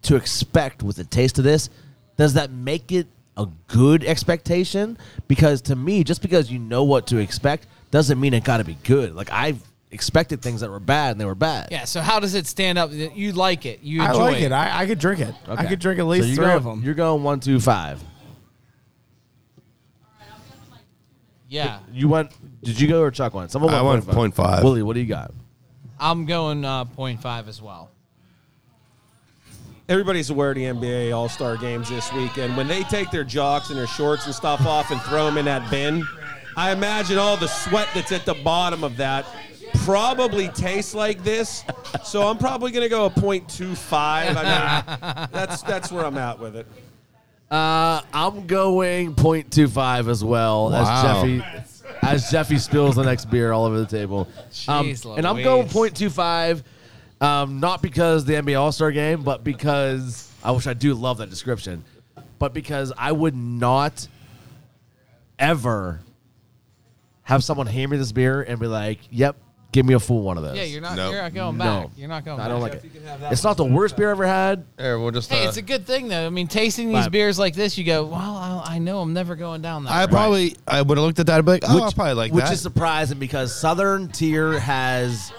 Speaker 1: to expect with the taste of this. Does that make it a good expectation? Because to me, just because you know what to expect doesn't mean it got to be good. Like I've expected things that were bad and they were bad.
Speaker 5: Yeah. So how does it stand up? You like it. You
Speaker 4: I
Speaker 5: enjoy
Speaker 4: like it. I, I could drink it. I
Speaker 1: Okay.
Speaker 4: could drink at
Speaker 1: So
Speaker 4: least
Speaker 1: you're
Speaker 4: three
Speaker 1: going-
Speaker 4: of them.
Speaker 1: You're going one, two, five.
Speaker 5: Yeah.
Speaker 1: You went? Did you go or Chuck went? Someone
Speaker 2: I
Speaker 1: went
Speaker 2: went 0.5.
Speaker 1: Willie, what do you got?
Speaker 5: I'm going uh, 0.5 as well.
Speaker 6: Everybody's aware of the NBA All Star games this weekend. When they take their jocks and their shorts and stuff off and throw them in that bin, I imagine all the sweat that's at the bottom of that probably tastes like this. So I'm probably going to go a 0.25. I mean, that's, that's where I'm at with it.
Speaker 1: Uh, I'm going 0.25 as well
Speaker 2: Wow.
Speaker 1: as Jeffy as Jeffy spills the next beer all over the table. Um,
Speaker 5: Jeez
Speaker 1: and I'm going
Speaker 5: Louise.
Speaker 1: 0.25, um, not because the NBA All Star Game, but because I wish I do love that description, but because I would not ever have someone hand me this beer and be like, "Yep, give me a full one of those."
Speaker 5: Yeah, you're not.
Speaker 2: No.
Speaker 5: You're not going
Speaker 1: No.
Speaker 5: back. You're not going.
Speaker 1: I
Speaker 5: back.
Speaker 1: don't like it. It's not the worst beer I ever had.
Speaker 2: Here, we'll just.
Speaker 5: Hey,
Speaker 2: uh,
Speaker 5: it's a good thing though. I mean, tasting these
Speaker 1: But-
Speaker 5: beers like this, you go, "Well, I, I know I'm never going down that."
Speaker 2: I
Speaker 5: road."
Speaker 2: probably I would have looked at that and be like, oh, I probably like
Speaker 1: which
Speaker 2: that.
Speaker 1: is surprising because Southern Tier has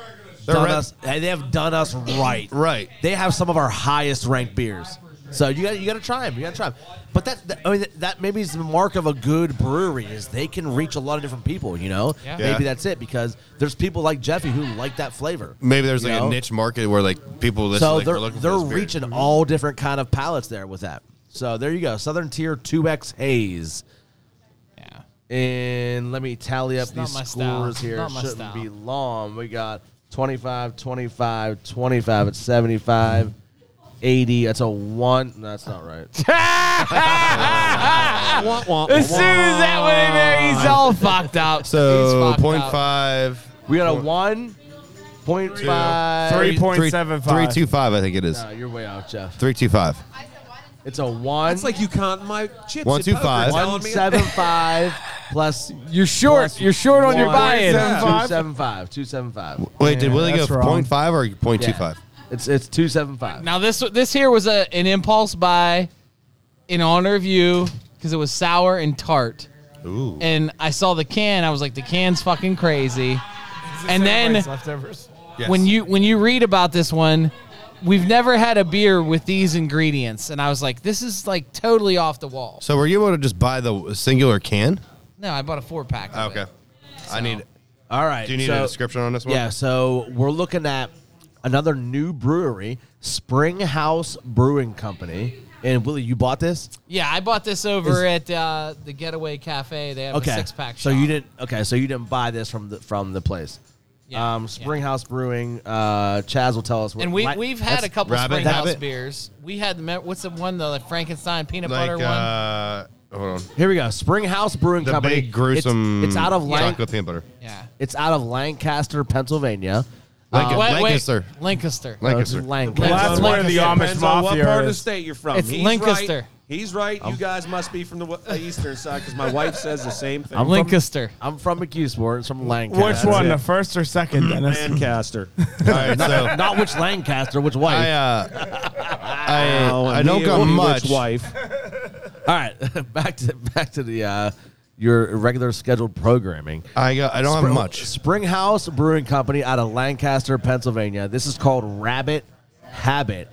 Speaker 2: They're
Speaker 1: done
Speaker 2: red-
Speaker 1: us. They have done us right.
Speaker 2: Right.
Speaker 1: They have some of our highest ranked beers. So you got you got to try them. You got to try them. But that, that- I mean that maybe is the mark of a good brewery is they can reach a lot of different people. You know,
Speaker 5: Yeah.
Speaker 2: Yeah.
Speaker 1: maybe that's it because there's people like Jeffy who like that flavor.
Speaker 2: Maybe there's like
Speaker 1: You know?
Speaker 2: a niche market where like people listen.
Speaker 1: So
Speaker 2: like,
Speaker 1: they're
Speaker 2: looking for
Speaker 1: they're
Speaker 2: this beer.
Speaker 1: reaching all different kind of palates there with that. So there you go, Southern Tier Two X Haze.
Speaker 5: Yeah.
Speaker 1: And let me tally up
Speaker 5: It's not
Speaker 1: these
Speaker 5: my
Speaker 1: scores
Speaker 5: style. It's
Speaker 1: here.
Speaker 5: not my
Speaker 1: Shouldn't
Speaker 5: style.
Speaker 1: be long. We got 25, 25, 25 at 75, 80. That's a one. No, that's not right.
Speaker 5: As soon as that went in there, he's all fucked up.
Speaker 2: So
Speaker 5: he's fucked
Speaker 2: point
Speaker 5: up.
Speaker 2: five.
Speaker 1: We got a one, point five.
Speaker 4: Three point seven five.
Speaker 2: Three two five. I think it is.
Speaker 1: No, you're way off, Jeff.
Speaker 2: Three two five.
Speaker 1: It's a one.
Speaker 6: It's like you count my chips.
Speaker 2: One,
Speaker 6: at
Speaker 2: two,
Speaker 6: poker,
Speaker 2: five.
Speaker 6: telling
Speaker 1: one
Speaker 6: me-
Speaker 1: seven five plus
Speaker 5: You're short. You're short on your
Speaker 1: one.
Speaker 5: buy-in.
Speaker 1: Two
Speaker 4: Five?
Speaker 1: seven five. Two seven five.
Speaker 2: Wait, did
Speaker 4: Yeah,
Speaker 2: Willie go
Speaker 4: that's wrong.
Speaker 2: point five or point two five?
Speaker 1: It's it's two seven five.
Speaker 5: Now this this here was a an impulse buy in honor of you because it was sour and tart.
Speaker 2: Ooh.
Speaker 5: and I saw the can. I was like, the can's fucking crazy. And then
Speaker 7: leftovers.
Speaker 5: when you when you read about this one, we've never had a beer with these ingredients, and I was like, this is like totally off the wall.
Speaker 2: So were you able to just buy the singular can?
Speaker 5: No, I bought a four pack. Of
Speaker 2: Oh, Okay.
Speaker 5: it.
Speaker 2: I need.
Speaker 1: All right.
Speaker 2: Do you need a
Speaker 1: so-
Speaker 2: description on this one?
Speaker 1: Yeah, so we're looking at another new brewery, Springhouse Brewing Company. And Willie, you bought this?
Speaker 5: Yeah, I bought this over at uh, the Getaway Cafe. They have a six pack.
Speaker 1: So you didn't okay, so you didn't buy this from the from the place.
Speaker 5: Yeah,
Speaker 1: um
Speaker 5: yeah.
Speaker 1: Springhouse Brewing, uh Chaz will tell us what
Speaker 5: And we
Speaker 1: might-
Speaker 5: we've had a couple
Speaker 2: Rabbit
Speaker 5: Springhouse
Speaker 2: Habit?
Speaker 5: beers. We had the me- what's the one the like Frankenstein peanut
Speaker 2: Like,
Speaker 5: butter one.
Speaker 2: uh, hold on.
Speaker 1: Here we go. Springhouse Brewing
Speaker 2: The
Speaker 1: Company.
Speaker 2: big gruesome.
Speaker 1: It's, it's out of Lan-
Speaker 2: chocolate peanut butter.
Speaker 5: Yeah,
Speaker 1: It's out of Lancaster, Pennsylvania.
Speaker 2: Lanca-
Speaker 5: Uh, Wait, wait.
Speaker 2: Lancaster.
Speaker 5: Lancaster.
Speaker 1: No, it's
Speaker 2: Lancaster.
Speaker 1: Lancaster.
Speaker 5: Well,
Speaker 4: that's where the
Speaker 5: Lancaster.
Speaker 4: Amish
Speaker 6: Depends on what
Speaker 4: mafia
Speaker 6: part of the
Speaker 4: is.
Speaker 6: state you're from.
Speaker 5: It's
Speaker 6: He's
Speaker 5: Lancaster.
Speaker 6: Right. He's right. You guys must be from the w- eastern side because my wife says the same thing.
Speaker 1: I'm from-
Speaker 5: Lancaster.
Speaker 1: I'm from McKeesport. It's from Lancaster.
Speaker 4: Which one, the first or second, Dennis?
Speaker 6: Lancaster.
Speaker 2: All right, so
Speaker 1: Not which Lancaster, which wife.
Speaker 2: I uh, I
Speaker 6: Oh,
Speaker 2: I
Speaker 6: and
Speaker 2: don't
Speaker 6: he-
Speaker 2: got
Speaker 6: he which
Speaker 2: much.
Speaker 6: wife.
Speaker 1: All right, back to back to the uh, your regular scheduled programming.
Speaker 2: I got I don't have much.
Speaker 1: Springhouse Brewing Company out of Lancaster, Pennsylvania. This is called Rabbit Habit.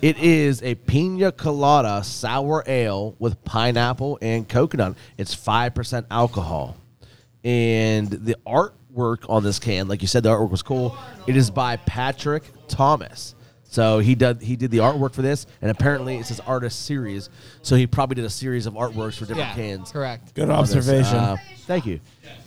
Speaker 1: It is a pina colada sour ale with pineapple and coconut. It's five percent alcohol, and the artwork on this can, like you said, the artwork was cool. It is by Patrick Thomas. So he did he did the artwork for this, and apparently it's his artist series. So he probably did a series of artworks for different
Speaker 5: Yeah,
Speaker 1: cans.
Speaker 5: correct.
Speaker 4: Good
Speaker 1: on this.
Speaker 4: observation.
Speaker 1: Uh, thank you.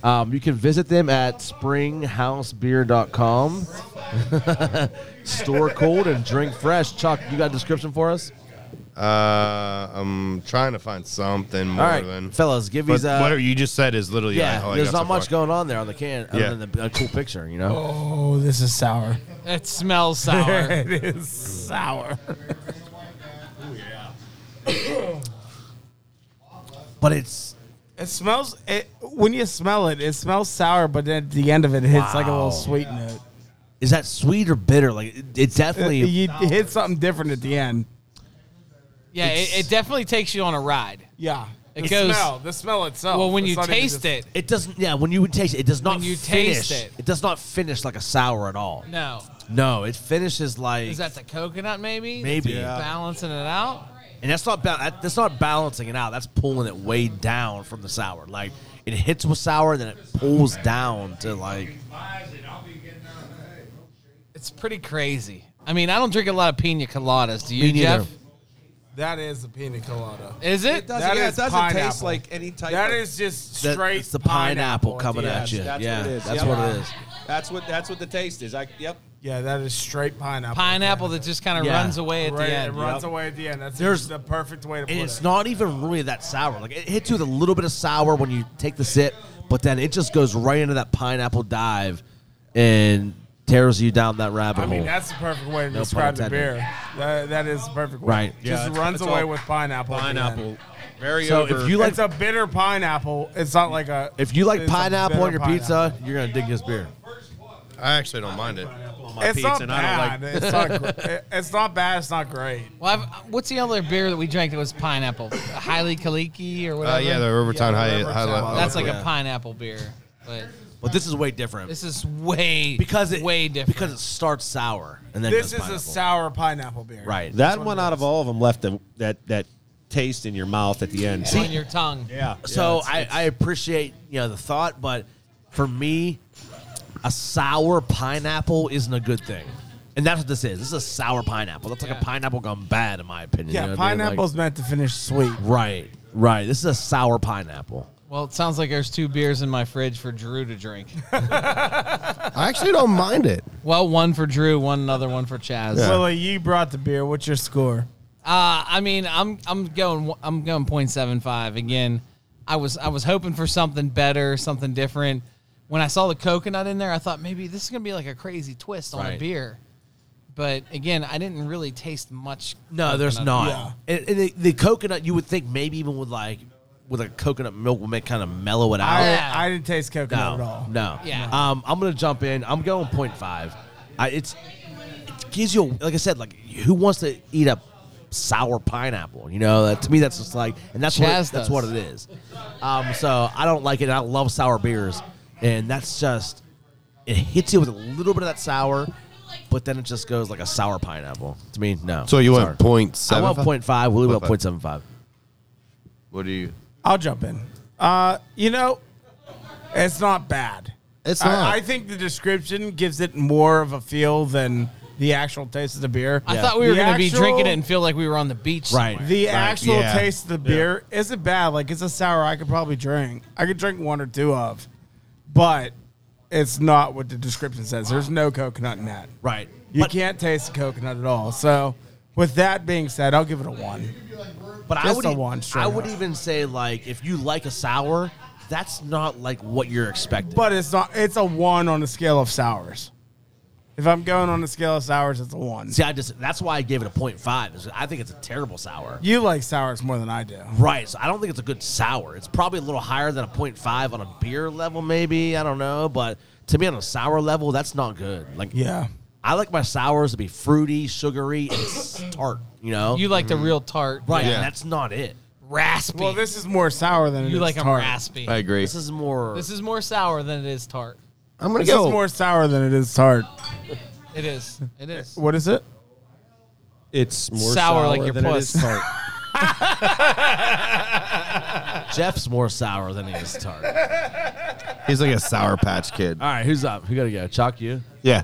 Speaker 1: Um, you can visit them at springhousebeer.com. Store cold and drink fresh. Chuck, you got a description for us?
Speaker 2: Uh, I'm trying to find something more
Speaker 1: All right,
Speaker 2: than.
Speaker 1: fellas, give
Speaker 2: But
Speaker 1: these. Uh,
Speaker 2: whatever you just said is literally
Speaker 1: yeah,
Speaker 2: all I
Speaker 1: there's
Speaker 2: got
Speaker 1: not
Speaker 2: so
Speaker 1: much
Speaker 2: far.
Speaker 1: going on there on the can other
Speaker 2: Yeah.
Speaker 1: than the, a cool picture, you know?
Speaker 4: oh, this is sour.
Speaker 5: It smells sour.
Speaker 4: it is sour.
Speaker 1: But it's.
Speaker 4: It smells. It when you smell it, it smells sour, but then at the end of it, it hits like a
Speaker 1: Wow.
Speaker 4: little sweet note.
Speaker 1: Is that sweet or bitter? Like, it, it
Speaker 4: It,
Speaker 5: Uh,
Speaker 1: definitely.
Speaker 4: you hit something different at the end.
Speaker 5: yeah, it, it definitely takes you on a ride.
Speaker 4: Yeah,
Speaker 5: It The goes- smell,
Speaker 4: the smell itself.
Speaker 5: Well, when you taste it,
Speaker 1: it doesn't. Yeah, when you taste it, it does not
Speaker 5: When you
Speaker 1: finish.
Speaker 5: taste it.
Speaker 1: it does not finish like a sour at all.
Speaker 5: no.
Speaker 1: No, it finishes like.
Speaker 5: Is that the coconut? Maybe.
Speaker 1: Maybe.
Speaker 5: That's
Speaker 1: Yeah.
Speaker 5: balancing it out.
Speaker 1: And that's not ba- that- that's not balancing it out. That's pulling it way down from the sour. Like it hits with sour, then it pulls down to like.
Speaker 5: It's pretty crazy. I mean, I don't drink a lot of pina coladas. Do you,
Speaker 1: Me neither.
Speaker 5: Jeff?
Speaker 4: that is a pina colada.
Speaker 5: Is it?
Speaker 6: Doesn't,
Speaker 4: That
Speaker 6: yeah,
Speaker 4: is
Speaker 6: it doesn't taste
Speaker 4: pineapple.
Speaker 6: like any type
Speaker 4: That
Speaker 6: of.
Speaker 4: is just
Speaker 1: That-
Speaker 4: straight.
Speaker 1: it's the pineapple coming
Speaker 4: the
Speaker 1: at
Speaker 4: end.
Speaker 1: you.
Speaker 6: that's
Speaker 1: Yeah,
Speaker 6: what it is.
Speaker 1: that's
Speaker 6: Yep.
Speaker 1: what it is.
Speaker 6: That's what that's what the taste is. I yep.
Speaker 4: Yeah, that is straight pineapple.
Speaker 5: Pineapple that just kind of
Speaker 1: Yeah.
Speaker 5: runs away at
Speaker 4: Right,
Speaker 5: the
Speaker 4: It
Speaker 5: end.
Speaker 4: runs
Speaker 6: Yep.
Speaker 4: away at the end. That's
Speaker 1: There's-
Speaker 4: the perfect way to put
Speaker 1: And it's
Speaker 4: it.
Speaker 1: not even really that sour. Like it hits you with a little bit of sour when you take the sip, but then it just goes right into that pineapple dive, and tears you down that rabbit
Speaker 4: I mean,
Speaker 1: hole.
Speaker 4: that's the perfect way to
Speaker 1: pun
Speaker 4: describe the
Speaker 1: intended.
Speaker 4: beer. That, that is the perfect way.
Speaker 1: Right.
Speaker 6: Yeah,
Speaker 4: Just
Speaker 6: it's-
Speaker 4: runs
Speaker 6: it's
Speaker 4: away
Speaker 6: all
Speaker 4: with pineapple. at the end.
Speaker 6: Pineapple. Very
Speaker 1: So
Speaker 6: over.
Speaker 1: if you like
Speaker 4: it's a bitter pineapple. It's not like a.
Speaker 1: if you like
Speaker 4: it's a
Speaker 1: pineapple on
Speaker 4: bitter
Speaker 1: your
Speaker 4: pineapple.
Speaker 1: pizza, you're gonna dig this beer.
Speaker 2: I actually don't mind it.
Speaker 4: it's
Speaker 6: pizza
Speaker 4: not
Speaker 6: and I
Speaker 4: bad. it's, not, gr- it- it's not bad. It's not great.
Speaker 5: Well, I've, uh, what's the other beer that we drank that was pineapple? Highly Kaliki or whatever.
Speaker 2: Uh, yeah, the Rivertown High. high
Speaker 5: That's like
Speaker 1: Yeah.
Speaker 5: a pineapple beer, but
Speaker 1: But this is way different
Speaker 5: this is way
Speaker 1: because it
Speaker 5: way different.
Speaker 1: because it starts sour and then
Speaker 4: This
Speaker 1: goes
Speaker 4: is a
Speaker 1: pineapple.
Speaker 4: sour pineapple beer.
Speaker 1: right.
Speaker 6: that one out of all of them left the, that that taste in your mouth at the end.
Speaker 5: it's on your tongue.
Speaker 6: yeah.
Speaker 1: So I, I appreciate you know the thought, but for me, a sour pineapple isn't a good thing, and that's what this is. This is a sour pineapple. That's like
Speaker 5: Yeah.
Speaker 1: a pineapple gone bad, in my opinion.
Speaker 4: Yeah,
Speaker 1: you know what I mean? Like-
Speaker 4: pineapple's meant to finish sweet.
Speaker 1: right, right. This is a sour pineapple.
Speaker 5: Well, it sounds like there's two beers in my fridge for Drew to drink.
Speaker 2: I actually don't mind it.
Speaker 5: well, one for Drew, one another one for Chaz.
Speaker 2: Yeah.
Speaker 4: Willie, you brought the beer. What's your score?
Speaker 5: Uh, I mean, I'm I'm going I'm going 0.75 again. I was I was hoping for something better, something different. When I saw the coconut in there, I thought maybe this is gonna be like a crazy twist on
Speaker 1: Right.
Speaker 5: a beer. But again, I didn't really taste much.
Speaker 1: No, there's
Speaker 5: coconut.
Speaker 1: not. And, and the, the coconut, you would think maybe even with like with a coconut milk would make kind of mellow it out.
Speaker 5: Oh, Yeah.
Speaker 4: I, I didn't taste coconut at all.
Speaker 1: No, no.
Speaker 5: Yeah.
Speaker 1: Um, I'm gonna jump in. I'm going 0.5. I, it's it gives you a- like I said, like who wants to eat a sour pineapple. You know, that, to me, that's just like, and that's what
Speaker 5: Chaz
Speaker 1: it, that's
Speaker 5: does.
Speaker 1: what it is. Um, so I don't like it. and I love sour beers, and that's just it hits you with a little bit of that sour, but then it just goes like a sour pineapple. To me, no.
Speaker 2: So you
Speaker 1: Sorry.
Speaker 2: went point
Speaker 1: I
Speaker 2: seven.
Speaker 1: went point five. Willie went
Speaker 2: Okay.
Speaker 1: point seven five.
Speaker 2: What do you?
Speaker 4: I'll jump in. Uh, you know, it's not bad.
Speaker 2: It's
Speaker 4: I-
Speaker 2: not.
Speaker 4: I, think the description gives it more of a feel than the actual taste of the beer.
Speaker 5: I thought we were
Speaker 4: The
Speaker 5: going to be drinking
Speaker 4: actual-
Speaker 5: it and feel like we were on the beach.
Speaker 1: Right.
Speaker 5: somewhere.
Speaker 4: The actual
Speaker 2: Yeah.
Speaker 4: taste of the beer isn't bad. Like it's a sour I could probably drink. I could drink one or two of, but it's not what the description says. There's no coconut in that.
Speaker 1: Right.
Speaker 4: You
Speaker 1: but
Speaker 4: can't taste the coconut at all. So, with that being said, I'll give it a one.
Speaker 1: but I
Speaker 4: just
Speaker 1: would
Speaker 4: a
Speaker 1: e-
Speaker 4: one straight
Speaker 1: I would
Speaker 4: up.
Speaker 1: even say like if you like a sour, that's not like what you're expecting.
Speaker 4: But it's not. It's a one on the scale of sours. If I'm going on the scale of sours, it's a one.
Speaker 1: See, I just that's why I gave it a point five. is I think it's a terrible sour.
Speaker 4: You like sours more than I do.
Speaker 1: Right. So I don't think it's a good sour. It's probably a little higher than a 0.5 on a beer level, maybe. I don't know. But to me, on a sour level, that's not good. Like,
Speaker 4: Yeah.
Speaker 1: I like my sours to be fruity, sugary, and s- tart, you know?
Speaker 5: You like the real tart,
Speaker 1: right.
Speaker 2: Yeah.
Speaker 1: That's not it.
Speaker 5: Raspy.
Speaker 4: Mm-hmm. Well, this is more sour than it
Speaker 5: you
Speaker 4: is
Speaker 5: like 'em
Speaker 4: tart.
Speaker 5: raspy.
Speaker 2: I agree.
Speaker 1: This is more.
Speaker 5: This is more sour than it is tart.
Speaker 2: I'm gonna
Speaker 4: This is
Speaker 2: go.
Speaker 4: more sour than it is tart.
Speaker 5: It is. It is.
Speaker 4: What is it?
Speaker 6: It's more
Speaker 5: Sour like your
Speaker 6: than it
Speaker 5: puss.
Speaker 6: is tart.
Speaker 1: Jeff's more sour than he is tart. All
Speaker 2: he's like a sour patch kid.
Speaker 1: right. Who's up? Who got to go? Chalk you?
Speaker 2: Yeah,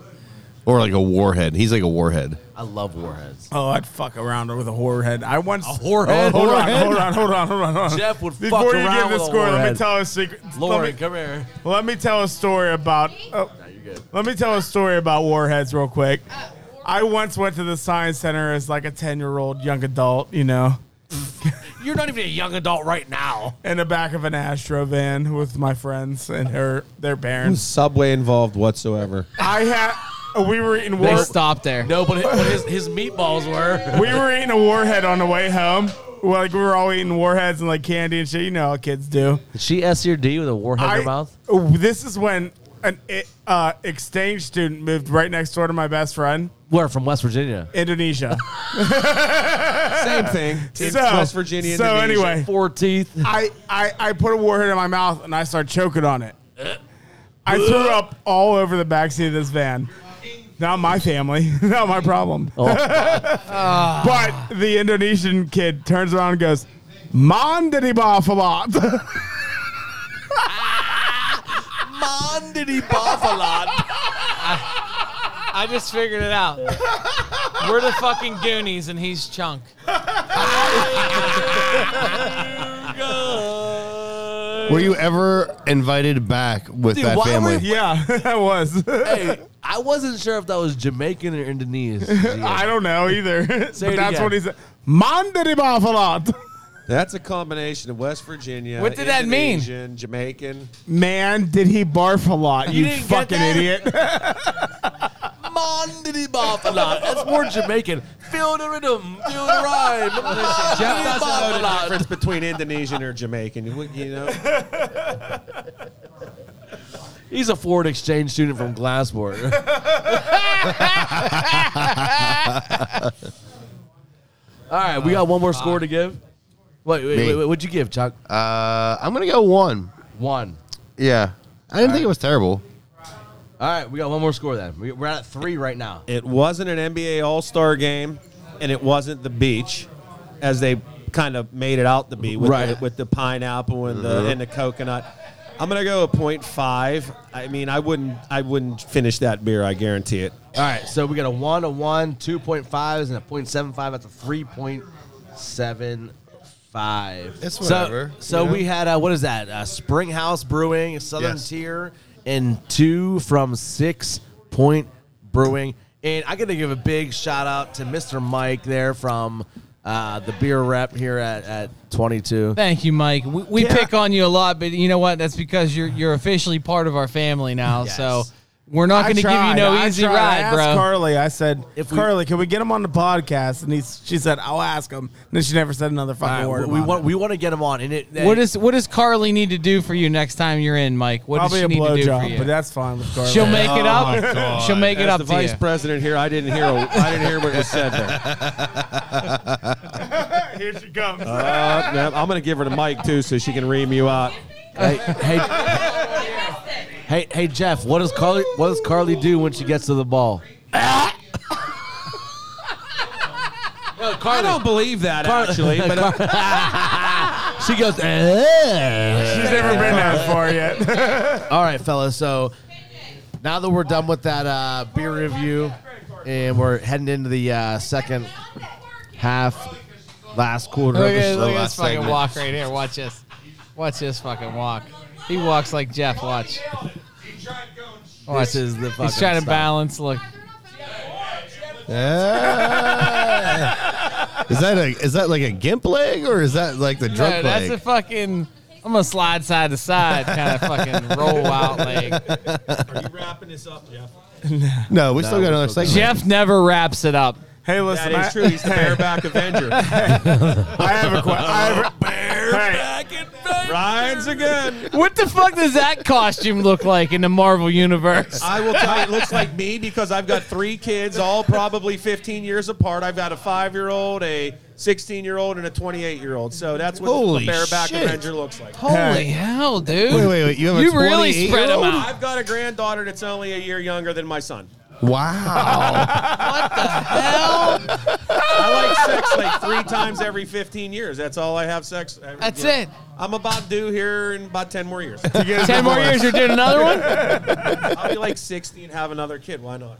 Speaker 2: or like a warhead. He's like a warhead.
Speaker 1: I love warheads.
Speaker 4: Oh, I'd fuck around with a whore head. I once
Speaker 1: A whorehead?
Speaker 4: Oh, hold on, hold on, hold on, hold on, hold on.
Speaker 1: Jeff would fuck
Speaker 4: Before you
Speaker 1: around
Speaker 4: give
Speaker 1: with
Speaker 4: the
Speaker 1: a
Speaker 4: score, let
Speaker 1: whorehead.
Speaker 4: me tell a secret.
Speaker 1: Lori,
Speaker 4: let, me,
Speaker 1: come here.
Speaker 4: let me tell a story about. oh, let me tell a story about warheads real quick. I once went to the science center as like a ten-year-old young adult, you know,
Speaker 1: You're not even a young adult right now.
Speaker 4: in the back of an Astro van with my friends and her their parents.
Speaker 6: Subway involved whatsoever.
Speaker 4: I had we were eating
Speaker 5: They
Speaker 4: war-
Speaker 5: stopped there.
Speaker 1: No, but his, but his, his meatballs were.
Speaker 4: we were eating a warhead on the way home. Like we were all eating warheads and like candy and shit. You know how kids do.
Speaker 1: Did she S your D with a warhead in her
Speaker 4: I-
Speaker 1: mouth?
Speaker 4: Oh, This is when an i- uh, exchange student moved right next door to my best friend,
Speaker 1: Where? From West Virginia.
Speaker 4: Indonesia.
Speaker 6: Same thing. It's
Speaker 4: So-
Speaker 6: West Virginia.
Speaker 4: so
Speaker 6: Indonesia.
Speaker 4: anyway.
Speaker 1: Four teeth.
Speaker 4: I, I, I put a warhead in my mouth and I started choking on it. I threw up all over the backseat of this van. Not my family. Not my problem.
Speaker 6: Oh.
Speaker 4: but the Indonesian kid turns around and goes, Mandiri Bafalat.
Speaker 1: Mondity Buffalot.
Speaker 5: I just figured it out. We're the fucking Goonies, and he's Chunk.
Speaker 1: Uh,
Speaker 2: Were you ever invited back with
Speaker 1: Dude,
Speaker 2: that
Speaker 1: why
Speaker 2: family?
Speaker 1: would-
Speaker 4: yeah, I was.
Speaker 1: hey, I wasn't sure if that was Jamaican or Indonesian.
Speaker 4: I don't know either.
Speaker 1: it
Speaker 4: but that's
Speaker 1: again.
Speaker 4: what he said. Mandiri Bafalat.
Speaker 6: That's a combination of West Virginia.
Speaker 5: What did that mean?
Speaker 6: Indonesian, Jamaican.
Speaker 4: Man, did he barf a lot, you,
Speaker 1: didn't get
Speaker 4: fucking
Speaker 1: that?
Speaker 4: idiot.
Speaker 1: Mondity Buffalot. That's more Jamaican. Feel the rhythm, feel the rhyme. Mondity
Speaker 6: Jeff doesn't know the
Speaker 1: Buffalot.
Speaker 6: difference between Indonesian or Jamaican. You would- you know,
Speaker 1: He's a foreign exchange student from Glassport. All right, we got one more score to give. Wait, wait,
Speaker 2: Me.
Speaker 1: wait, wait, what'd you give, Chuck?
Speaker 2: Uh, I'm gonna go one.
Speaker 1: One.
Speaker 2: Yeah, I didn't think it was terrible.
Speaker 1: All right, we got one more score then. We- We're at three right now.
Speaker 6: it wasn't an NBA All Star game, and it wasn't the beach, as they kind of made it out to be with,
Speaker 1: Right.
Speaker 6: the, with the pineapple and the and the coconut. I'm gonna go a point five. I mean, I wouldn't, I wouldn't finish that beer. I guarantee it.
Speaker 1: All right, so we got a one, a one, two point fives, and a point seven five. That's a three point seven five.
Speaker 2: It's
Speaker 1: So-
Speaker 2: whatever,
Speaker 1: So,
Speaker 2: you know?
Speaker 1: we had uh, what is that? Uh, Springhouse Brewing, Southern
Speaker 2: Yes.
Speaker 1: Tier, and two from Six Point Brewing. And I got to give a big shout out to Mr. Mike there from uh, the beer rep here at, at twenty two.
Speaker 5: Thank you, Mike. We, we pick on you a lot, but you know what? That's because you're you're officially part of our family now.
Speaker 1: Yes.
Speaker 5: So We're not
Speaker 4: I
Speaker 5: going to give you
Speaker 4: tried.
Speaker 5: no
Speaker 4: I
Speaker 5: easy
Speaker 4: tried. I
Speaker 5: ride,
Speaker 4: asked
Speaker 5: bro.
Speaker 4: Carly, I said,
Speaker 1: If we-
Speaker 4: Carly, can we get him on the podcast? And he, she said, I'll ask him. And then she never said another fucking
Speaker 1: All right,
Speaker 4: word.
Speaker 1: we
Speaker 4: about
Speaker 1: want
Speaker 4: it.
Speaker 1: we want to get him on, and it
Speaker 5: what does what does Carly need to do for you next time you're in, Mike? What
Speaker 4: probably a
Speaker 5: does she need to do for
Speaker 4: blowjob,
Speaker 5: you?
Speaker 4: but that's fine with Carly.
Speaker 5: She'll make it
Speaker 2: Oh my
Speaker 5: up.
Speaker 2: God.
Speaker 5: She'll make it
Speaker 6: As
Speaker 5: up
Speaker 6: the
Speaker 5: to
Speaker 6: vice
Speaker 5: you.
Speaker 6: president here, I didn't hear. A, I didn't hear what was said there.
Speaker 7: Here she comes.
Speaker 6: Uh, no, I'm gonna give her the mic too, so she can ream you out.
Speaker 1: hey, hey, hey hey Jeff, what does Carly what does Carly do when she gets to the ball? no,
Speaker 6: I
Speaker 1: Carly,
Speaker 6: don't believe that actually, but uh,
Speaker 1: she goes. "Eh."
Speaker 7: She's never been there before yet.
Speaker 1: All right, fellas. So now that we're done with that uh, beer review, and we're heading into the uh, second half, last quarter
Speaker 5: Look
Speaker 1: of the
Speaker 5: at,
Speaker 1: show.
Speaker 5: look at
Speaker 1: last
Speaker 5: this fucking
Speaker 1: segment.
Speaker 5: walk right here. Watch this. Watch this fucking walk. He walks like Jeff. Watch. Watch
Speaker 1: This is the fucking.
Speaker 5: He's trying to
Speaker 1: style.
Speaker 5: balance. Look.
Speaker 2: Ah. is that a is that like a gimp leg or is that like the drunk
Speaker 5: No, that's a
Speaker 2: leg?
Speaker 5: fucking. I'm gonna slide side to side, kind of fucking roll out leg.
Speaker 6: Are you wrapping this up, Jeff?
Speaker 2: no, we still got another
Speaker 1: still
Speaker 2: segment.
Speaker 5: Jeff never wraps it up.
Speaker 4: Hey,
Speaker 6: That
Speaker 4: listen, I,
Speaker 6: is true. He's the bareback Avenger.
Speaker 4: I have a question. I have a- Hey,
Speaker 6: Rides again.
Speaker 5: What the fuck does that costume look like in the Marvel universe?
Speaker 6: I will tell you, it looks like me because I've got three kids, all probably 15 years apart. I've got a five-year-old, a 16-year-old, and a 28-year-old. So that's what
Speaker 2: Holy
Speaker 6: the bareback
Speaker 2: shit.
Speaker 6: Avenger looks like.
Speaker 5: Holy hell, dude!
Speaker 2: Wait, wait, wait, you have a
Speaker 5: really spread them
Speaker 2: 28-year-old?
Speaker 5: out.
Speaker 6: I've got a granddaughter that's only a year younger than my son.
Speaker 2: Wow.
Speaker 6: I like sex like three times every 15 years. That's all I have sex. every-
Speaker 5: That's
Speaker 6: you know.
Speaker 5: it.
Speaker 6: I'm about due here in about 10 more years.
Speaker 5: Ten more years, you're doing another one.
Speaker 6: I'll be like 60 and have another kid. Why not?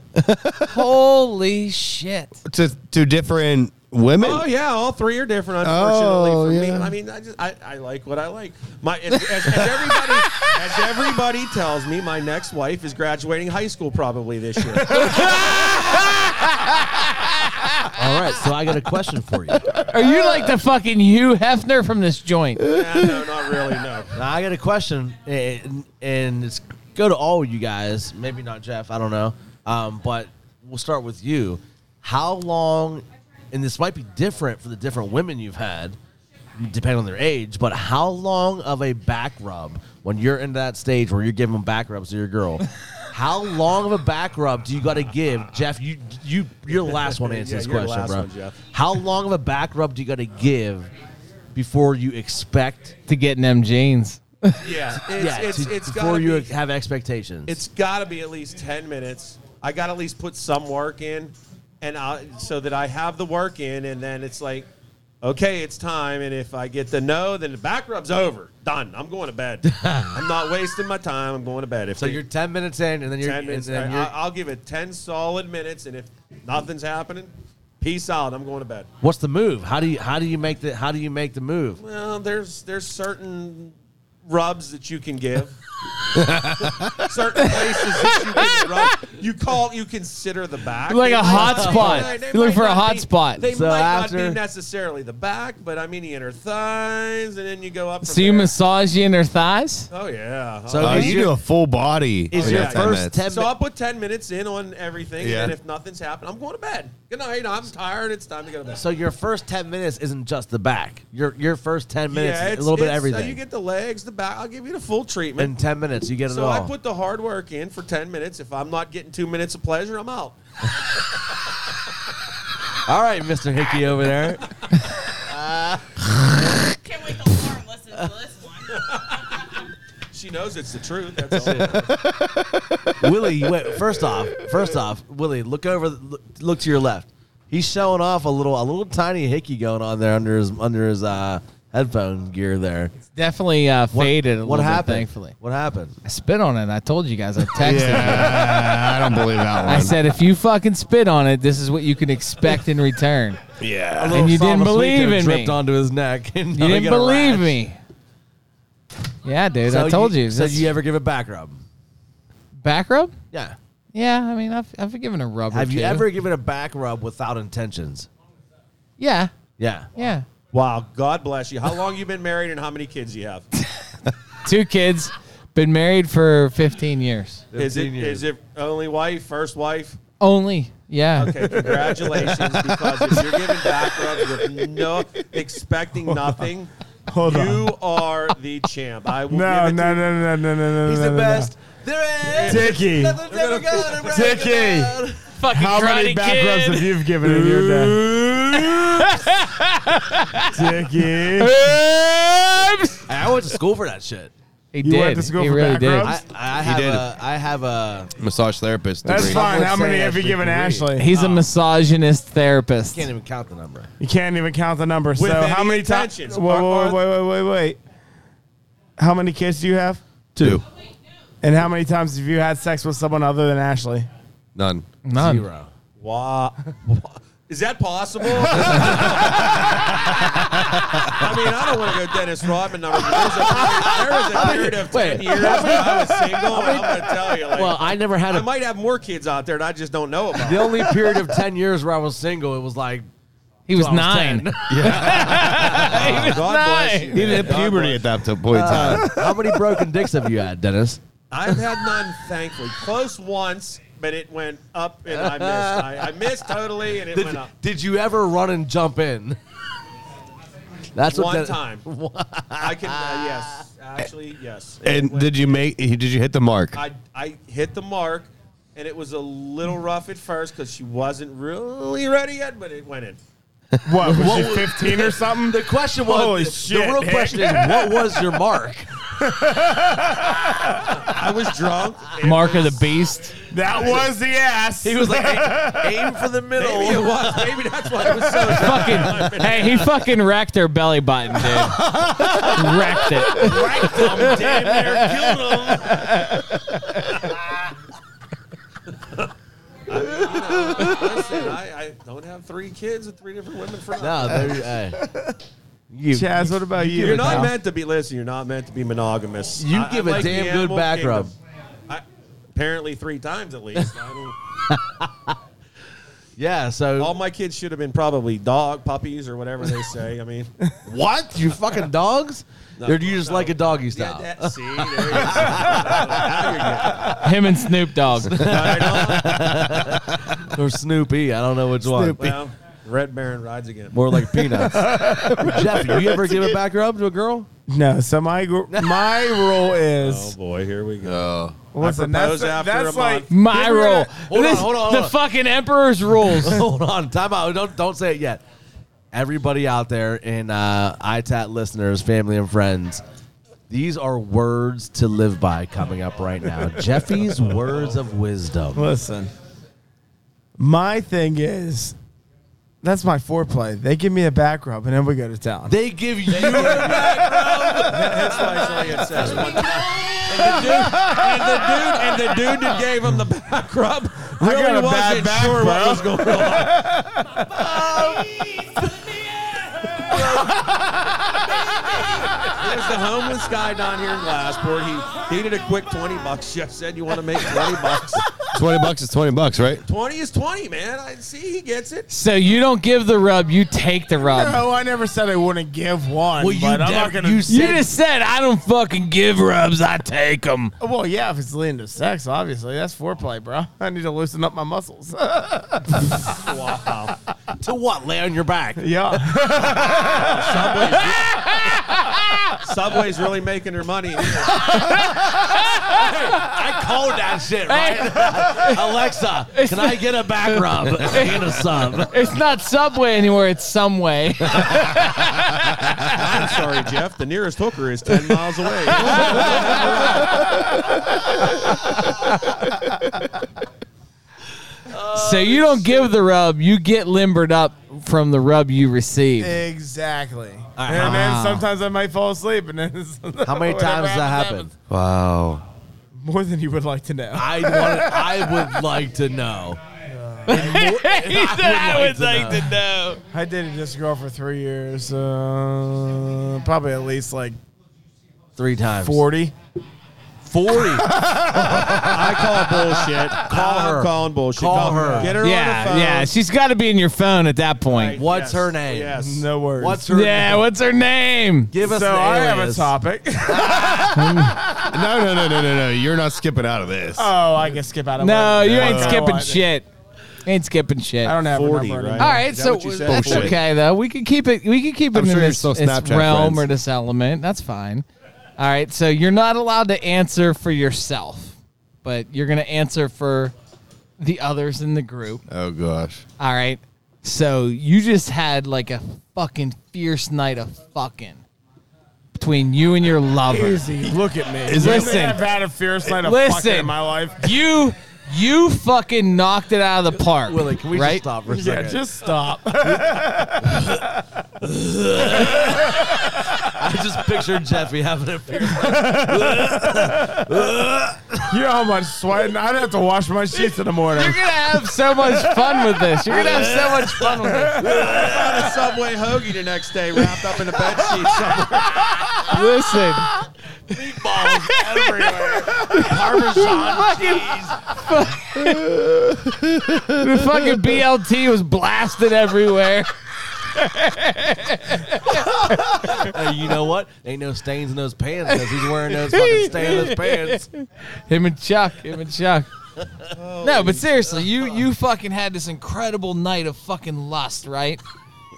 Speaker 5: Holy shit.
Speaker 2: to to different women.
Speaker 6: Oh yeah, all three are different. Unfortunately
Speaker 2: Oh,
Speaker 6: for me,
Speaker 2: yeah.
Speaker 6: I mean, I just I, I like what I like. My as, as, as everybody as everybody tells me, my next wife is graduating high school probably this year. Uh,
Speaker 1: All right, so I got a question for you. Now,
Speaker 5: Are you like the fucking Hugh Hefner from this joint?
Speaker 6: Yeah, no, not really. No.
Speaker 1: I got a question, and, and it's go to all you guys. Maybe not Jeff. I don't know. Um, but we'll start with you. How long? And this might be different for the different women you've had, depending on their age. But how long of a back rub when you're in that stage where you're giving back rubs to your girl? How long of a back rub do you got to give, Jeff? You you you're the last one to answer
Speaker 6: Yeah,
Speaker 1: this
Speaker 6: you're the
Speaker 1: question,
Speaker 6: last
Speaker 1: bro.
Speaker 6: one, Jeff.
Speaker 1: How long of a back rub do you got to give before you expect?
Speaker 5: To get in them jeans.
Speaker 6: Yeah, it's
Speaker 1: yeah,
Speaker 6: it's,
Speaker 1: to-
Speaker 6: it's
Speaker 1: before
Speaker 6: gotta
Speaker 1: you
Speaker 6: be,
Speaker 1: have expectations.
Speaker 6: it's got to be at least 10 minutes. I got to at least put some work in and I, so that I have the work in and then it's like okay, it's time and if I get the no, then the back rub's over. Done. I'm going to bed. I'm not wasting my time. I'm going to bed. If
Speaker 1: so
Speaker 6: they-
Speaker 1: you're ten minutes in, and then you're
Speaker 6: 10 minutes,
Speaker 1: and then
Speaker 6: I,
Speaker 1: you're-
Speaker 6: I'll give it 10 solid minutes and if nothing's happening, peace out. I'm going to bed.
Speaker 1: what's the move? How do you how do you make the how do you make the move?
Speaker 6: Well, there's there's certain rubs that you can give. certain places that you can rub. You call you consider the back.
Speaker 5: Like
Speaker 6: They
Speaker 5: a
Speaker 6: might
Speaker 5: hot
Speaker 6: not-
Speaker 5: spot.
Speaker 6: they
Speaker 5: You look
Speaker 6: might
Speaker 5: for a
Speaker 6: not
Speaker 5: hot
Speaker 6: be-
Speaker 5: spot.
Speaker 6: They
Speaker 1: So
Speaker 6: might not
Speaker 1: after-
Speaker 6: be necessarily the back, but I mean the inner thighs, and then you go up. From
Speaker 5: So you
Speaker 6: there.
Speaker 5: massage you in their thighs?
Speaker 6: Oh yeah.
Speaker 1: So
Speaker 2: Uh,
Speaker 1: is
Speaker 2: you
Speaker 1: your-
Speaker 2: do a full body.
Speaker 1: is
Speaker 2: in
Speaker 1: your
Speaker 2: that
Speaker 1: first
Speaker 2: minutes.
Speaker 1: ten
Speaker 6: so I'll put ten minutes in on everything,
Speaker 2: Yeah.
Speaker 6: and then if nothing's happened, I'm going to bed. Good night. I'm tired. It's time to go to bed.
Speaker 1: So your first ten minutes isn't just the back. Your your first ten minutes is
Speaker 6: it's,
Speaker 1: a little bit of
Speaker 6: it's- uh,
Speaker 1: everything.
Speaker 6: You get the legs, the back. I'll give you the full treatment.
Speaker 1: in ten minutes, you get it
Speaker 6: So I
Speaker 1: all.
Speaker 6: put the hard work in for 10 minutes. If I'm not getting two minutes of pleasure, I'm out.
Speaker 1: all right, Mister Hickey over there.
Speaker 8: Can't wait till Lauren listens to this one.
Speaker 6: She knows it's the truth. That's all.
Speaker 1: Willie, wait, first off, first off, Willie, look over, look, look to your left. He's showing off a little, a little tiny hickey going on there under his under his uh, headphone gear there.
Speaker 5: Definitely uh,
Speaker 1: What-
Speaker 5: faded a
Speaker 1: What
Speaker 5: little
Speaker 1: happened?
Speaker 5: bit, thankfully.
Speaker 1: what happened?
Speaker 5: I spit on it. I told you guys. I texted you.
Speaker 2: Yeah, I don't believe that one.
Speaker 5: I said, if you fucking spit on it, this is what you can expect in return.
Speaker 1: A
Speaker 2: yeah.
Speaker 1: little
Speaker 5: you
Speaker 1: solid
Speaker 5: didn't
Speaker 1: sweet
Speaker 5: believe
Speaker 1: there
Speaker 5: in
Speaker 1: dripped
Speaker 5: me.
Speaker 1: onto his neck. and now
Speaker 5: You
Speaker 1: he
Speaker 5: didn't
Speaker 1: got a
Speaker 5: believe
Speaker 1: rash.
Speaker 5: me. Yeah, dude.
Speaker 1: So
Speaker 5: I told you.
Speaker 1: So
Speaker 5: This-
Speaker 1: you ever give a back rub?
Speaker 5: back rub?
Speaker 1: Yeah.
Speaker 5: Yeah, I mean, I've, I've given a rub. or
Speaker 1: Have you
Speaker 5: two.
Speaker 1: ever given a back rub without intentions?
Speaker 5: Yeah,
Speaker 1: Yeah.
Speaker 5: yeah.
Speaker 6: wow. God bless you. How long you been married and how many kids you have?
Speaker 5: Two kids, Been married for 15 years.
Speaker 6: Is it is it only wife, first wife?
Speaker 5: Only. Yeah.
Speaker 6: Okay, congratulations. because if you're giving back rubs with no expecting nothing,
Speaker 4: Hold on.
Speaker 6: you are the champ. I will
Speaker 4: No,
Speaker 6: give it
Speaker 4: no, no, no, no, no, no.
Speaker 1: He's
Speaker 4: no,
Speaker 1: the
Speaker 4: no,
Speaker 1: best. There is.
Speaker 4: Dickie.
Speaker 1: nothing's ever gonna break
Speaker 4: Dickie.
Speaker 1: it down.
Speaker 5: Fucking
Speaker 4: How many
Speaker 5: karate
Speaker 4: back rubs
Speaker 5: kid.
Speaker 4: have you given in your day? Dickie.
Speaker 1: I went to school for that shit.
Speaker 5: He
Speaker 4: You
Speaker 5: did.
Speaker 4: went to school
Speaker 5: he
Speaker 4: for
Speaker 5: really
Speaker 4: back
Speaker 5: did.
Speaker 4: rubs?
Speaker 1: I, I
Speaker 2: He
Speaker 1: have
Speaker 2: did.
Speaker 1: a. I have a.
Speaker 2: Massage therapist.
Speaker 4: That's
Speaker 2: degree.
Speaker 4: fine.
Speaker 1: would
Speaker 4: How many
Speaker 1: say
Speaker 4: have you
Speaker 1: actually
Speaker 4: given
Speaker 1: three.
Speaker 4: Ashley?
Speaker 5: He's a misogynist therapist.
Speaker 1: Can't even count the number.
Speaker 4: You can't even count the number.
Speaker 6: With
Speaker 4: so
Speaker 6: any
Speaker 4: how many times? Wait,
Speaker 6: intentions.
Speaker 4: wait,
Speaker 6: Are-
Speaker 4: wait, wait, wait. How many kids do you have?
Speaker 2: Two.
Speaker 4: And how many times have you had sex with someone other than Ashley?
Speaker 2: None.
Speaker 5: None.
Speaker 1: Zero.
Speaker 6: Wow. Is that possible? I mean, I don't want to go Dennis Rodman numbers. But there was a period, there was a period of 10
Speaker 1: Wait.
Speaker 6: years when I was single, and I'm going to tell you. Like,
Speaker 1: Well, I never had
Speaker 6: I
Speaker 1: a.
Speaker 6: might have more kids out there, and I just don't know about
Speaker 1: The only period of ten years where I was single, it was like
Speaker 5: He was
Speaker 1: I was
Speaker 5: nine.
Speaker 1: 10.
Speaker 6: God bless you.
Speaker 2: He didn't hit
Speaker 6: God
Speaker 2: puberty
Speaker 6: bless
Speaker 2: at that point in time.
Speaker 1: Uh, how many broken dicks have you had, Dennis?
Speaker 6: I've had none, thankfully. Close once, but it went up and I missed. I, I missed totally, and it
Speaker 1: Did,
Speaker 6: went up.
Speaker 1: did you ever run and jump in? That's what
Speaker 6: One
Speaker 1: Den-
Speaker 6: time. I can, uh, yes. Actually, yes.
Speaker 2: And did you make? Did you hit the mark?
Speaker 6: I, I hit the mark, and it was a little rough at first because she wasn't really ready yet, but it went in.
Speaker 4: What, was she 15 or something?
Speaker 1: The question was
Speaker 4: Holy
Speaker 1: the,
Speaker 4: shit,
Speaker 1: the real
Speaker 4: Nick.
Speaker 1: question is what was your mark?
Speaker 6: I was drunk. It
Speaker 5: Mark of
Speaker 6: was-
Speaker 5: the beast.
Speaker 4: That was the ass.
Speaker 1: He was like aim, aim for the
Speaker 6: Maybe it
Speaker 1: middle.
Speaker 6: was. Maybe that's why it was so.
Speaker 5: fucking. hey, he fucking wrecked their belly button, dude. wrecked it.
Speaker 6: I'm damn near killed him. I, mean, you know, listen, I, I don't have three kids with three different women for
Speaker 1: No, there you, uh, hey.
Speaker 4: you. Chaz, what about you?
Speaker 6: You're not
Speaker 4: Tom?
Speaker 6: meant to be. Listen, you're not meant to be monogamous.
Speaker 1: You
Speaker 6: I-
Speaker 1: give a
Speaker 6: I'm like
Speaker 1: damn
Speaker 6: the
Speaker 1: good
Speaker 6: animal
Speaker 1: back rub.
Speaker 6: kingdom. I, apparently, three times at least. I don't-
Speaker 1: Yeah, so
Speaker 6: all my kids should have been probably dog puppies or whatever they say. I mean,
Speaker 1: what? You fucking dogs?
Speaker 6: No,
Speaker 1: or do you just
Speaker 6: no.
Speaker 1: like a doggy
Speaker 6: yeah,
Speaker 1: style?
Speaker 6: that, see, there you go. Now you're getting it.
Speaker 5: Him and Snoop Dogg.
Speaker 6: Right on.
Speaker 1: or Snoopy, I don't know which one.
Speaker 6: Well, Red Baron rides again.
Speaker 1: More like peanuts. Jeff, you ever give a back rub to a girl?
Speaker 4: No, so my, gr- my rule
Speaker 6: Oh
Speaker 4: is.
Speaker 6: boy, here we go.
Speaker 2: Oh.
Speaker 4: Listen, that's,
Speaker 6: propose after
Speaker 4: that's
Speaker 6: a
Speaker 4: like.
Speaker 5: My
Speaker 4: Give her
Speaker 5: rule.
Speaker 4: that-
Speaker 1: Hold on,
Speaker 5: This-
Speaker 1: hold on, hold
Speaker 5: the
Speaker 1: on.
Speaker 5: fucking emperor's rules.
Speaker 1: Hold on, time out. Don't don't say it yet. Everybody out there in uh, ITAT listeners, family and friends, these are words to live by coming up right now. Jeffy's words of wisdom.
Speaker 4: Listen, my thing is. That's my foreplay. They give me a back rub, and then we go to town.
Speaker 1: They give you a back
Speaker 6: That's why it's only at seven. And the dude, and the dude, and the dude that gave him the back rub really
Speaker 4: got a bad
Speaker 6: wasn't
Speaker 4: back,
Speaker 6: sure what
Speaker 4: bro.
Speaker 6: was going on. There's the homeless guy down here in Glassport. He he did a quick twenty bucks. Jeff said you want to make twenty bucks.
Speaker 2: Twenty bucks is twenty bucks, right?
Speaker 6: Twenty is twenty, man. I see he gets it.
Speaker 5: So you don't give the rub, you take the rub.
Speaker 4: No, I never said I wouldn't give one.
Speaker 1: Well, you
Speaker 4: but I'm not
Speaker 1: never-
Speaker 4: gonna.
Speaker 1: you
Speaker 5: You just said I don't fucking give rubs, I take them.
Speaker 4: well, yeah, if it's leading to sex, obviously that's foreplay, bro. I need to loosen up my muscles.
Speaker 6: Wow.
Speaker 1: to what? Lay on your back.
Speaker 4: yeah,
Speaker 6: Subway's really making her money.
Speaker 1: I called that shit, right? Alexa, can I get a back rub and a sub?
Speaker 5: It's not Subway anymore, it's some way.
Speaker 6: I'm sorry, Jeff. The nearest hooker is ten miles away.
Speaker 1: Oh,
Speaker 5: so you don't give the rub, you get limbered up from the rub you receive.
Speaker 1: Eh,
Speaker 4: exactly. And then sometimes I might fall asleep, and then it's-
Speaker 1: Uh-huh. How many times does that happen?
Speaker 4: happens, happens.
Speaker 2: Wow.
Speaker 4: More than you would like to know.
Speaker 1: I want. I would like to know.
Speaker 5: he said, I would like to know.
Speaker 4: I dated this girl for three years, uh, probably at least like
Speaker 1: Three times.
Speaker 4: forty.
Speaker 1: 40.
Speaker 6: I call bullshit. Call
Speaker 1: her.
Speaker 6: I'm calling bullshit.
Speaker 1: Call her.
Speaker 6: Get her on the
Speaker 5: yeah,
Speaker 6: phone.
Speaker 5: yeah. She's got to be in your phone at that point.
Speaker 1: What's
Speaker 6: Yes.
Speaker 1: her name?
Speaker 6: Yes.
Speaker 4: No worries.
Speaker 1: What's her
Speaker 5: Yeah,
Speaker 1: name?
Speaker 5: what's her name?
Speaker 1: Give us
Speaker 4: so
Speaker 1: an
Speaker 4: I have a
Speaker 1: alias.
Speaker 4: topic.
Speaker 2: No, no, no, no, no, no. You're not skipping out of this.
Speaker 4: oh, I can skip out of
Speaker 5: No,
Speaker 4: one.
Speaker 5: you ain't
Speaker 4: Okay.
Speaker 5: skipping
Speaker 4: I-
Speaker 5: shit. Ain't skipping shit.
Speaker 4: I don't have 40, a
Speaker 6: 40,
Speaker 4: number. Right?
Speaker 6: right?
Speaker 5: All right,
Speaker 6: Is that
Speaker 5: so
Speaker 6: what you said?
Speaker 5: that's
Speaker 2: Bullshit.
Speaker 5: okay though. We can keep it. We can keep it
Speaker 2: I'm
Speaker 5: in
Speaker 2: sure you're
Speaker 5: this,
Speaker 2: still
Speaker 5: this
Speaker 2: Snapchat
Speaker 5: realm
Speaker 2: friends.
Speaker 5: or this element. That's fine. All right, so you're not allowed to answer for yourself, but you're gonna answer for the others in the group.
Speaker 2: Oh gosh.
Speaker 5: All right, so you just had like a fucking fierce night of fucking between you and your lover.
Speaker 4: Easy. Look at me.
Speaker 2: Is
Speaker 4: You
Speaker 5: listen.
Speaker 4: think I've had a fierce night of
Speaker 5: Listen.
Speaker 4: fucking in my life.
Speaker 5: You you fucking knocked it out of the park,
Speaker 1: Willie, can we
Speaker 5: right?
Speaker 1: just stop for a
Speaker 4: Yeah,
Speaker 1: second?
Speaker 4: just stop.
Speaker 1: I just pictured Jeffy having a beer.
Speaker 4: you know how much sweating? I'd have to wash my sheets in the morning.
Speaker 5: You're gonna have so much fun with this. You're gonna have so much fun with this.
Speaker 6: a Subway hoagie the next day wrapped up in a bed sheet somewhere.
Speaker 5: Listen,
Speaker 1: Balls everywhere. Parmesan cheese.
Speaker 5: the fucking BLT was blasted everywhere.
Speaker 1: Hey, you know what? Ain't no stains in those pants because he's wearing those fucking stainless pants.
Speaker 5: Him and Chuck, him and Chuck. No, but seriously, you you fucking had this incredible night of fucking lust, right?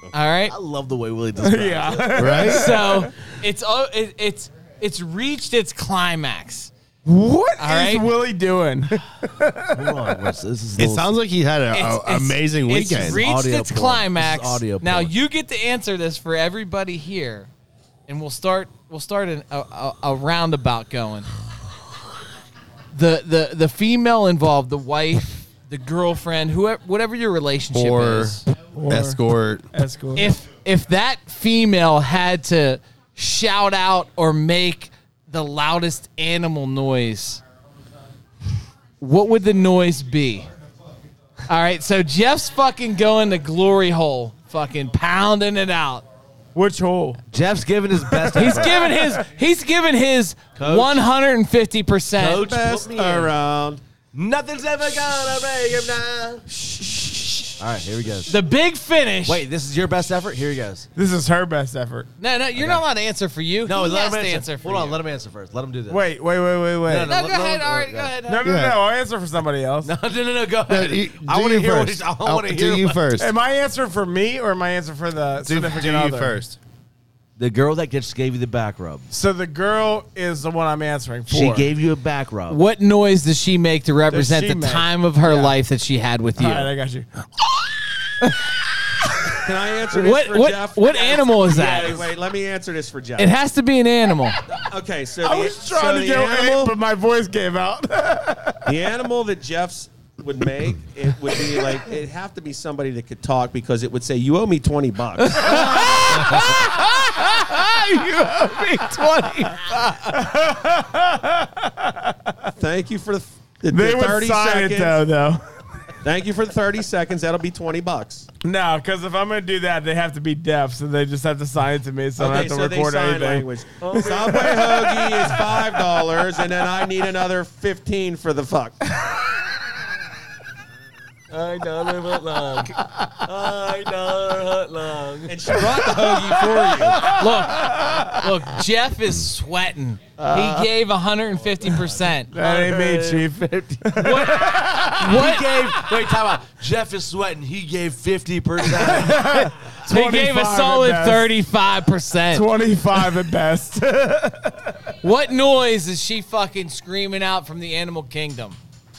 Speaker 5: All right.
Speaker 1: I love the way Willie does that.
Speaker 4: yeah.
Speaker 2: Right?
Speaker 5: So it's all- it, it's it's reached its climax.
Speaker 4: What is
Speaker 5: All right.
Speaker 4: Willie doing?
Speaker 1: Hold on, what's- this is
Speaker 2: it
Speaker 1: little-
Speaker 2: sounds like he had
Speaker 5: It's-
Speaker 2: an
Speaker 5: it's-
Speaker 2: amazing
Speaker 5: It's
Speaker 2: weekend.
Speaker 5: reached
Speaker 1: Audio
Speaker 5: its
Speaker 1: porn.
Speaker 5: climax.
Speaker 1: This is audio
Speaker 5: now
Speaker 1: porn.
Speaker 5: you get to answer this for everybody here, and we'll start. We'll start an, a, a, a roundabout going. The the the female involved, the wife, the girlfriend, whoever, whatever your relationship
Speaker 2: Or
Speaker 5: is.
Speaker 2: escort.
Speaker 4: That's cool.
Speaker 5: If if that female had to shout out or make the loudest animal noise, what would the noise be? All right, so Jeff's fucking going to glory hole, fucking pounding it out.
Speaker 4: Which hole?
Speaker 1: Jeff's giving his best.
Speaker 5: He's
Speaker 1: effort.
Speaker 5: giving his he's giving his
Speaker 1: Coach.
Speaker 5: one hundred and fifty percent.
Speaker 1: Coach.
Speaker 6: Best
Speaker 1: Put me in.
Speaker 6: around.
Speaker 1: Nothing's ever gonna break him down. All right, here he goes.
Speaker 5: The big finish.
Speaker 1: Wait, this is your best effort. Here he goes.
Speaker 4: This is her best effort.
Speaker 5: no, no, you're not allowed to answer for you.
Speaker 1: No,
Speaker 5: he
Speaker 1: let
Speaker 5: has
Speaker 1: him
Speaker 5: to
Speaker 1: answer.
Speaker 5: answer for
Speaker 1: Hold on,
Speaker 5: you.
Speaker 1: let him answer first. Let him do this.
Speaker 4: Wait, wait, wait, wait, wait.
Speaker 1: No, no,
Speaker 4: No, no,
Speaker 1: Let-
Speaker 5: No, go
Speaker 1: let
Speaker 5: ahead.
Speaker 1: him-
Speaker 5: All right,
Speaker 1: yeah.
Speaker 5: go ahead.
Speaker 4: no, no.
Speaker 2: Yeah.
Speaker 4: I'll answer for somebody else.
Speaker 1: No, no, no, no. Go ahead.
Speaker 2: you-
Speaker 1: Uh, I
Speaker 2: do
Speaker 1: want to
Speaker 2: you
Speaker 1: hear. What he's,
Speaker 2: first.
Speaker 1: I
Speaker 2: Oh,
Speaker 1: want to hear.
Speaker 2: do you
Speaker 1: what-
Speaker 2: first.
Speaker 4: Am I answering for me or am I answering for the
Speaker 2: Do, do
Speaker 4: significant
Speaker 2: you
Speaker 4: other?
Speaker 2: first.
Speaker 1: The girl that just gave you the back rub.
Speaker 4: So the girl is the one I'm answering for.
Speaker 1: She gave you a back rub.
Speaker 5: What noise does she make to represent
Speaker 4: she
Speaker 5: the
Speaker 4: make?
Speaker 5: time of her life that she had with you?
Speaker 4: All right, I got you.
Speaker 6: Can I answer this
Speaker 5: What
Speaker 6: for
Speaker 5: what
Speaker 6: Jeff?
Speaker 5: what animal is
Speaker 6: Yeah,
Speaker 5: that?
Speaker 6: Wait, wait, let me answer this for Jeff.
Speaker 5: It has to be an animal.
Speaker 6: okay, so
Speaker 4: I
Speaker 6: the,
Speaker 4: was
Speaker 6: so
Speaker 4: trying to
Speaker 6: the
Speaker 4: go eight,
Speaker 6: animal,
Speaker 4: but my voice gave out.
Speaker 6: the animal that Jeff's would make it would be like it'd have to be somebody that could talk because it would say you owe me 20 bucks
Speaker 5: you owe me twenty.
Speaker 6: thank you for the, the,
Speaker 4: they
Speaker 6: the
Speaker 4: would
Speaker 6: 30
Speaker 4: sign
Speaker 6: seconds
Speaker 4: it though, though.
Speaker 6: thank you for the 30 seconds that'll be 20 bucks
Speaker 4: No, because if I'm gonna do that, they have to be deaf, so they just have to sign it to me, so I
Speaker 6: okay
Speaker 4: don't
Speaker 6: so
Speaker 4: have to
Speaker 6: they
Speaker 4: record
Speaker 6: sign
Speaker 4: anything.
Speaker 6: language subway hoagie is five dollars and then i need another 15 for the fuck
Speaker 1: I don't live long. I don't long.
Speaker 6: and she brought the hoagie for you
Speaker 5: Look, look, Jeff is sweating.
Speaker 4: Uh-huh.
Speaker 5: he gave one hundred and fifty percent.
Speaker 4: That ain't me, chief.
Speaker 1: He gave. Wait, time out. Jeff is sweating. He gave fifty percent.
Speaker 5: He gave
Speaker 4: 25
Speaker 5: a
Speaker 4: at
Speaker 5: solid
Speaker 4: best.
Speaker 5: thirty-five percent.
Speaker 4: Twenty-five at best.
Speaker 5: What noise is she fucking screaming out from the animal kingdom?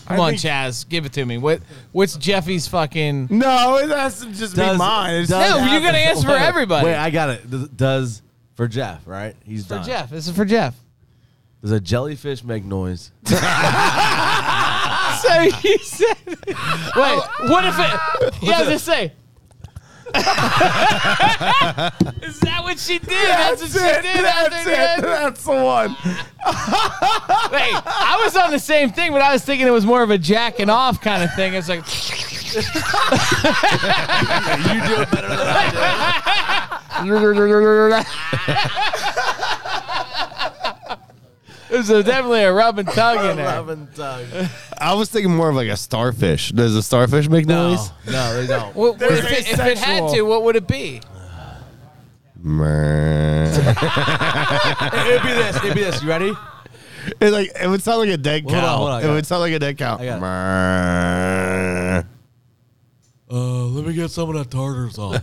Speaker 5: Come
Speaker 4: I
Speaker 5: on,
Speaker 4: think-
Speaker 5: Chaz, give it to me. What what's Jeffy's fucking?
Speaker 4: no, Oh, it has to just be mine. It's
Speaker 5: does- No, you gotta answer for everybody.
Speaker 1: Wait, I got it. Does- Does for Jeff, right? He's
Speaker 5: For
Speaker 1: done.
Speaker 5: Jeff, this is for Jeff.
Speaker 1: Does a jellyfish make noise?
Speaker 5: So you said, wait, what if it? Yeah, I was just say. Is that what she did? That's,
Speaker 4: That's
Speaker 5: what
Speaker 4: it.
Speaker 5: she did.
Speaker 4: That's it. That's the one.
Speaker 5: Wait, I was on the same thing, but I was thinking it was more of a jacking off kind of thing. It's like,
Speaker 1: you do it better than I do.
Speaker 5: There's a- definitely a rub and tug in there.
Speaker 1: Eleven times.
Speaker 2: I was thinking more of like a starfish. Does a starfish make noise?
Speaker 1: No, they don't.
Speaker 5: Well, if, it, if it had to, what would it be?
Speaker 2: Meh.
Speaker 1: it'd be this. It'd be this. You ready?
Speaker 2: it like it would sound like a dead
Speaker 1: Hold on,
Speaker 2: cow.
Speaker 1: hold on, I
Speaker 2: it
Speaker 1: got
Speaker 2: would
Speaker 1: it.
Speaker 2: sound like a dead cow.
Speaker 1: got it.
Speaker 2: Meh.
Speaker 1: Uh, let me get some of that tartar sauce.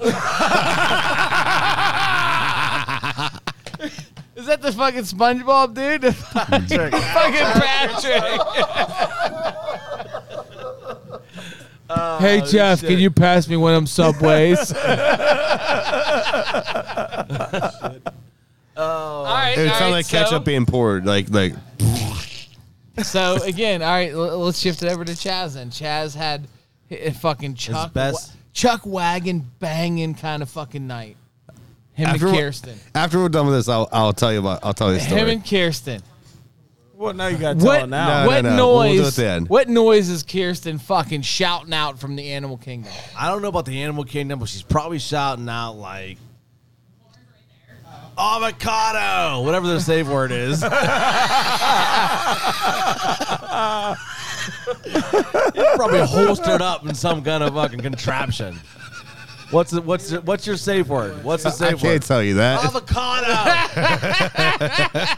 Speaker 5: Is that the fucking SpongeBob dude? Patrick. fucking Patrick. hey Jeff, can you pass me one of them subways? All right,
Speaker 2: It would
Speaker 5: all
Speaker 2: sound
Speaker 5: right,
Speaker 2: like ketchup being poured. Like like
Speaker 5: So, so again, all right, l- let's shift it over to Chaz. Then Chaz had hi- fucking Chuck
Speaker 1: best-
Speaker 5: Wa- Chuck Wagon banging kind of fucking night. Him
Speaker 2: after
Speaker 5: and
Speaker 2: we're-
Speaker 5: Kirsten.
Speaker 2: After we're done with this, I'll, I'll tell you about. I'll tell you a story.
Speaker 5: Him and Kirsten.
Speaker 4: Well, now you got to tell
Speaker 5: What,
Speaker 4: it now.
Speaker 2: No,
Speaker 5: what
Speaker 2: no, no. We'll do
Speaker 5: noise?
Speaker 2: it then.
Speaker 5: What noise is Kirsten fucking shouting out from the animal kingdom?
Speaker 1: I don't know about the animal kingdom, but she's probably shouting out like avocado, whatever the safe word is. It's probably holstered up in some kind of fucking contraption. What's the, what's the, what's your safe word? What's the
Speaker 2: I
Speaker 1: safe
Speaker 2: can't
Speaker 1: word?
Speaker 2: tell you that.
Speaker 1: Avocado,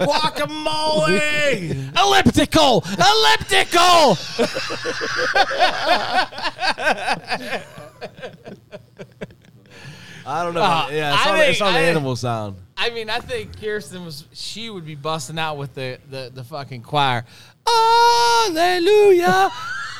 Speaker 1: guacamole.
Speaker 5: Elliptical! Elliptical!
Speaker 1: I don't know.
Speaker 5: Uh,
Speaker 1: yeah, it's
Speaker 5: I
Speaker 1: not,
Speaker 5: think-
Speaker 1: it's not an
Speaker 5: I think-
Speaker 1: animal sound.
Speaker 5: I mean, I think Kirsten was she would be busting out with the the, the fucking choir. Hallelujah.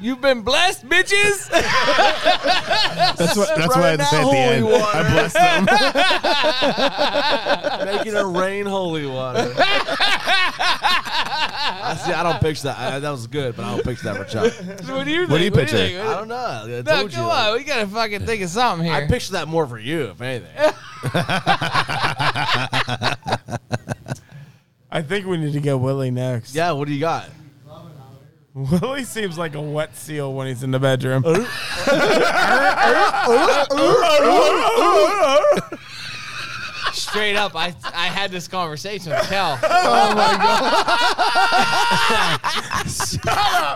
Speaker 5: You've been blessed, bitches.
Speaker 2: That's what. That's what I had to say at the end. I blessed them.
Speaker 1: Making her rain holy water. I see. I don't picture that. I, that was good, but I don't picture that for Chuck.
Speaker 5: what do you think?
Speaker 2: What do you picture?
Speaker 5: think?
Speaker 1: I don't know. I
Speaker 5: No,
Speaker 1: told
Speaker 5: come
Speaker 1: you.
Speaker 5: on. We gotta fucking think of something
Speaker 1: I
Speaker 5: here.
Speaker 1: picture that more for you, if anything.
Speaker 4: I think we need to get Willie next.
Speaker 1: yeah. What do you got?
Speaker 4: Willie seems like a wet seal when he's in the bedroom.
Speaker 5: Uh, Straight up, I I had this conversation with Kel.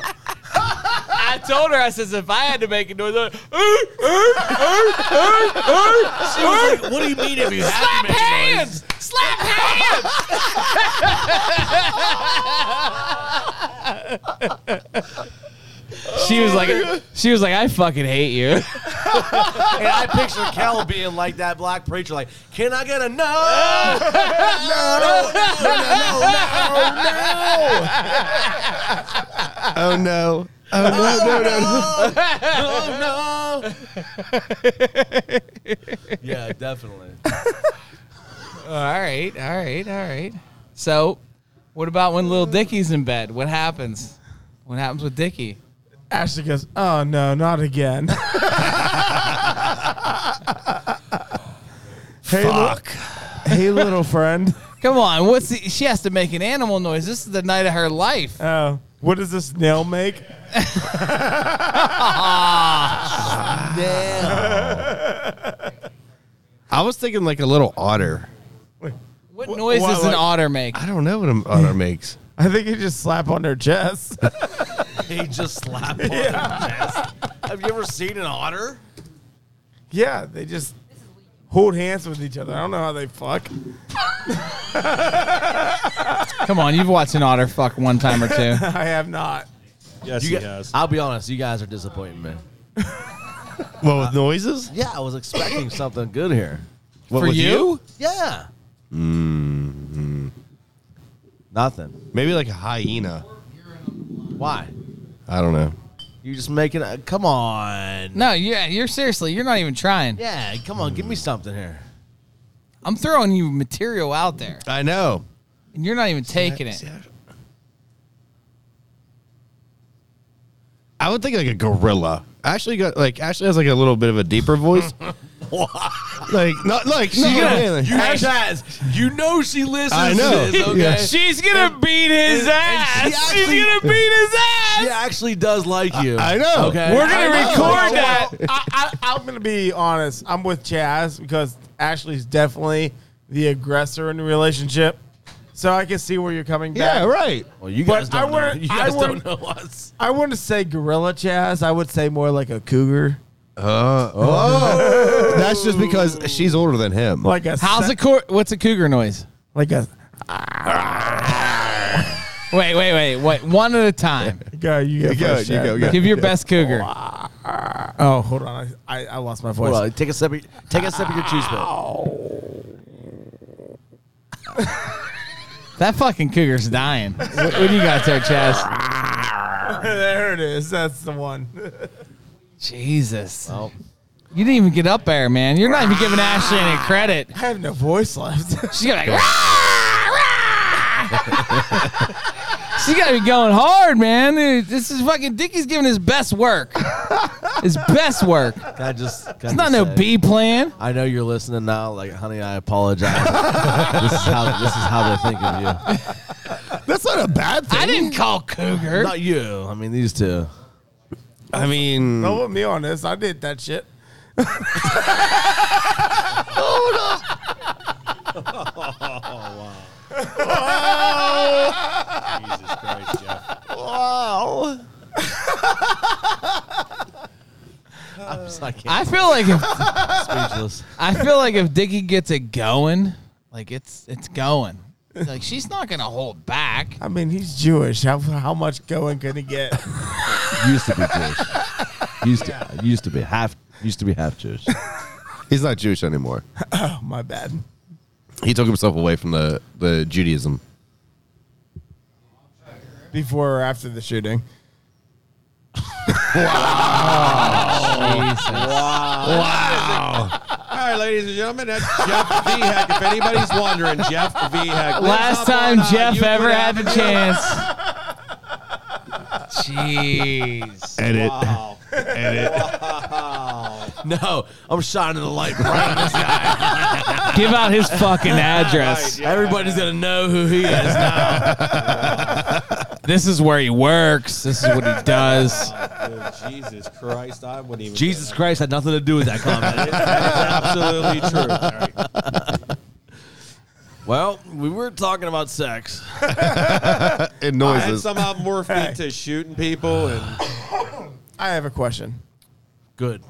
Speaker 5: I told her, I says, if I had to make a noise, I'd-
Speaker 1: She was like, "What do you mean if you have
Speaker 5: slap hands, slap hands. she was like, she was like, I fucking hate you.
Speaker 1: And I picture Kel being like that black preacher, like, "Can I get a no?"
Speaker 2: Oh no. Oh no. No no no.
Speaker 1: oh no. yeah, definitely.
Speaker 5: All right, all right, all right. So, what about when little Dickie's in bed? What happens? What happens with Dickie?
Speaker 4: Ashley goes, "Oh no, not again." hey, Fuck. hey, little friend.
Speaker 5: Come on, what's the, she has to make an animal noise? This is the night of her life.
Speaker 4: Oh, what does this nail make?
Speaker 2: I was thinking like a little otter.
Speaker 5: What noise
Speaker 4: why,
Speaker 5: does an
Speaker 4: like-
Speaker 5: otter make?
Speaker 2: I don't know what an otter makes.
Speaker 4: I think you just slap on her chest.
Speaker 1: He just slapped on her chest. Have you ever seen an otter?
Speaker 4: yeah, they just hold hands with each other. I don't know how they fuck.
Speaker 5: Come on, you've watched an otter fuck one time or two.
Speaker 4: I have not.
Speaker 6: Yes,
Speaker 1: You
Speaker 6: he
Speaker 1: gu-
Speaker 6: has.
Speaker 1: I'll be honest, you guys are disappointing me.
Speaker 2: Well, with noises?
Speaker 1: Yeah, I was expecting something good here.
Speaker 2: What,
Speaker 5: For
Speaker 2: with
Speaker 5: you?
Speaker 1: Yeah.
Speaker 2: Mm-hmm.
Speaker 1: Nothing.
Speaker 2: Maybe like a hyena.
Speaker 1: Why?
Speaker 2: I don't know.
Speaker 1: You just making a come on.
Speaker 5: No, yeah, you're seriously, you're not even trying.
Speaker 1: Yeah, come on, give me something here.
Speaker 5: I'm throwing you material out there,
Speaker 2: I know.
Speaker 5: and you're not even taking it.
Speaker 2: I would think like a gorilla. Ashley got like Ashley has like a little bit of a deeper voice. Like, not like no, really.
Speaker 1: You, guys, you know she listens
Speaker 2: I know.
Speaker 1: to this, okay?
Speaker 2: Yeah.
Speaker 5: She's gonna beat his ass.
Speaker 1: and she actually-
Speaker 5: She's gonna beat his ass.
Speaker 1: She actually does like you.
Speaker 2: I know.
Speaker 1: Okay.
Speaker 5: We're gonna record that.
Speaker 4: I, I, I'm gonna be honest. I'm with Chaz because Ashley's definitely the aggressor in the relationship. So I can see where you're coming back.
Speaker 2: Yeah, right.
Speaker 1: Well, you
Speaker 4: But
Speaker 1: guys
Speaker 4: I
Speaker 1: don't know.
Speaker 4: wouldn't-
Speaker 1: You
Speaker 4: I
Speaker 1: guys don't
Speaker 4: wouldn't-
Speaker 1: know us.
Speaker 4: I wouldn't say gorilla Chaz. I would say more like a cougar,
Speaker 2: That's just because she's older than him.
Speaker 4: like a
Speaker 5: How's
Speaker 4: se-
Speaker 5: a cor- what's a cougar noise?
Speaker 4: like a
Speaker 5: Wait, wait, wait, wait. One at a time.
Speaker 4: go. You go.
Speaker 2: You go,
Speaker 4: first,
Speaker 2: you
Speaker 4: Chaz.
Speaker 2: go, yeah.
Speaker 5: Give your best cougar.
Speaker 4: Oh, hold on. I, I, I lost my voice.
Speaker 1: Well, take a sip. Of, take a sip of your cheese bro.
Speaker 5: That fucking cougar's dying. what, what do you got there, Chaz?
Speaker 4: there it is. That's the one.
Speaker 5: Jesus. You didn't even get up there, man. You're not even giving Ashley any credit.
Speaker 4: I have no voice left.
Speaker 5: She's gonna be like, She's gotta be going hard, man. Dude, This is fucking Dickie's giving his best work. His best work. It's
Speaker 1: I just. It's
Speaker 5: not no B plan.
Speaker 1: I know you're listening now. Like, honey, I apologize. this is how this is how they think of you.
Speaker 2: That's not a bad thing.
Speaker 5: I didn't call Cougar.
Speaker 1: Not you. I mean, these two.
Speaker 2: I mean,
Speaker 4: Don't put me on this. I did that shit.
Speaker 6: Jesus Christ, Jeff.
Speaker 1: Wow. I'm just like
Speaker 5: I feel like if
Speaker 1: speechless.
Speaker 5: I feel like if Dickie gets it going, like it's it's going. Like she's not gonna hold back.
Speaker 4: I mean, he's Jewish. How how much going could he get?
Speaker 1: Used to be Jewish. Used to used to be half used to be half Jewish.
Speaker 2: he's not Jewish anymore.
Speaker 4: Oh, my bad.
Speaker 2: He took himself away from the, the Judaism.
Speaker 4: Before or after the shooting?
Speaker 6: All right, ladies and gentlemen, that's Jeff V. Heck. If anybody's wondering, Jeff V. Heck. lives
Speaker 5: Last
Speaker 6: up
Speaker 5: time
Speaker 6: on, uh,
Speaker 5: Jeff
Speaker 6: Euclid
Speaker 5: ever had the
Speaker 6: Avenue.
Speaker 5: chance. Jeez.
Speaker 2: Edit.
Speaker 6: Wow.
Speaker 1: No, I'm shining the light right on this guy.
Speaker 5: Give out his fucking address.
Speaker 6: Right, yeah.
Speaker 1: Everybody's gonna know who he is.
Speaker 5: This is where he works. This is what he does.
Speaker 6: Oh, Jesus Christ, I wouldn't even.
Speaker 1: Jesus Christ had nothing to do with that comment.
Speaker 6: That is absolutely true. All right.
Speaker 1: well, we were talking about sex.
Speaker 2: It
Speaker 6: And
Speaker 2: noises.
Speaker 6: somehow morphed into shooting people and
Speaker 4: I have a question.
Speaker 1: Good.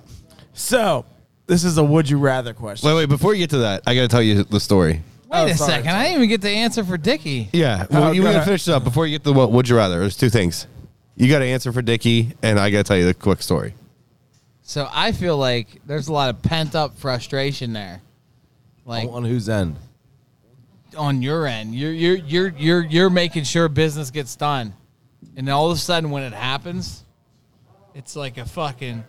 Speaker 4: So, this is a would you rather question.
Speaker 2: Wait, wait, before you get to that, I got to tell you the story.
Speaker 1: Oh,
Speaker 5: Wait a
Speaker 4: sorry.
Speaker 5: second. I didn't even get the answer for Dickie.
Speaker 2: Yeah. Well,
Speaker 4: Oh,
Speaker 2: you
Speaker 4: go
Speaker 2: got to
Speaker 4: ahead.
Speaker 2: finish it up before you get to what would you rather. There's two things. You got to answer for Dickie, and I got to tell you the quick story.
Speaker 5: So I feel like there's a lot of pent up frustration there. Like
Speaker 1: On whose end?
Speaker 5: on your end, you're you're you're you're you're making sure business gets done, and then all of a sudden when it happens, it's like a fucking.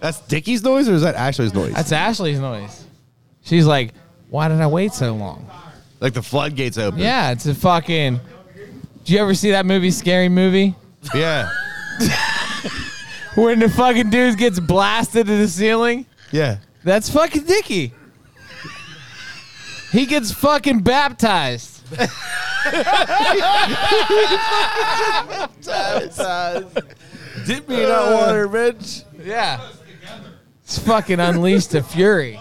Speaker 2: That's Dickie's noise, or is that Ashley's noise?
Speaker 5: That's Ashley's noise. She's like, "Why did I wait so long?"
Speaker 2: like the floodgates open.
Speaker 5: Yeah, it's a fucking. Do you ever see that movie, Scary Movie?
Speaker 2: Yeah.
Speaker 5: When the fucking dude gets blasted to the ceiling?
Speaker 2: Yeah.
Speaker 5: That's fucking Dicky. He gets fucking baptized.
Speaker 1: Dip me in that water, bitch.
Speaker 5: Yeah. It's fucking unleashed to fury.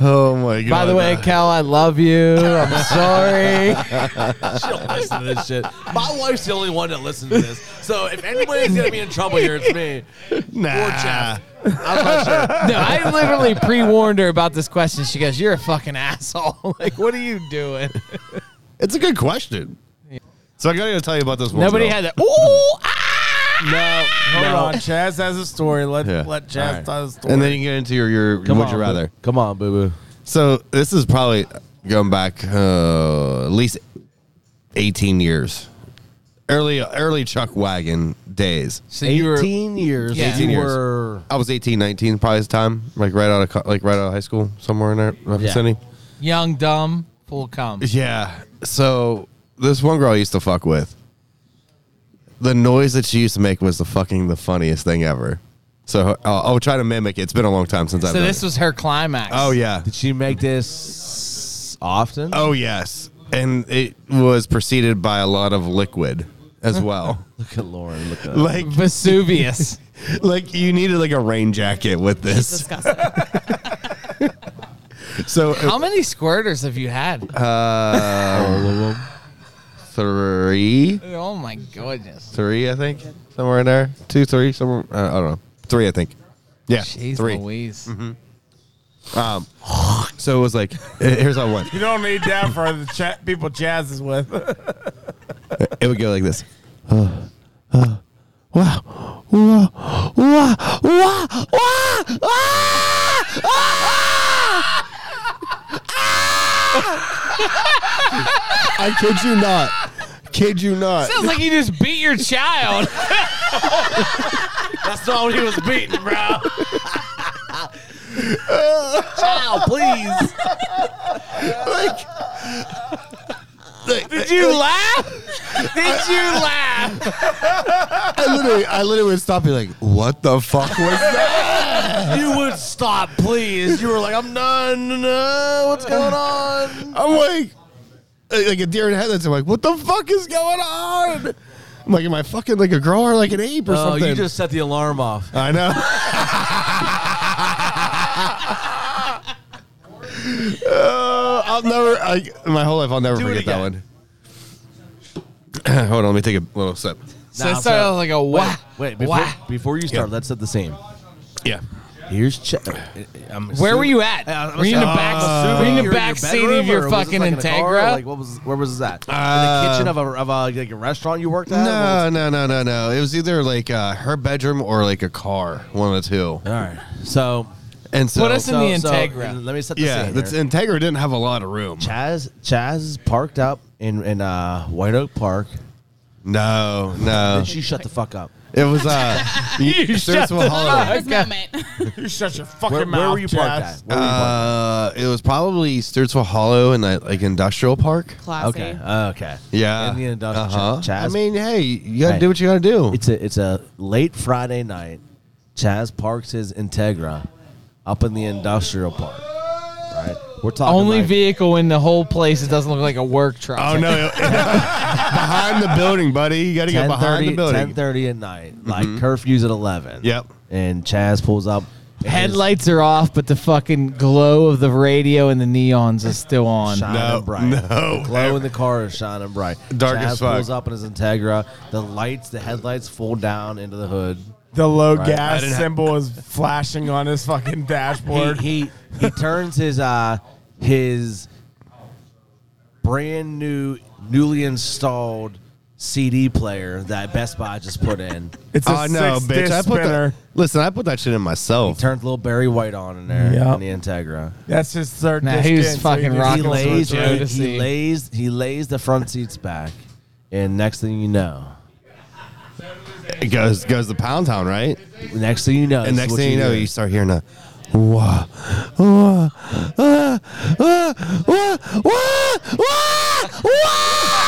Speaker 2: Oh my god.
Speaker 5: By the way, Cal, I love you. I'm sorry.
Speaker 1: She don't listen to this shit. My wife's the only one that listens to this. So if anybody's gonna be in trouble here, it's me.
Speaker 2: nah.
Speaker 1: Jeff.
Speaker 5: No, I literally pre warned her about this question. She goes, You're a fucking asshole. Like, what are you doing?
Speaker 2: It's a good question. So I gotta tell you about this one.
Speaker 5: Nobody
Speaker 2: girl.
Speaker 5: had that. Ooh, ah!
Speaker 4: no, hold on. Chaz has a story. Let
Speaker 2: Yeah.
Speaker 4: let Chaz tell his story.
Speaker 2: And then you get into your, your would you rather.
Speaker 1: Come on, boo boo.
Speaker 2: So this is probably going back uh, at least eighteen years, early early Chuck Wagon days.
Speaker 5: So you were.
Speaker 1: years.
Speaker 5: Yeah.
Speaker 2: 18
Speaker 1: you
Speaker 2: years.
Speaker 1: were
Speaker 2: I was 18, 19 probably at the time, like right out of co- like right out of high school, somewhere in that
Speaker 1: Yeah.
Speaker 2: vicinity.
Speaker 5: Young, dumb, full of cum.
Speaker 2: Yeah. So this one girl I used to fuck with, the noise that she used to make was the fucking the funniest thing ever. So I'll, I'll try to mimic it. It's been a long time since I've
Speaker 5: So
Speaker 2: done
Speaker 5: this
Speaker 2: it.
Speaker 5: was her climax.
Speaker 2: Oh yeah.
Speaker 1: Did she make this often?
Speaker 2: Oh yes. And it was preceded by a lot of liquid as well.
Speaker 1: Look at Lauren. Look at
Speaker 2: like
Speaker 5: Vesuvius.
Speaker 2: like you needed like a rain jacket with this.
Speaker 8: Disgusting.
Speaker 2: So uh,
Speaker 5: How many squirters have you had?
Speaker 1: Uh,
Speaker 2: three,
Speaker 5: oh my goodness.
Speaker 2: three I think, somewhere in there. Two, three, somewhere. Uh, I don't know. Three I think. Yeah,
Speaker 5: Jeez
Speaker 2: three.
Speaker 5: Louise.
Speaker 1: Mm-hmm.
Speaker 2: Um, so it was like here's how it went.
Speaker 4: You don't need that for the cha- people Chaz is with.
Speaker 2: It would go like this. Wow. Wow. Wow. Wow. Wow. I kid you not. Kid you not.
Speaker 5: Sounds like you just beat your child.
Speaker 1: That's all he was beating, bro. Child, please.
Speaker 2: Like,
Speaker 5: Did you laugh? Did you laugh?
Speaker 2: I literally, I literally would stop and be like, "What the fuck was that?"
Speaker 1: You would stop, please. You were like, I'm done. Uh, what's going on?
Speaker 2: I'm like, like a deer in headlights. I'm like, "What the fuck is going on?" I'm like, "Am I fucking like a girl or like an ape or
Speaker 1: Oh,
Speaker 2: something?"
Speaker 1: you just set the alarm off.
Speaker 2: I know. Uh, I'll never. I, my whole life, I'll never
Speaker 1: it
Speaker 2: forget that one. Hold on, let me take a little sip.
Speaker 5: So it started out like a wah.
Speaker 1: Wait, before,
Speaker 5: wah.
Speaker 1: before you start, let's set the same.
Speaker 2: Yeah.
Speaker 1: Here's check. I'm
Speaker 5: Where were you at?
Speaker 2: Uh,
Speaker 1: I was
Speaker 5: Were you in the
Speaker 1: gonna say, I'm
Speaker 5: back?
Speaker 1: Uh,
Speaker 2: "Oh."
Speaker 5: were you in the
Speaker 1: assuming
Speaker 5: back
Speaker 1: your
Speaker 5: seat of
Speaker 1: bedroom, or
Speaker 5: your
Speaker 1: was this
Speaker 5: fucking
Speaker 1: like in a car, or
Speaker 5: Integra?
Speaker 1: Like, what was? Where was that? in
Speaker 2: Uh,
Speaker 1: the kitchen of a of a like a restaurant you worked at? What
Speaker 2: No, no, no, no, no. It was either like uh, her bedroom or like a car, one of the two.
Speaker 1: was- All right. So,
Speaker 2: And so,
Speaker 5: Put us It's in
Speaker 1: so-
Speaker 5: the
Speaker 1: so,
Speaker 5: Integra.
Speaker 1: and let me set the
Speaker 2: yeah,
Speaker 1: scene.
Speaker 2: that's
Speaker 1: here.
Speaker 2: Integra didn't have a lot of room.
Speaker 1: Chaz Chaz is parked up in in uh, White Oak Park,
Speaker 2: No, no.
Speaker 1: and she shut the fuck up.
Speaker 2: It was uh, Sturgisville Hollow.
Speaker 8: Love this moment.
Speaker 4: You shut your fucking
Speaker 1: Where,
Speaker 4: mouth.
Speaker 1: where were you parked
Speaker 4: Chaz.
Speaker 1: at? Where were you parked?
Speaker 2: Uh, it was probably Sturgisville Hollow in that like industrial park.
Speaker 8: Classy.
Speaker 1: Okay. Uh, Okay.
Speaker 2: Yeah.
Speaker 1: In the industrial
Speaker 2: Uh-huh.
Speaker 1: Chaz.
Speaker 2: I mean, hey, you gotta
Speaker 1: Hey.
Speaker 2: do what you gotta do.
Speaker 1: it's a it's a late Friday night. Chaz parks his Integra up in the industrial park. Right. We're talking
Speaker 5: Only
Speaker 1: like-
Speaker 5: vehicle in the whole place that doesn't look like a work truck.
Speaker 2: oh no, behind the building, buddy. You gotta get behind the building. Mm-hmm.
Speaker 1: 10:30 at night. Like curfew's at 11.
Speaker 2: Yep.
Speaker 1: And Chaz pulls up. in his
Speaker 5: Headlights are off, but the fucking glow of the radio and the neons is still on.
Speaker 1: Shining
Speaker 2: No,
Speaker 1: bright.
Speaker 2: no.
Speaker 1: The glow in the car is shining bright.
Speaker 2: Dark
Speaker 1: Chaz
Speaker 2: as fuck.
Speaker 1: pulls up in his Integra. The lights, the headlights fall down into the hood.
Speaker 4: The low
Speaker 2: I
Speaker 4: gas
Speaker 2: didn't have-
Speaker 4: symbol is flashing on his fucking
Speaker 1: He
Speaker 4: dashboard.
Speaker 1: he, he turns his uh his brand new, newly installed CD player that Best Buy just put in.
Speaker 4: it's a
Speaker 2: Oh no,
Speaker 4: six
Speaker 2: bitch!
Speaker 4: disc
Speaker 2: I put
Speaker 4: spinner.
Speaker 2: that. Listen, I put that shit in myself.
Speaker 1: Turns little Barry White on in there
Speaker 4: Yep.
Speaker 1: in the Integra.
Speaker 4: That's his third.
Speaker 5: Nah,
Speaker 4: disc
Speaker 5: he was
Speaker 4: in,
Speaker 5: fucking
Speaker 4: so he
Speaker 5: rocking
Speaker 4: just-
Speaker 1: he lays,
Speaker 5: Joe to
Speaker 1: he,
Speaker 5: see.
Speaker 1: lays he lays the front seats back, and next thing you know,
Speaker 2: It goes goes to Pound Town, right?
Speaker 1: next thing you know,
Speaker 2: And
Speaker 1: this is
Speaker 2: next
Speaker 1: what
Speaker 2: thing you know,
Speaker 1: do.
Speaker 2: you start hearing a wah, wah, ah, ah, wah, wah, wah, wah.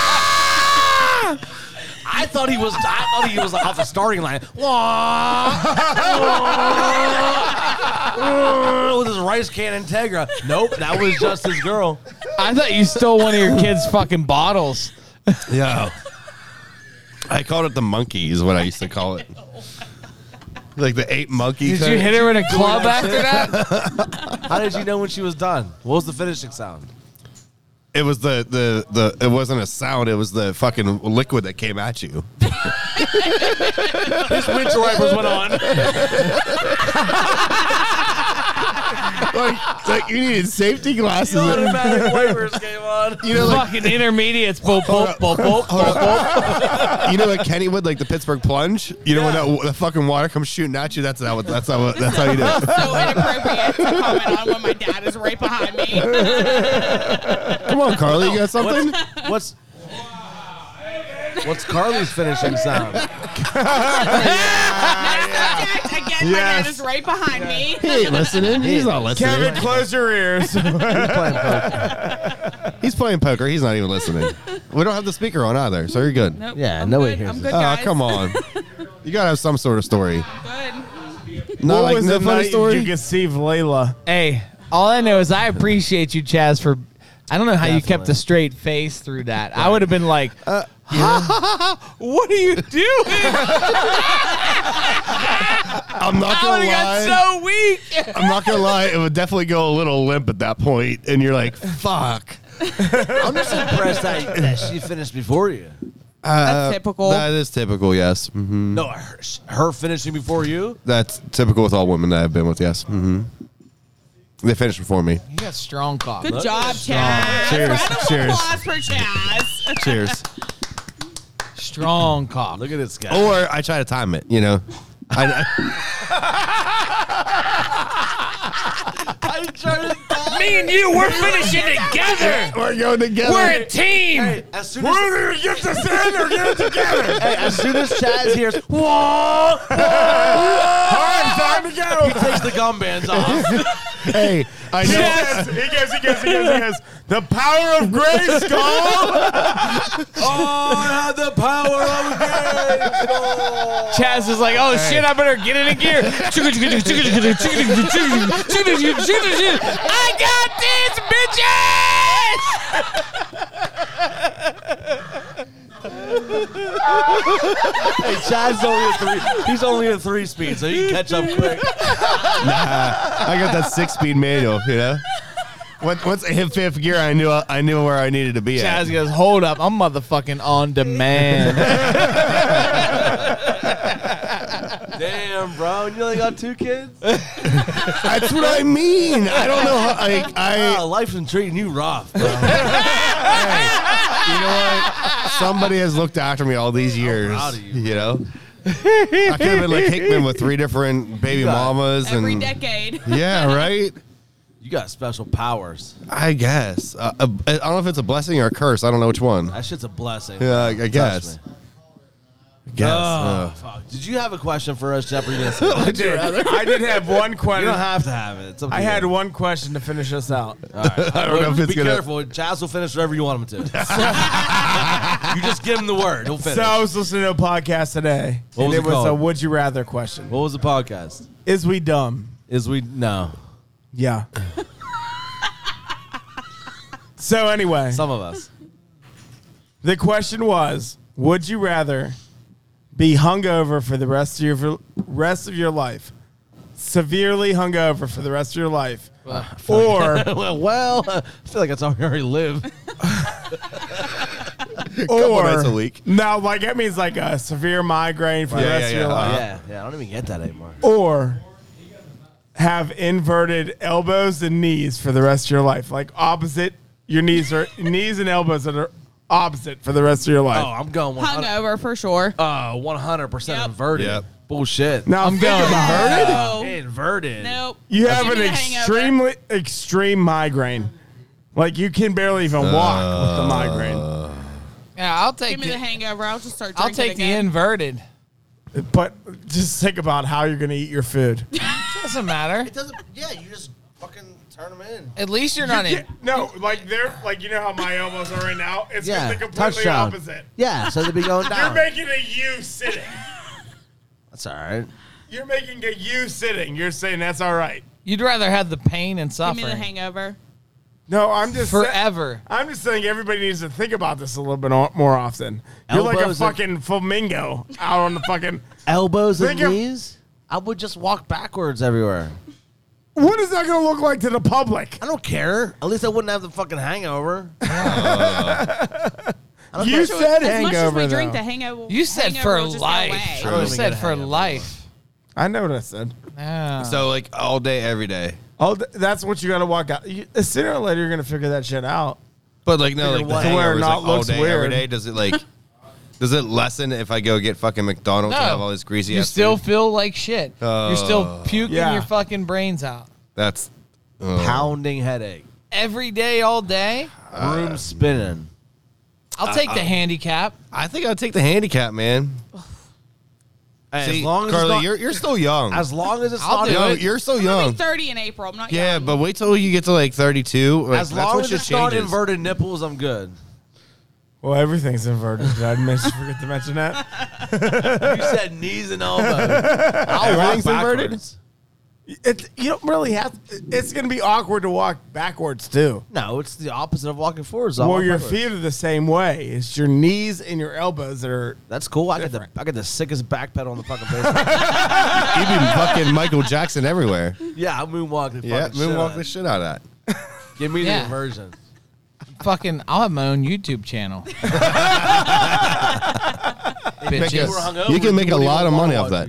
Speaker 1: I thought he was I thought he was off the starting line. Wah, wah, with his rice can Integra. Nope, that was just his girl.
Speaker 5: I thought you stole one of your kids' fucking bottles.
Speaker 2: Yeah. I called it the monkey is what I used to call it. Like the ape monkey.
Speaker 5: Did
Speaker 2: thing.
Speaker 5: you hit her in a club after that?
Speaker 1: How did you know when she was done? What was the finishing sound?
Speaker 2: It was the, the the it wasn't a sound, it was the fucking liquid that came at you.
Speaker 1: Winter wipers went on.
Speaker 2: Like, like you needed safety glasses.
Speaker 1: Automatic wipers came on.
Speaker 2: You know, like
Speaker 5: fucking intermediates. Boop, boop, boop, boop, boop, boop.
Speaker 2: you know, like Kennywood, like the Pittsburgh plunge. You know when that, the fucking water comes shooting at you. That's how. That's how. That's how you do it.
Speaker 8: So inappropriate to comment on when my dad is right behind me.
Speaker 2: Come on, Carly, you got something?
Speaker 1: What's What's Carly's finishing sound?
Speaker 8: Subject, again, my dad is right behind me.
Speaker 2: He ain't listening. He's not listening.
Speaker 4: Kevin, close your ears.
Speaker 2: He's playing poker. He's not even listening. We don't have the speaker on either, so you're good.
Speaker 8: Nope,
Speaker 1: Yeah,
Speaker 8: I'm
Speaker 1: no one
Speaker 8: good.
Speaker 1: hears
Speaker 8: I'm
Speaker 1: it.
Speaker 8: good,
Speaker 2: Oh,
Speaker 8: guys.
Speaker 2: come on. You gotta have some sort of story.
Speaker 8: Good.
Speaker 2: Not like
Speaker 4: was
Speaker 2: no
Speaker 4: the
Speaker 2: funny
Speaker 4: night
Speaker 2: story.
Speaker 4: You conceived Layla.
Speaker 5: Hey, all I know is I appreciate you, Chaz, for. I don't know how you kept a straight face through that. I would have been like,
Speaker 2: Uh,
Speaker 5: "What are you doing?"
Speaker 2: I'm not
Speaker 5: I would
Speaker 2: gonna lie.
Speaker 5: have got so weak.
Speaker 2: I'm not gonna lie. It would definitely go a little limp at that point, and you're like, "Fuck."
Speaker 1: I'm just impressed that, that she finished before you.
Speaker 8: That's typical.
Speaker 2: Uh, That is typical. Yes. hmm
Speaker 1: No, her, her finishing before you.
Speaker 2: That's typical with all women that I've been with. Yes. hmm They finished before me.
Speaker 5: You got strong cock.
Speaker 8: Good
Speaker 1: Oh,
Speaker 8: job, Chaz.
Speaker 2: Cheers,
Speaker 8: Round of
Speaker 2: cheers.
Speaker 8: applause for Chaz.
Speaker 2: Cheers.
Speaker 5: Strong cock.
Speaker 1: Look at this guy.
Speaker 2: or I try to time it. You know. I,
Speaker 9: Me and you, we're finishing together.
Speaker 2: we're going together.
Speaker 9: We're a team.
Speaker 1: as soon as,
Speaker 2: get this in or get it together.
Speaker 1: hey, as soon as Chaz hears, whoa, he takes the gum bands off.
Speaker 2: Hey, I know.
Speaker 4: Yes, he goes, he goes, he goes, he goes. The power of grace, God.
Speaker 1: I have the power of grace. Oh.
Speaker 5: Chaz is like, oh shit, I better get it in gear. I got this, bitches!
Speaker 1: Hey, Chaz's only a three. He's only a three speed, so he can catch up quick.
Speaker 2: I got that six speed manual, you know. Once, once I hit fifth gear, I knew I, I knew where I needed to be at.
Speaker 5: Chaz goes, hold up, I'm motherfucking on demand.
Speaker 1: Damn, bro, and you only got two kids.
Speaker 2: That's what I mean. I don't know. How, I, I
Speaker 1: Ah, life's been treating you rough. Bro.
Speaker 2: you know what? Somebody has looked after me all these years.
Speaker 1: proud of you,
Speaker 2: you know, I could have been like Hickman with three different baby mamas
Speaker 8: Every
Speaker 2: and
Speaker 8: decade.
Speaker 2: yeah, right.
Speaker 1: You got special powers.
Speaker 2: I guess uh, uh, I don't know if it's a blessing or a curse. I don't know which one.
Speaker 1: That shit's a blessing.
Speaker 2: Yeah, I, I
Speaker 1: Trust
Speaker 2: guess.
Speaker 1: me.
Speaker 2: Guess.
Speaker 1: Oh,
Speaker 2: uh,
Speaker 1: fuck. Did you have a question for us, Jeopardy? Yes. you
Speaker 4: I did, I did have one
Speaker 1: don't
Speaker 4: question.
Speaker 1: have to have it. It's up to
Speaker 4: I
Speaker 1: you.
Speaker 4: had one question to finish us out.
Speaker 2: I don't know if it's
Speaker 1: Be
Speaker 2: gonna.
Speaker 1: careful. Chaz will finish wherever you want him to. you just give him the word. He'll finish.
Speaker 4: So I was listening to a podcast today,
Speaker 1: What
Speaker 4: and
Speaker 1: was
Speaker 4: it,
Speaker 1: it
Speaker 4: was a
Speaker 1: called?
Speaker 4: "Would you rather" question.
Speaker 1: what was the podcast?
Speaker 4: Is we dumb?
Speaker 1: Is we no
Speaker 4: Yeah. so anyway,
Speaker 1: some of us.
Speaker 4: the question was: Would you rather be hungover for the rest of your rest of your life, severely hungover for the rest of your life, or
Speaker 1: well, well, I feel like that's how we already live.
Speaker 2: Couple nights
Speaker 4: or
Speaker 2: a week.
Speaker 4: no, like that means like a severe migraine for the
Speaker 2: Yeah,
Speaker 4: rest
Speaker 2: yeah,
Speaker 4: of your
Speaker 2: yeah.
Speaker 4: life,
Speaker 1: yeah, yeah. I don't even get that anymore.
Speaker 4: or have inverted elbows and knees for the rest of your life, like opposite. Your knees are knees and elbows that are opposite for the rest of your
Speaker 1: Oh,
Speaker 4: life.
Speaker 1: I'm going one hundred.
Speaker 8: Hungover for sure.
Speaker 1: Uh, one hundred percent
Speaker 8: Yep.
Speaker 1: inverted.
Speaker 2: Yep.
Speaker 1: Bullshit.
Speaker 4: Now I'm going
Speaker 8: No.
Speaker 1: Inverted.
Speaker 8: Nope.
Speaker 4: You have
Speaker 8: Give
Speaker 4: an
Speaker 8: me the hangover.
Speaker 4: extremely extreme migraine. Like you can barely even walk with the migraine.
Speaker 5: yeah, I'll take
Speaker 8: Give me the
Speaker 5: the,
Speaker 8: hangover. I'll just start drinking.
Speaker 5: I'll take the
Speaker 8: again.
Speaker 5: inverted.
Speaker 4: But just think about how you're gonna eat your food.
Speaker 5: Doesn't matter.
Speaker 10: doesn't. Yeah, you just fucking turn them in.
Speaker 5: At least you're not in.
Speaker 4: no, like they're like you know how my elbows are right now? It's
Speaker 1: Yeah,
Speaker 4: the completely
Speaker 1: touchdown.
Speaker 4: opposite.
Speaker 1: Yeah, so they'd be going
Speaker 4: You're
Speaker 1: down.
Speaker 4: making a U sitting.
Speaker 1: That's all right.
Speaker 4: You're making a U sitting. You're saying that's all right.
Speaker 5: You'd rather have the pain and
Speaker 8: Give me the
Speaker 5: suffering
Speaker 8: hangover.
Speaker 4: No, I'm just sa-
Speaker 5: forever.
Speaker 4: I'm just saying everybody needs to think about this a little bit o- more often. You're like a
Speaker 1: Elbows and-
Speaker 4: fucking flamingo out on the fucking.
Speaker 1: Elbows and
Speaker 4: Think of-
Speaker 1: knees. I would just walk backwards everywhere.
Speaker 4: What is that going to look like to the public?
Speaker 1: I don't care. At least I wouldn't have the fucking hangover.
Speaker 4: You said
Speaker 8: As much as
Speaker 4: hangover
Speaker 8: we
Speaker 4: though.
Speaker 8: drink the hangover,
Speaker 5: You said
Speaker 8: hangover
Speaker 5: for
Speaker 8: will just go
Speaker 5: life.
Speaker 8: away.
Speaker 1: True.
Speaker 5: You said for
Speaker 1: Hangover.
Speaker 5: life.
Speaker 4: I know what I said.
Speaker 5: Yeah.
Speaker 2: So like all day, every day.
Speaker 4: Oh, th- that's what you got to walk out. You, sooner or later, you're going to figure that shit out.
Speaker 2: But like no, like
Speaker 1: Figure
Speaker 2: the
Speaker 1: what?
Speaker 2: hangover
Speaker 4: Where
Speaker 2: is,
Speaker 4: not
Speaker 2: like, all
Speaker 4: looks
Speaker 2: day every
Speaker 4: weird.
Speaker 2: day. Does it like does it lessen if I go get fucking McDonald's and
Speaker 5: No.
Speaker 2: have all this greasy?
Speaker 5: You
Speaker 2: ass
Speaker 5: still
Speaker 2: food?
Speaker 5: feel like shit. You're still
Speaker 1: Uh,
Speaker 2: Oh.
Speaker 5: puking
Speaker 4: Yeah.
Speaker 5: your fucking brains out.
Speaker 2: that's
Speaker 1: Pounding headache.
Speaker 5: Every day, all day.
Speaker 1: Room spinning.
Speaker 5: I'll take the handicap.
Speaker 2: I think I'd take the handicap, man.
Speaker 1: As
Speaker 2: See,
Speaker 1: long as it's
Speaker 2: Carly,
Speaker 1: not-
Speaker 2: you're, you're still young.
Speaker 1: As long as it's
Speaker 5: I'll
Speaker 1: not
Speaker 5: do
Speaker 2: Yo,
Speaker 5: it.
Speaker 2: you're so
Speaker 8: I'm gonna
Speaker 2: young.
Speaker 8: be 30 in April. I'm not.
Speaker 2: Yeah,
Speaker 8: young.
Speaker 2: but wait till you get to like 32. Like,
Speaker 1: as
Speaker 2: that's
Speaker 1: long
Speaker 2: when
Speaker 1: as
Speaker 2: shit
Speaker 1: it's not
Speaker 2: changes.
Speaker 1: inverted nipples, I'm good.
Speaker 4: Well, everything's inverted. Did I miss, forget to mention that?
Speaker 1: You said knees and elbows. I'll walk
Speaker 2: Everything's inverted?
Speaker 1: backwards.
Speaker 4: It's you don't really have. It's gonna be awkward to walk backwards too.
Speaker 1: No, it's the opposite of walking forwards. I'll
Speaker 4: Well,
Speaker 1: walk
Speaker 4: your
Speaker 1: backwards.
Speaker 4: feet are the same way. It's your knees and your elbows that are.
Speaker 1: That's cool. I got the I got the sickest back pedal on the fucking basement.
Speaker 2: You'd be fucking Michael Jackson everywhere.
Speaker 1: yeah, I moonwalk the
Speaker 2: Yeah,
Speaker 1: fucking shit out
Speaker 2: moonwalk
Speaker 1: of
Speaker 2: the
Speaker 1: it.
Speaker 2: shit out of that.
Speaker 1: Give me
Speaker 5: Yeah.
Speaker 1: the inversion.
Speaker 5: Fucking, I'll have my own YouTube channel.
Speaker 2: Make
Speaker 5: Bitches.
Speaker 2: a- you can make a lot of money off that.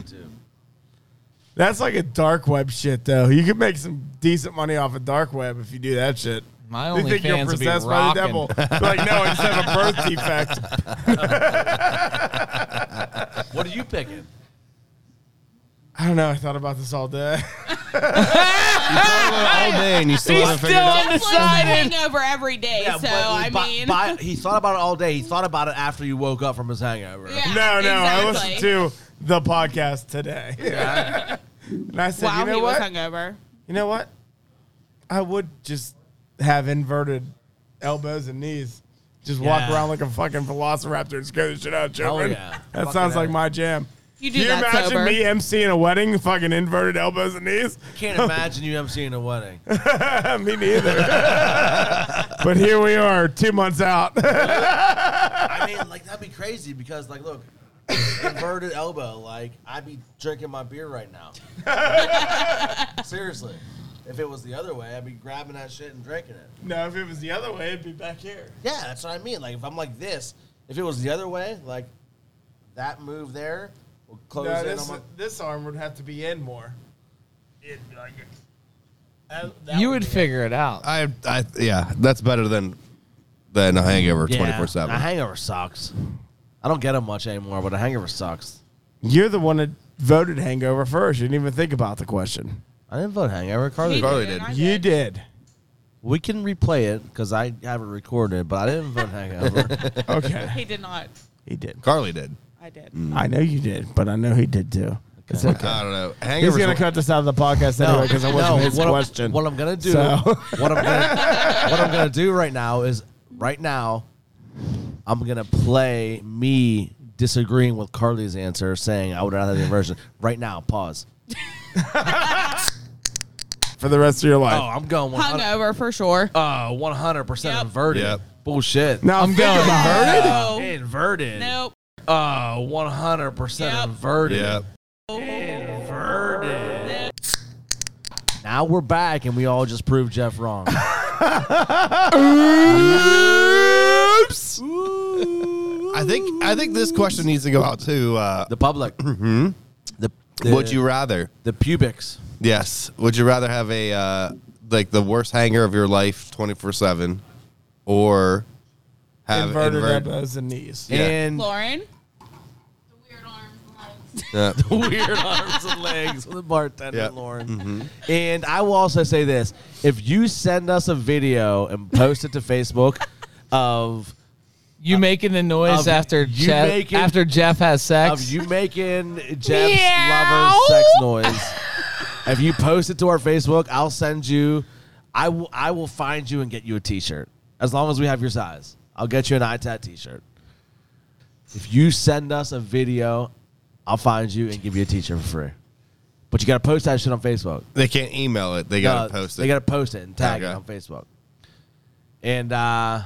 Speaker 4: That's like a dark web shit though. You could make some decent money off of dark web if you do that shit.
Speaker 5: My
Speaker 4: They think you're
Speaker 5: OnlyFans will be
Speaker 4: possessed by the
Speaker 5: rocking.
Speaker 4: devil. like no, it's have a birth defect.
Speaker 1: What are you picking?
Speaker 4: I don't know. I thought about this all day.
Speaker 2: All day and you still haven't figured it out.
Speaker 8: Netflix is a hangover every day, so I
Speaker 1: but-
Speaker 8: mean.
Speaker 1: but he thought about it all day. He thought about it after you woke up from his hangover.
Speaker 8: Yeah,
Speaker 4: no, no. I
Speaker 8: exactly.
Speaker 4: listened to the podcast today, and I said,
Speaker 8: While
Speaker 4: you know
Speaker 8: he
Speaker 4: what?
Speaker 8: was hungover.
Speaker 4: You know what? I would just have inverted elbows and knees. Just walk
Speaker 1: Yeah.
Speaker 4: around like a fucking velociraptor and scare the shit out of
Speaker 1: Hell
Speaker 4: children.
Speaker 1: yeah.
Speaker 4: That
Speaker 1: Fucking
Speaker 4: sounds like
Speaker 1: A.
Speaker 4: my jam.
Speaker 8: You do
Speaker 4: Can you
Speaker 8: that
Speaker 4: imagine
Speaker 8: sober.
Speaker 4: me emceeing a wedding, fucking inverted elbows and knees?
Speaker 1: Can't imagine you emceeing a wedding.
Speaker 4: me neither. but here we are, two months out.
Speaker 1: I mean, like that'd be crazy because, like, look, inverted elbow. Like, I'd be drinking my beer right now. Seriously, if it was the other way, I'd be grabbing that shit and drinking it.
Speaker 4: no, if it was the other way, it'd be back here.
Speaker 1: Yeah, that's what I mean. Like, if I'm like this, if it was the other way, like that move there will close
Speaker 4: No,
Speaker 1: in
Speaker 4: this,
Speaker 1: on my.
Speaker 4: this arm would have to be in more. It'd be like,
Speaker 5: You would figure it out.
Speaker 2: I, I, yeah, that's better than than a hangover
Speaker 1: Yeah,
Speaker 2: twenty four
Speaker 1: A
Speaker 2: seven.
Speaker 1: hangover sucks. I don't get them much anymore, but a hangover sucks.
Speaker 4: You're the one that voted hangover first. You didn't even think about the question.
Speaker 1: I didn't vote hangover, Carly.
Speaker 8: He
Speaker 2: probably
Speaker 8: and
Speaker 2: did.
Speaker 8: I
Speaker 4: You did.
Speaker 1: We can replay it because I have it recorded, but I didn't vote hangover.
Speaker 4: Okay.
Speaker 8: He did not.
Speaker 4: he did.
Speaker 2: Carly did.
Speaker 8: I did.
Speaker 4: I know you did, but I know he did too. It's okay.
Speaker 2: I don't know.
Speaker 4: He's
Speaker 2: Hangovers.
Speaker 4: going to cut this out of the podcast anyway because it wasn't his
Speaker 1: what I'm-
Speaker 4: question.
Speaker 1: what I'm gonna do,
Speaker 4: So-
Speaker 1: what I'm gonna, what I'm gonna do right now is, right now, I'm gonna play me disagreeing with Carly's answer, saying I would rather the inversion. Right now, pause.
Speaker 4: for the rest of your life.
Speaker 1: Oh, I'm going 100,
Speaker 8: Hungover for sure.
Speaker 1: uh, 100%
Speaker 8: Yep.
Speaker 1: inverted.
Speaker 2: Yep.
Speaker 1: Bullshit.
Speaker 4: now, I'm going.
Speaker 8: No.
Speaker 1: Inverted.
Speaker 8: Nope.
Speaker 1: Uh, 100%
Speaker 8: Yep.
Speaker 1: inverted.
Speaker 2: Oh, yeah.
Speaker 1: Now we're back and we all just proved Jeff wrong.
Speaker 2: I think I think this question needs to go out to uh,
Speaker 1: The public. Mm-hmm. The, the
Speaker 2: Would you rather?
Speaker 1: the pubics.
Speaker 2: Yes. Would you rather have a uh, like the worst hanger of your life twenty four seven, or have
Speaker 4: Inverted
Speaker 2: invert-
Speaker 4: elbows and knees.
Speaker 2: Yeah.
Speaker 1: And
Speaker 8: Lauren.
Speaker 2: Yeah.
Speaker 1: weird arms and legs with the bartender
Speaker 2: Yeah.
Speaker 1: Lauren. And I will also say this: if you send us a video and post it to Facebook of
Speaker 5: You making the noise
Speaker 1: of
Speaker 5: after
Speaker 1: you
Speaker 5: Jeff
Speaker 1: making-
Speaker 5: after Jeff has
Speaker 1: of
Speaker 5: sex?
Speaker 1: you making Jeff's
Speaker 8: Meow.
Speaker 1: lover's sex noise, if you post it to our Facebook, I'll send you. I will. I will find you and get you a T-shirt. As long as we have your size, I'll get you an iTat T-shirt. If you send us a video, I'll find you and give you a T-shirt for free. But you got to post that shit on Facebook.
Speaker 2: They can't email it. They gotta
Speaker 1: No,
Speaker 2: post
Speaker 1: Uh,
Speaker 2: it.
Speaker 1: They gotta post it and tag it
Speaker 2: Okay.
Speaker 1: on Facebook. And uh,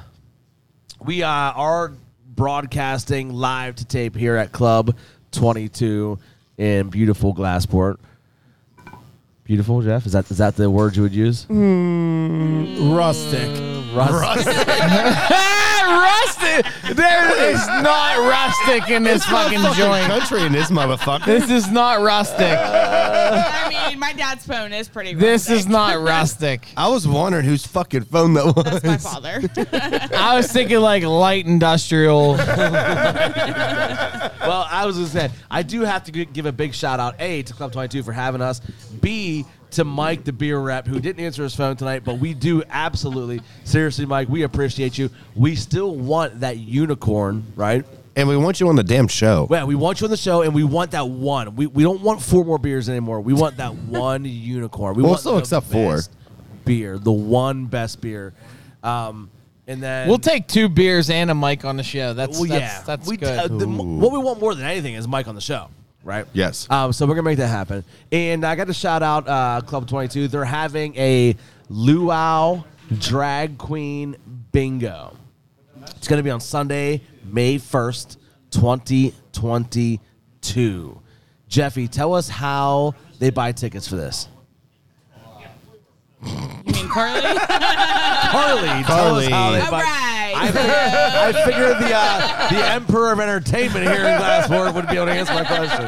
Speaker 1: we uh, are broadcasting live to tape here at Club Twenty Two in beautiful Glassport. Beautiful, Jeff. Is that is that the word you would use?
Speaker 4: Rustic.
Speaker 1: Mm.
Speaker 5: rustic. There is not rustic in this fucking joint.
Speaker 2: country in this motherfucker.
Speaker 5: This is not rustic.
Speaker 8: I mean, my dad's phone is pretty.
Speaker 5: This
Speaker 8: rustic.
Speaker 5: is not rustic.
Speaker 2: I was wondering whose fucking phone that was.
Speaker 8: That's my father.
Speaker 5: I was thinking like light industrial.
Speaker 1: Well, I was gonna say I do have to g- give a big shout out a to Club Twenty Two for having us. B to Mike the beer rep who didn't answer his phone tonight, but we do absolutely seriously, Mike. We appreciate you. We still want that unicorn, right?
Speaker 2: And we want you on the damn show.
Speaker 1: Well, we want you on the show, and we want that one. We, we don't want four more beers anymore. We want that one unicorn. We
Speaker 2: We'll
Speaker 1: want
Speaker 2: still
Speaker 1: the
Speaker 2: accept four.
Speaker 1: best beer, the one best beer, um, and then
Speaker 5: We'll take two beers and a mic on the show. That's
Speaker 1: Well,
Speaker 5: that's,
Speaker 1: yeah,
Speaker 5: that's
Speaker 1: we,
Speaker 5: good.
Speaker 1: uh, the- what we want more than anything is Mike on the show, right?
Speaker 2: Yes.
Speaker 1: Um, so we're gonna make that happen. And I got to shout out uh, Club Twenty Two. They're having a luau drag queen bingo. It's gonna be on Sunday, May first, twenty twenty two. Jeffy, tell us how they buy tickets for this.
Speaker 8: You mean Carly?
Speaker 1: Carly, tell us how they
Speaker 8: All
Speaker 1: buy.
Speaker 8: right.
Speaker 1: I figured, I figured the uh, the emperor of entertainment here in Glassford would be able to answer my question.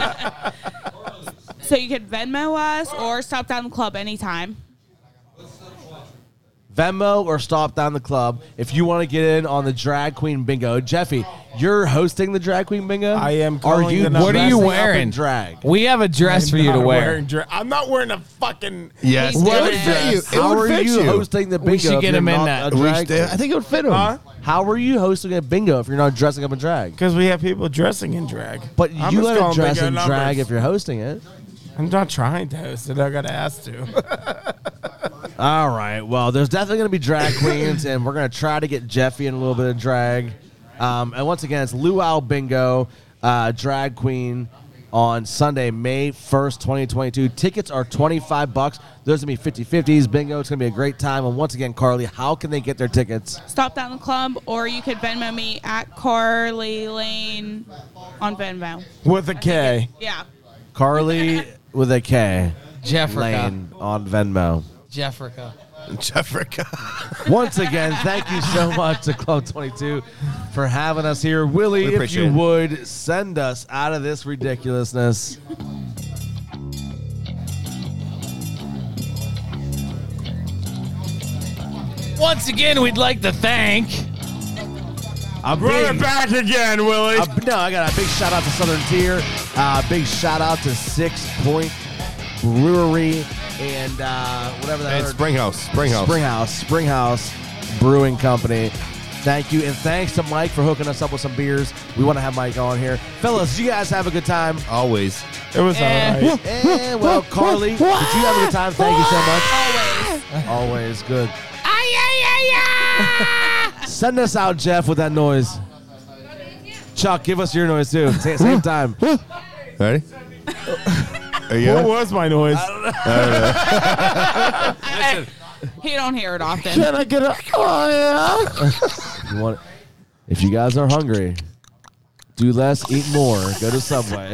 Speaker 8: so you could Venmo us or stop down the club anytime.
Speaker 1: Venmo or stop down the club if you want to get in on the drag queen bingo. Jeffy, you're hosting the drag queen bingo.
Speaker 4: I am
Speaker 1: Are
Speaker 4: calling
Speaker 1: you?
Speaker 4: the number.
Speaker 1: What are
Speaker 4: Dressing
Speaker 1: you
Speaker 4: up in
Speaker 1: wearing? Drag.
Speaker 5: we have a dress for you to
Speaker 4: Not
Speaker 5: wear.
Speaker 4: wearing dre- I'm not wearing a fucking.
Speaker 2: Yes.
Speaker 5: He's
Speaker 2: It
Speaker 5: doing
Speaker 2: would
Speaker 5: it.
Speaker 2: fit you. It
Speaker 1: How
Speaker 2: would
Speaker 1: are
Speaker 2: fit
Speaker 1: you
Speaker 2: you.
Speaker 1: hosting the bingo?
Speaker 5: We should
Speaker 1: if
Speaker 5: get
Speaker 1: you're
Speaker 5: him in
Speaker 1: not
Speaker 5: that.
Speaker 1: a
Speaker 2: We
Speaker 1: drag
Speaker 2: should- I think it would fit him.
Speaker 4: Huh?
Speaker 1: queen? How are you hosting a bingo if you're not dressing up in drag?
Speaker 4: Because we have people dressing in drag.
Speaker 1: But
Speaker 4: I'm
Speaker 1: you
Speaker 4: just
Speaker 1: let
Speaker 4: calling
Speaker 1: it dress
Speaker 4: bigger
Speaker 1: in
Speaker 4: numbers.
Speaker 1: drag if you're hosting it.
Speaker 4: I'm not trying to host it. I got asked to.
Speaker 1: All right. Well, there's definitely going to be drag queens, and we're going to try to get Jeffy in a little bit of drag. Um, and once again, it's Luau Bingo, uh, drag queen on Sunday, May 1st, 2022. Tickets are 25 bucks. There's going to be 50 50s bingo. It's going to be a great time. And once again, Carly, how can they get their tickets?
Speaker 8: Stop down the club or you could Venmo me at Carly Lane on Venmo.
Speaker 4: With a K.
Speaker 8: Yeah.
Speaker 1: Carly with a K.
Speaker 5: Jeffrica.
Speaker 1: Lane on Venmo.
Speaker 5: Jeffrica.
Speaker 2: Jeffrica.
Speaker 1: Once again, thank you so much to Club 22 for having us here. Willie,
Speaker 2: We
Speaker 1: if
Speaker 2: appreciate
Speaker 1: you
Speaker 2: it.
Speaker 1: would, send us out of this ridiculousness.
Speaker 5: Once again, we'd like to thank.
Speaker 1: A big-
Speaker 4: back again, Willie.
Speaker 1: a- no, I got a big shout out to Southern Tier, uh, big shout out to Six Point Brewery, and uh, whatever that
Speaker 2: And
Speaker 1: other-
Speaker 2: Springhouse. Springhouse.
Speaker 1: Springhouse, Springhouse Brewing Company. Thank you, and thanks to Mike for hooking us up with some beers. We want to have Mike on here, fellas. You guys have a good time.
Speaker 2: Always.
Speaker 4: It was all right.
Speaker 1: And Eh, well, Carly, did you have a good time? Thank you so much. Always good. Send us out, Jeff, with that noise. Chuck, give us your noise too. Same, same time.
Speaker 2: Ready? There you
Speaker 4: What
Speaker 2: go.
Speaker 4: was my noise?
Speaker 8: He don't hear it often.
Speaker 4: Can I get a? Oh yeah.
Speaker 1: You want- if you guys are hungry, do less, eat more. Go to Subway.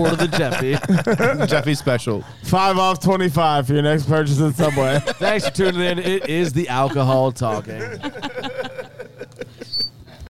Speaker 1: Order the Jeffy.
Speaker 2: Jeffy special.
Speaker 4: Five off twenty-five for your next purchase at Subway.
Speaker 1: Thanks for tuning in. It is the alcohol talking.